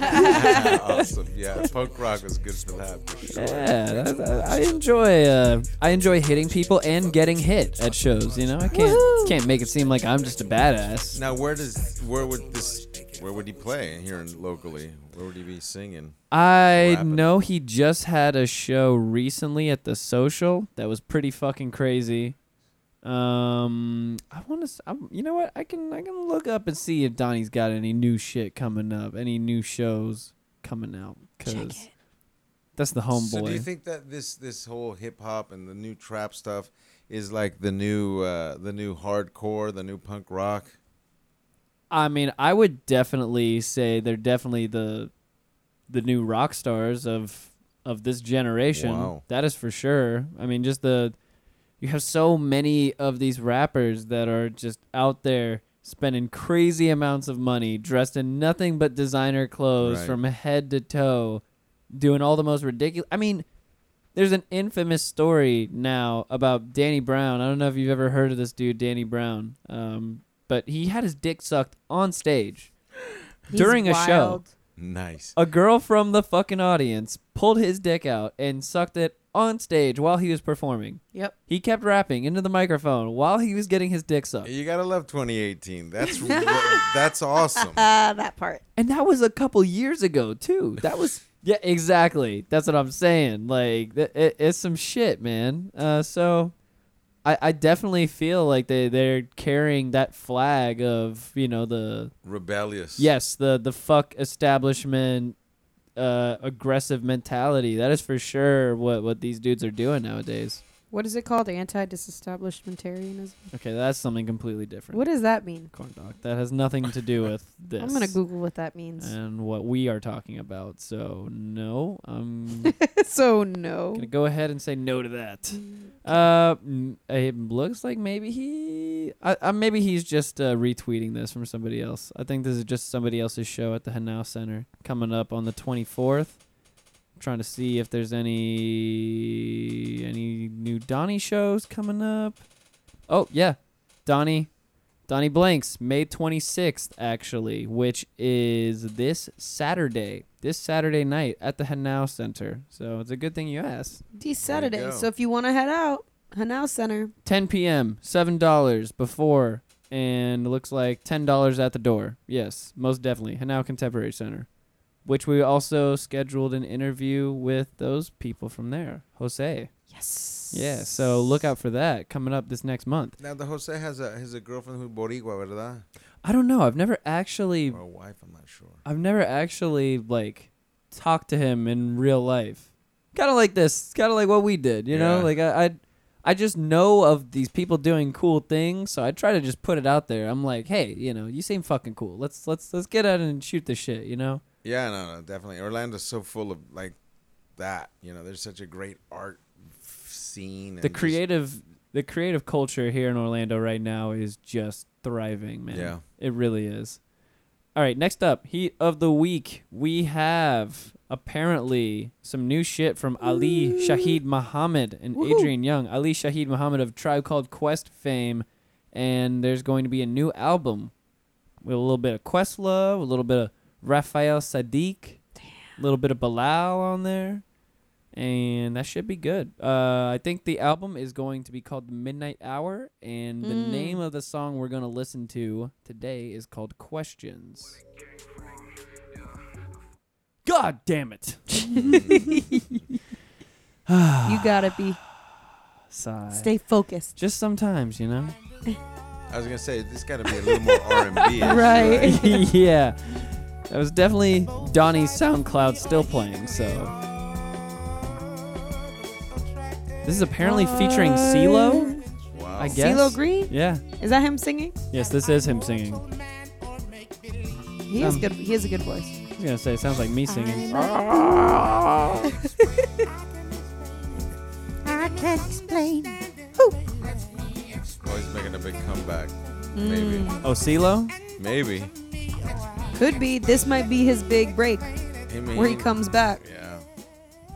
Speaker 6: awesome. Yeah, punk rock was good for that. For sure.
Speaker 3: Yeah, I, I- I enjoy uh, I enjoy hitting people and getting hit at shows. You know, I can't can't make it seem like I'm just a badass.
Speaker 6: Now, where does where would this where would he play here in locally? Where would he be singing?
Speaker 3: I
Speaker 6: Rapping.
Speaker 3: know he just had a show recently at the social that was pretty fucking crazy. Um, I want to. You know what? I can I can look up and see if Donnie's got any new shit coming up, any new shows coming out. Cause That's the
Speaker 6: So do you
Speaker 3: homeboy.
Speaker 6: think that this this whole hip hop and the new trap stuff is like the new uh, the new hardcore, the new punk rock?
Speaker 3: I mean, I would definitely say they're definitely the the new rock stars of of this generation.
Speaker 6: Wow.
Speaker 3: That is for sure. I mean, just the you have so many of these rappers that are just out there spending crazy amounts of money, dressed in nothing but designer clothes
Speaker 6: Right.
Speaker 3: from head to toe, doing all the most ridiculous. I mean, there's an infamous story now about Danny Brown. I don't know if you've ever heard of this dude, Danny Brown. Um, but he had his dick sucked on stage during a show.
Speaker 6: Nice.
Speaker 3: A girl from the fucking audience pulled his dick out and sucked it on stage while he was performing.
Speaker 5: Yep.
Speaker 3: He kept rapping into the microphone while he was getting his dick sucked.
Speaker 6: You gotta love 2018. That's that's awesome.
Speaker 5: Uh, that part.
Speaker 3: And that was a couple years ago, too. That was. yeah, exactly. That's what I'm saying. Like, th- it, it's some shit, man. Uh, so. I, I definitely feel like they, they're carrying that flag of, you know, the
Speaker 6: Rebellious.
Speaker 3: Yes, the the fuck establishment uh aggressive mentality. That is for sure what what these dudes are doing nowadays.
Speaker 5: What is it called? Anti-disestablishmentarianism.
Speaker 3: Okay, that's something completely different.
Speaker 5: What does that mean?
Speaker 3: corn dog? That has nothing to do with this. Uh,
Speaker 5: I'm gonna Google what that means.
Speaker 3: and what we are talking about. So no, I'm
Speaker 5: so no.
Speaker 3: gonna go ahead and say no to that. Uh, mm, it looks like maybe he, I, I maybe he's just uh, retweeting this from somebody else. I think this is just somebody else's show at the Hanau Center coming up on the 24th. trying to see if there's any any new Donnie shows coming up. Oh yeah, Donnie, Donnie Blanks May 26th actually, which is this Saturday. This Saturday night at the Hanau Center. So it's a good thing you asked.
Speaker 5: These
Speaker 6: There you
Speaker 5: Saturdays.
Speaker 6: go.
Speaker 5: So if you want to head out, Hanau Center.
Speaker 3: 10 p.m. seven dollars before, and looks like ten dollars at the door. Yes, most definitely. Hanau Contemporary Center, which we also scheduled an interview with those people from there. Jose.
Speaker 5: Yes.
Speaker 3: Yeah. So look out for that coming up this next month.
Speaker 6: Now the Jose has a has a girlfriend who's Boricua, verdad?
Speaker 3: I don't know. I've never actually,
Speaker 6: Or a wife? I'm not sure.
Speaker 3: I've never actually like talked to him in real life. Kind of like this. Kind of like what we did. You know,
Speaker 6: Yeah.
Speaker 3: like I. I I just know of these people doing cool things, so I try to just put it out there. I'm like, hey, you know, you seem fucking cool. Let's let's let's get out and shoot the shit, you know?
Speaker 6: Yeah, no, no, definitely. Orlando's so full of like that. You know, there's such a great art f- scene. And
Speaker 3: The
Speaker 6: just-
Speaker 3: creative the creative culture here in Orlando right now is just thriving, man.
Speaker 6: Yeah.
Speaker 3: It really is. All right, next up, heat of the week. We have apparently some new shit from Ali Shahid Muhammad and Adrian Young. Ali Shahid Muhammad of Tribe Called Quest fame, and there's going to be a new album with a little bit of Questlove, a little bit of Raphael Sadiq, a little bit of Bilal on there, and that should be good. Uh, I think the album is going to be called The Midnight Hour, and the name of the song we're going to listen to today is called Questions. God damn it.
Speaker 5: You gotta be.
Speaker 3: Sigh.
Speaker 5: Stay focused.
Speaker 3: Just sometimes, you know?
Speaker 6: I was gonna say this got to be a little more R and B.
Speaker 5: Right.
Speaker 3: yeah. That was definitely Donnie's SoundCloud still playing, so. This is apparently featuring CeeLo,
Speaker 6: Wow.
Speaker 3: I guess.
Speaker 5: CeeLo Green?
Speaker 3: Yeah.
Speaker 5: Is that him singing?
Speaker 3: Yes, this is him singing.
Speaker 5: He has
Speaker 3: Um,
Speaker 5: good. He has a good voice.
Speaker 3: I was going to say, it sounds like me singing.
Speaker 6: Oh, he's making a big comeback. Maybe.
Speaker 3: Oh, CeeLo?
Speaker 6: Maybe.
Speaker 5: Could be. This might be his big break,
Speaker 6: I mean,
Speaker 5: where he comes back.
Speaker 6: Yeah.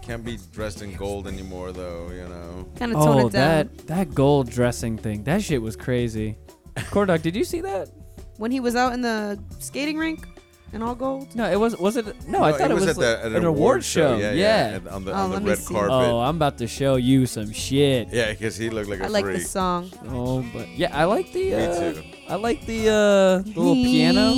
Speaker 6: Can't be dressed in gold anymore, though. You know.
Speaker 5: Kind of tone
Speaker 3: Oh,
Speaker 5: it down.
Speaker 3: that, that gold dressing thing. That shit was crazy. Cordoc, did you see that?
Speaker 5: When he was out in the skating rink, and all gold.
Speaker 3: No, it was was it? No, I
Speaker 6: No,
Speaker 3: thought it was,
Speaker 6: at,
Speaker 3: like
Speaker 6: the, at
Speaker 3: an award show.
Speaker 6: Yeah, and on the,
Speaker 5: Oh,
Speaker 6: on the
Speaker 5: let me
Speaker 6: red
Speaker 5: see.
Speaker 6: carpet.
Speaker 3: Oh, I'm about to show you some shit.
Speaker 6: Yeah, because he looked like a
Speaker 5: I like
Speaker 6: freak.
Speaker 5: this song.
Speaker 3: Oh, but yeah, I like the. Uh,
Speaker 6: too.
Speaker 3: I like the uh, the little piano,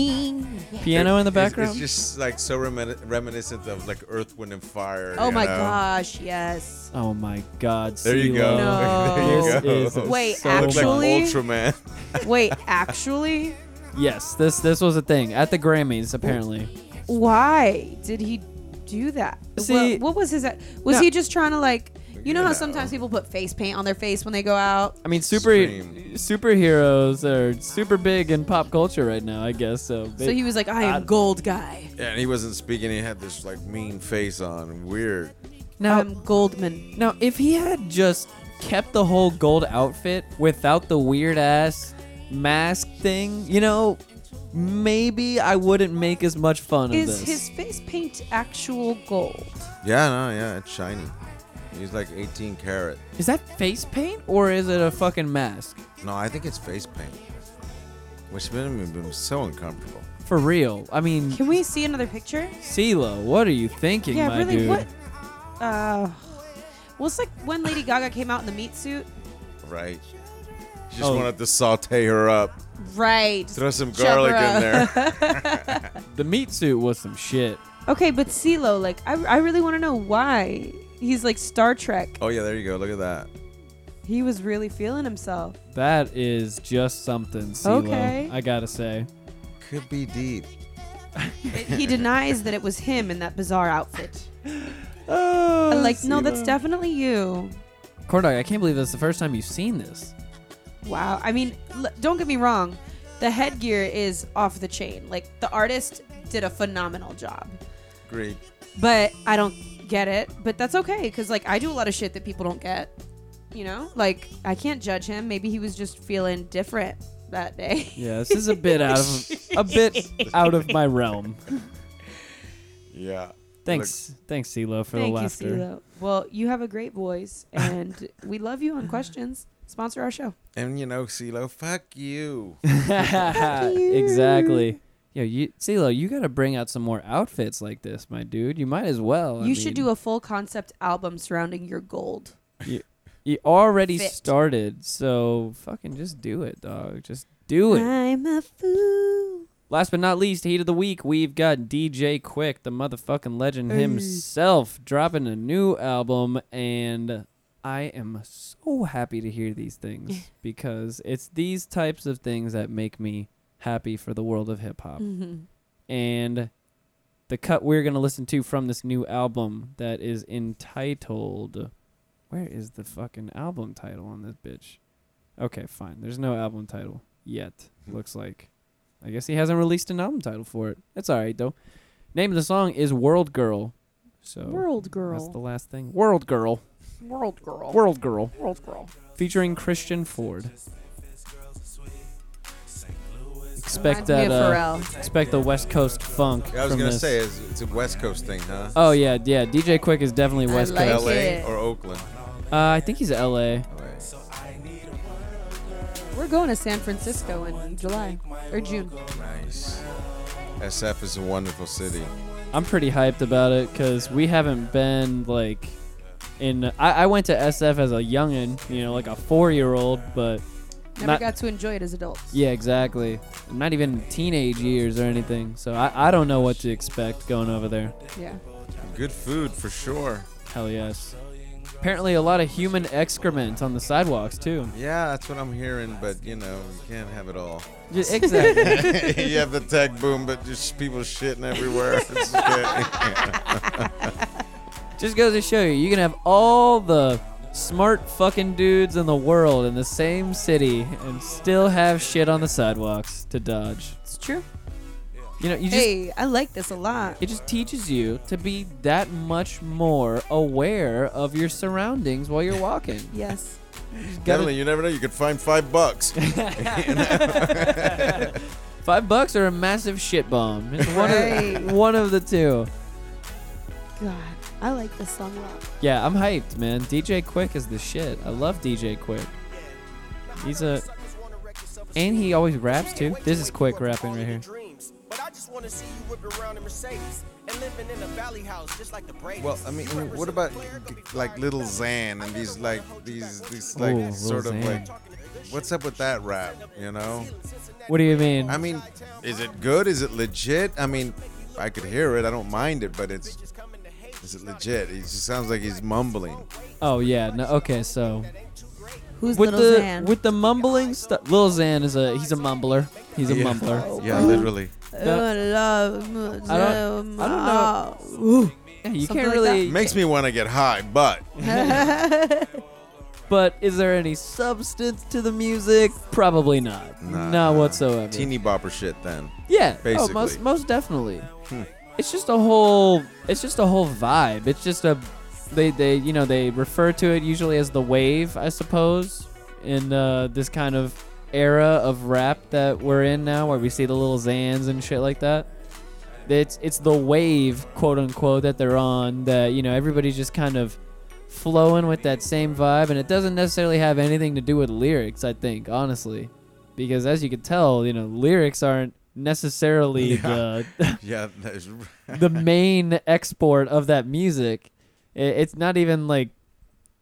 Speaker 3: piano in the
Speaker 6: It's-
Speaker 3: background.
Speaker 6: It's, just like so remin- reminiscent of like Earth, Wind, and Fire.
Speaker 5: Oh
Speaker 6: you
Speaker 5: my
Speaker 6: know?
Speaker 5: gosh, yes.
Speaker 3: oh my God!
Speaker 6: There you go.
Speaker 3: CeeLo.
Speaker 5: No.
Speaker 6: there you go.
Speaker 3: This is
Speaker 5: Wait,
Speaker 3: so
Speaker 6: Looked like
Speaker 5: actually-
Speaker 6: Ultraman.
Speaker 5: Wait, actually,
Speaker 3: Yes, this this was a thing at the Grammys apparently.
Speaker 5: why did he? do that?
Speaker 3: See-
Speaker 5: what, what was his? Was
Speaker 3: No.
Speaker 5: he just trying to like? You know how
Speaker 6: No.
Speaker 5: sometimes people put face paint on their face when they go out.
Speaker 3: I mean, super
Speaker 6: Extreme.
Speaker 3: superheroes are super big in pop culture right now. I guess so.
Speaker 5: So he was like, "I am gold guy.
Speaker 6: Yeah, and he wasn't speaking. He had this like mean face on, weird.
Speaker 3: now,
Speaker 5: I'm Goldman."
Speaker 3: now, if he had just kept the whole gold outfit without the weird ass mask thing, you know, maybe I wouldn't make as much fun of
Speaker 5: Is
Speaker 3: this.
Speaker 5: his face paint actual gold?
Speaker 6: Yeah, no, yeah, it's shiny. He's like 18 karat.
Speaker 3: Is that face paint or is it a fucking mask?
Speaker 6: No, I think it's face paint, which made me been so uncomfortable.
Speaker 3: For real? I mean,
Speaker 5: Can we see another picture?
Speaker 3: CeeLo, what are you thinking,
Speaker 5: yeah,
Speaker 3: my
Speaker 5: really.
Speaker 3: dude?
Speaker 5: What? Uh, well, it's like when Lady Gaga came out in the meat suit,
Speaker 6: Right? He just
Speaker 3: Oh.
Speaker 6: wanted to saute her up,
Speaker 5: right?
Speaker 6: throw some
Speaker 5: Shove
Speaker 6: garlic
Speaker 5: her
Speaker 6: in
Speaker 5: up.
Speaker 6: there.
Speaker 3: The meat suit was some shit.
Speaker 5: Okay, but CeeLo, like, I, I really want to know why he's like Star Trek.
Speaker 6: Oh yeah, there you go. Look at that.
Speaker 5: He was really feeling himself.
Speaker 3: That is just something, CeeLo.
Speaker 5: Okay.
Speaker 3: I gotta say.
Speaker 6: Could be deep.
Speaker 5: he denies that it was him in that bizarre outfit.
Speaker 3: Oh,
Speaker 5: like, no, that's definitely you.
Speaker 3: Corndog, I can't believe that's the first time you've seen this.
Speaker 5: Wow. I mean, l- don't get me wrong. The headgear is off the chain. Like, the artist did a phenomenal job.
Speaker 6: Great.
Speaker 5: But I don't get it. But that's okay, because, like, I do a lot of shit that people don't get. You know? Like, I can't judge him. Maybe he was just feeling different that day.
Speaker 3: Yeah, this is a bit out of a bit out of my realm.
Speaker 6: Yeah.
Speaker 3: Thanks, thanks, CeeLo, for
Speaker 5: Thank
Speaker 3: the
Speaker 5: you,
Speaker 3: laughter.
Speaker 5: CeeLo. Well, you have a great voice, and we love you on questions. Sponsor our show.
Speaker 6: And you know, CeeLo, fuck you.
Speaker 3: exactly. Yo, you CeeLo, you gotta bring out some more outfits like this, my dude. You might as well.
Speaker 5: you should do a full concept album surrounding your gold.
Speaker 3: You already
Speaker 5: fit.
Speaker 3: started, so fucking just do it, dog. Just do it.
Speaker 5: I'm a fool.
Speaker 3: Last but not least, heat of the week, we've got DJ Quick, the motherfucking legend himself, dropping a new album, and I am so happy to hear these things because it's these types of things that make me happy for the world of hip hop.
Speaker 5: Mm-hmm.
Speaker 3: And the cut we're gonna listen to from this new album that is entitled, where is the fucking album title on this bitch? Okay, fine. There's no album title yet. Looks like. I guess he hasn't released an album title for it. That's all right though. Name of the song is World Girl. So
Speaker 5: World
Speaker 3: that's the
Speaker 5: girl.
Speaker 3: last thing. World Girl.
Speaker 5: World girl.
Speaker 3: World Girl.
Speaker 5: World girl.
Speaker 3: Featuring Christian Ford. Expect
Speaker 5: Reminds me
Speaker 3: that
Speaker 5: of
Speaker 3: uh,
Speaker 5: Pharrell.
Speaker 3: expect the West Coast funk.
Speaker 6: Yeah, I was
Speaker 3: from
Speaker 6: gonna
Speaker 3: this.
Speaker 6: say it's, it's a West Coast thing, huh?
Speaker 3: Oh yeah, yeah. DJ Quick is definitely West
Speaker 5: like
Speaker 3: Coast.
Speaker 6: L.A.
Speaker 5: it.
Speaker 6: or Oakland.
Speaker 3: Uh, I think he's LA.
Speaker 6: Alright.
Speaker 5: We're going to San Francisco in July or June.
Speaker 6: Nice. SF is a wonderful city.
Speaker 3: I'm pretty hyped about it because we haven't been like in. I, I went to SF as a youngin, you know, like a four year old, but
Speaker 5: Never
Speaker 3: Not-
Speaker 5: got to enjoy it as adults.
Speaker 3: yeah, exactly. Not even teenage years or anything. So I, I don't know what to expect going over there.
Speaker 5: Yeah.
Speaker 6: Good food for sure.
Speaker 3: Hell yes. Apparently, a lot of human excrement on the sidewalks too.
Speaker 6: Yeah, that's what I'm hearing, but you know, you can't have it all.
Speaker 3: Yeah, Exactly.
Speaker 6: you have the tech boom, but just people shitting everywhere. It's okay.
Speaker 3: Just goes to show you, you can have all the smart fucking dudes in the world in the same city and still have shit on the sidewalks to dodge.
Speaker 5: It's true.
Speaker 3: You know, you just
Speaker 5: Hey, I like this a lot.
Speaker 3: It just teaches you to be that much more aware of your surroundings while you're walking.
Speaker 5: Yes.
Speaker 6: Definitely, you never know. You could find five bucks.
Speaker 3: Five bucks or a massive shit bomb. It's one,
Speaker 5: Right.
Speaker 3: of, one of the two.
Speaker 5: God, I like this song a lot.
Speaker 3: Yeah, I'm hyped, man. DJ Quick is the shit. I love DJ Quick. He's a. And he always raps too. This is Quick rapping right here.
Speaker 10: But I just want to see you whipping around in Mercedes and living in a valley house just like the Brady's.
Speaker 6: well, I mean, what about like Little Xan and these like these these like
Speaker 3: Ooh, Lil
Speaker 6: sort of
Speaker 3: Xan.
Speaker 6: like what's up with that rap? You know,
Speaker 3: What do you mean?
Speaker 6: I mean, is it good? Is it legit? I mean, I could hear it. I don't mind it, but it's is it legit? He just sounds like he's mumbling.
Speaker 3: oh, yeah. No, okay, so.
Speaker 5: Who's
Speaker 3: With
Speaker 5: Little
Speaker 3: the
Speaker 5: Xan?
Speaker 3: with the mumbling stuff. Lil Xan is a. He's a mumbler. He's a
Speaker 6: Yeah.
Speaker 3: mumbler.
Speaker 6: Yeah, literally.
Speaker 5: Oh, love.
Speaker 3: I don't know. Yeah, you
Speaker 5: Something
Speaker 3: can't
Speaker 5: like that.
Speaker 3: really.
Speaker 6: Makes me want to get high, but
Speaker 3: But is there any substance to the music? Probably not.
Speaker 6: Nah,
Speaker 3: not
Speaker 6: nah.
Speaker 3: whatsoever.
Speaker 6: teeny bopper shit. Then
Speaker 3: yeah. Oh,
Speaker 6: basically.
Speaker 3: most most definitely. It's just a whole. It's just a whole vibe. It's just a. They they you know they refer to it usually as the wave, I suppose, in uh, this kind of era of rap that we're in now, where we see the little Zans and shit like that. It's it's the wave, quote unquote, that they're on. That you know everybody's just kind of flowing with that same vibe, and it doesn't necessarily have anything to do with lyrics. I think honestly, because as you can tell, you know lyrics aren't necessarily the
Speaker 6: yeah, there's,
Speaker 3: the main export of that music. I- it's not even like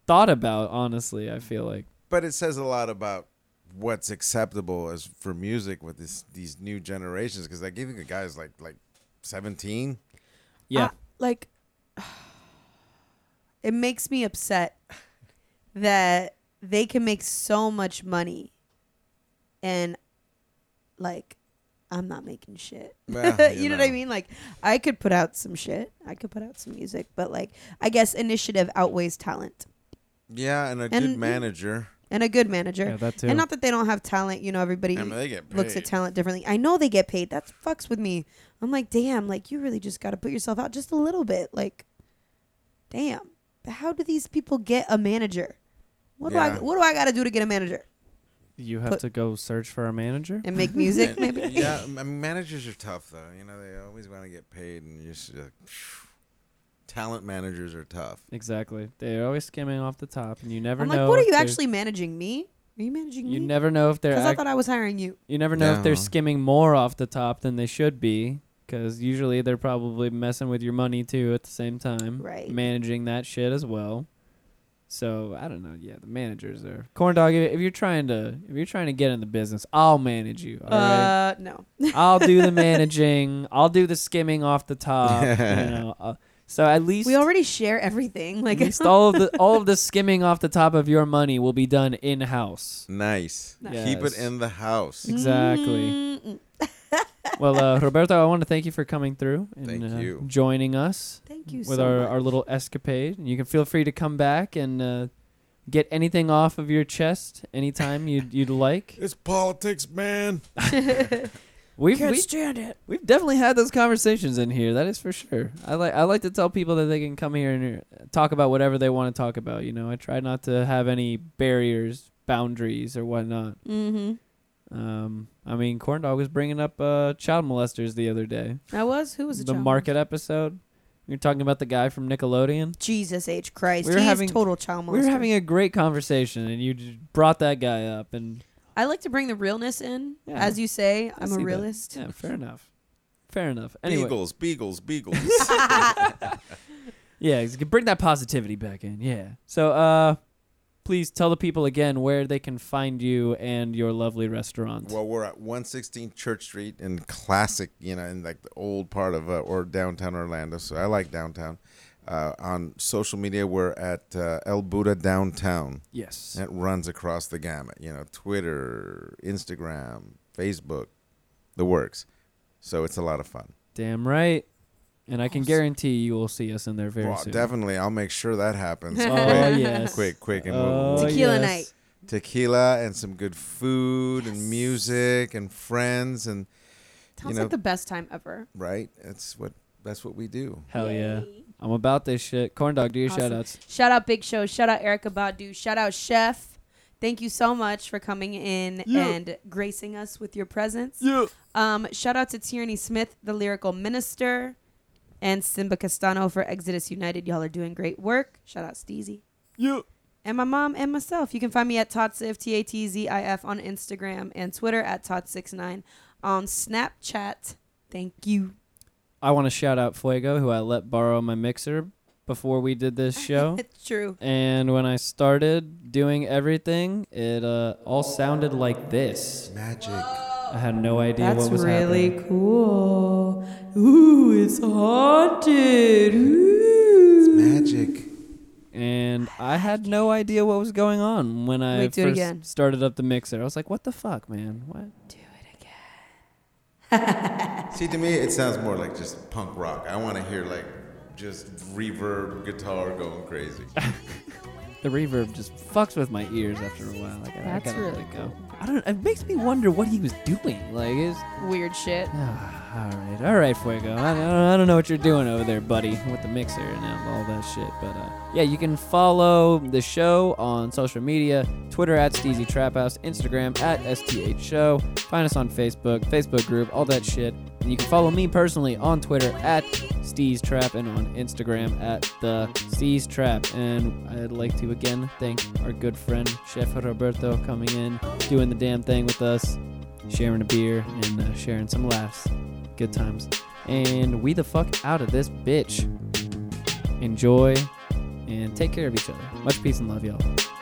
Speaker 3: thought about. Honestly, I feel like
Speaker 6: but it says a lot about what's acceptable as for music with this these new generations because they're giving the guys like like seventeen.
Speaker 3: yeah.
Speaker 5: Ah, like it makes me upset that they can make so much money and like I'm not making shit.
Speaker 6: Well,
Speaker 5: you
Speaker 6: you
Speaker 5: know what I
Speaker 6: know.
Speaker 5: mean? Like I could put out some shit. I could put out some music, but like I guess initiative outweighs talent.
Speaker 6: Yeah, and a
Speaker 5: And-
Speaker 6: good manager.
Speaker 5: And a good manager.
Speaker 3: Yeah, that too.
Speaker 5: And not that they don't have talent, you know, everybody
Speaker 6: I mean, they get
Speaker 5: looks at
Speaker 6: paid.
Speaker 5: talent differently. I know they get paid. That fucks with me. I'm like, damn, like you really just got to put yourself out just a little bit. Like, damn. But how do these people get a manager? What do
Speaker 6: Yeah.
Speaker 5: I what do I got to do to get a manager
Speaker 3: you have
Speaker 5: Put-
Speaker 3: to go search for a manager.
Speaker 5: and make music?
Speaker 6: And-
Speaker 5: maybe.
Speaker 6: Yeah, I mean, managers are tough though. You know, they always want to get paid, and you're just like, phew. talent managers are tough.
Speaker 3: Exactly. They're always skimming off the top, and you never
Speaker 5: I'm
Speaker 3: know.
Speaker 5: like, what are
Speaker 3: if
Speaker 5: you
Speaker 3: they're-
Speaker 5: actually managing me? Are you managing
Speaker 3: You
Speaker 5: me?
Speaker 3: never know if they're.
Speaker 5: Because I
Speaker 3: Act-
Speaker 5: thought I was hiring you.
Speaker 3: you never know if they're
Speaker 6: No.
Speaker 3: skimming more off the top than they should be, because usually they're probably messing with your money too at the same time,
Speaker 5: Right.
Speaker 3: Managing that shit as well. So I don't know. Yeah, the managers are corn dog. If if you're trying to, if you're trying to get in the business, I'll manage you. All right.
Speaker 5: Uh, no.
Speaker 3: I'll do the managing. I'll do the skimming off the top. you know. uh, so at least
Speaker 5: We already share everything. Like,
Speaker 3: at least all of the all of the skimming off the top of your money will be done in house.
Speaker 6: Nice. Keep
Speaker 3: Yes.
Speaker 6: it in the house.
Speaker 3: Exactly.
Speaker 5: Mm-mm.
Speaker 3: well, uh, Roberto, I want to thank you for coming through and
Speaker 6: Thank
Speaker 3: uh,
Speaker 6: you.
Speaker 3: joining us
Speaker 5: Thank you
Speaker 3: with
Speaker 5: so
Speaker 3: our,
Speaker 5: much.
Speaker 3: our little escapade. And you can feel free to come back and uh, get anything off of your chest anytime you'd, you'd like.
Speaker 6: It's politics, man.
Speaker 3: We've, Can't stand it. We've definitely had those conversations in here. That is for sure. I like I like to tell people that they can come here and uh, talk about whatever they want to talk about. You know, I try not to have any barriers, boundaries, or whatnot.
Speaker 5: Mm-hmm.
Speaker 3: Um, I mean, Corndog was bringing up uh, child molesters the other day.
Speaker 5: I was. Who was
Speaker 3: the market episode. You're talking about the guy from Nickelodeon.
Speaker 5: Jesus H. Christ.
Speaker 3: We were
Speaker 5: He's
Speaker 3: having-
Speaker 5: total child
Speaker 3: We
Speaker 5: molester.
Speaker 3: were having a great conversation, and you just brought that guy up, and
Speaker 5: I like to bring the realness in.
Speaker 3: Yeah.
Speaker 5: As you say,
Speaker 3: I
Speaker 5: I'm
Speaker 3: see
Speaker 5: a
Speaker 3: that.
Speaker 5: realist.
Speaker 3: yeah, fair enough, fair enough. Anyway,
Speaker 6: Beagles, beagles, beagles.
Speaker 3: yeah, you can bring that positivity back in. Yeah. So, uh, please tell the people again where they can find you and your lovely restaurant.
Speaker 6: well, we're at 116 Church Street in classic, you know, in like the old part of uh, or downtown Orlando. So I like downtown. Uh, on social media, we're at uh, El Buddha Downtown.
Speaker 3: yes.
Speaker 6: That runs across the gamut, you know, Twitter, Instagram, Facebook, the works. So it's a lot of fun.
Speaker 3: Damn right. And I can guarantee you will see us in there very
Speaker 6: Well,
Speaker 3: soon.
Speaker 6: definitely, I'll make sure that happens.
Speaker 3: Oh
Speaker 6: quick,
Speaker 3: yes.
Speaker 6: quick, quick, and we'll,
Speaker 3: Oh,
Speaker 5: Tequila
Speaker 3: yes.
Speaker 5: night.
Speaker 6: tequila and some good food and music and friends and
Speaker 5: Sounds
Speaker 6: know-
Speaker 5: like the best time ever.
Speaker 6: right that's what that's what we do
Speaker 3: Hell yeah. I'm about this shit. Corn dog, do your
Speaker 5: Awesome.
Speaker 3: shout outs.
Speaker 5: Shout out Big Show. Shout out Erica Badu. Shout out Chef. Thank you so much for coming in and gracing us with your presence.
Speaker 3: Yeah.
Speaker 5: Um, shout out to Tierney Smith, the lyrical minister, and Simba Castano for Exodus United. Y'all are doing great work. Shout out Steezy.
Speaker 3: Yeah.
Speaker 5: and my mom and myself. You can find me at Totzif, T A T Z I F, on Instagram and Twitter at Tot69 on Snapchat. Thank you.
Speaker 3: I want to shout out Fuego, who I let borrow my mixer before we did this show.
Speaker 5: It's true.
Speaker 3: and when I started doing everything, it uh, all sounded like this.
Speaker 6: magic
Speaker 3: I had no idea
Speaker 5: That's
Speaker 3: what was
Speaker 5: really
Speaker 3: happening.
Speaker 5: cool. Ooh, it's haunted. Ooh.
Speaker 6: magic
Speaker 3: And I had no idea what was going on when I
Speaker 5: Wait, do it
Speaker 3: first
Speaker 5: again.
Speaker 3: started up the mixer. I was like, "What the fuck, man? What?"
Speaker 6: see to me it sounds more like just punk rock i want to hear like just reverb guitar going crazy.
Speaker 3: The reverb just fucks with my ears after a while. Like,
Speaker 5: That's
Speaker 3: I gotta
Speaker 5: really
Speaker 3: let it go. I don't. It makes me wonder what he was doing. Like, is
Speaker 5: Weird shit.
Speaker 3: Ah, all right, all right, Fuego. I, I, don't, I don't know what you're doing over there, buddy, with the mixer and all that shit. But uh, yeah, you can follow the show on social media: Twitter at Steezy Trap House, Instagram at STH Show. Find us on Facebook, Facebook group, all that shit. And you can follow me personally on Twitter at Steez Trap and on Instagram at the Steez Trap. And I'd like to again thank our good friend Chef Roberto coming in, doing the damn thing with us sharing a beer and uh, sharing some laughs. Good times. And we the fuck out of this bitch. Enjoy and take care of each other. Much peace and love, y'all.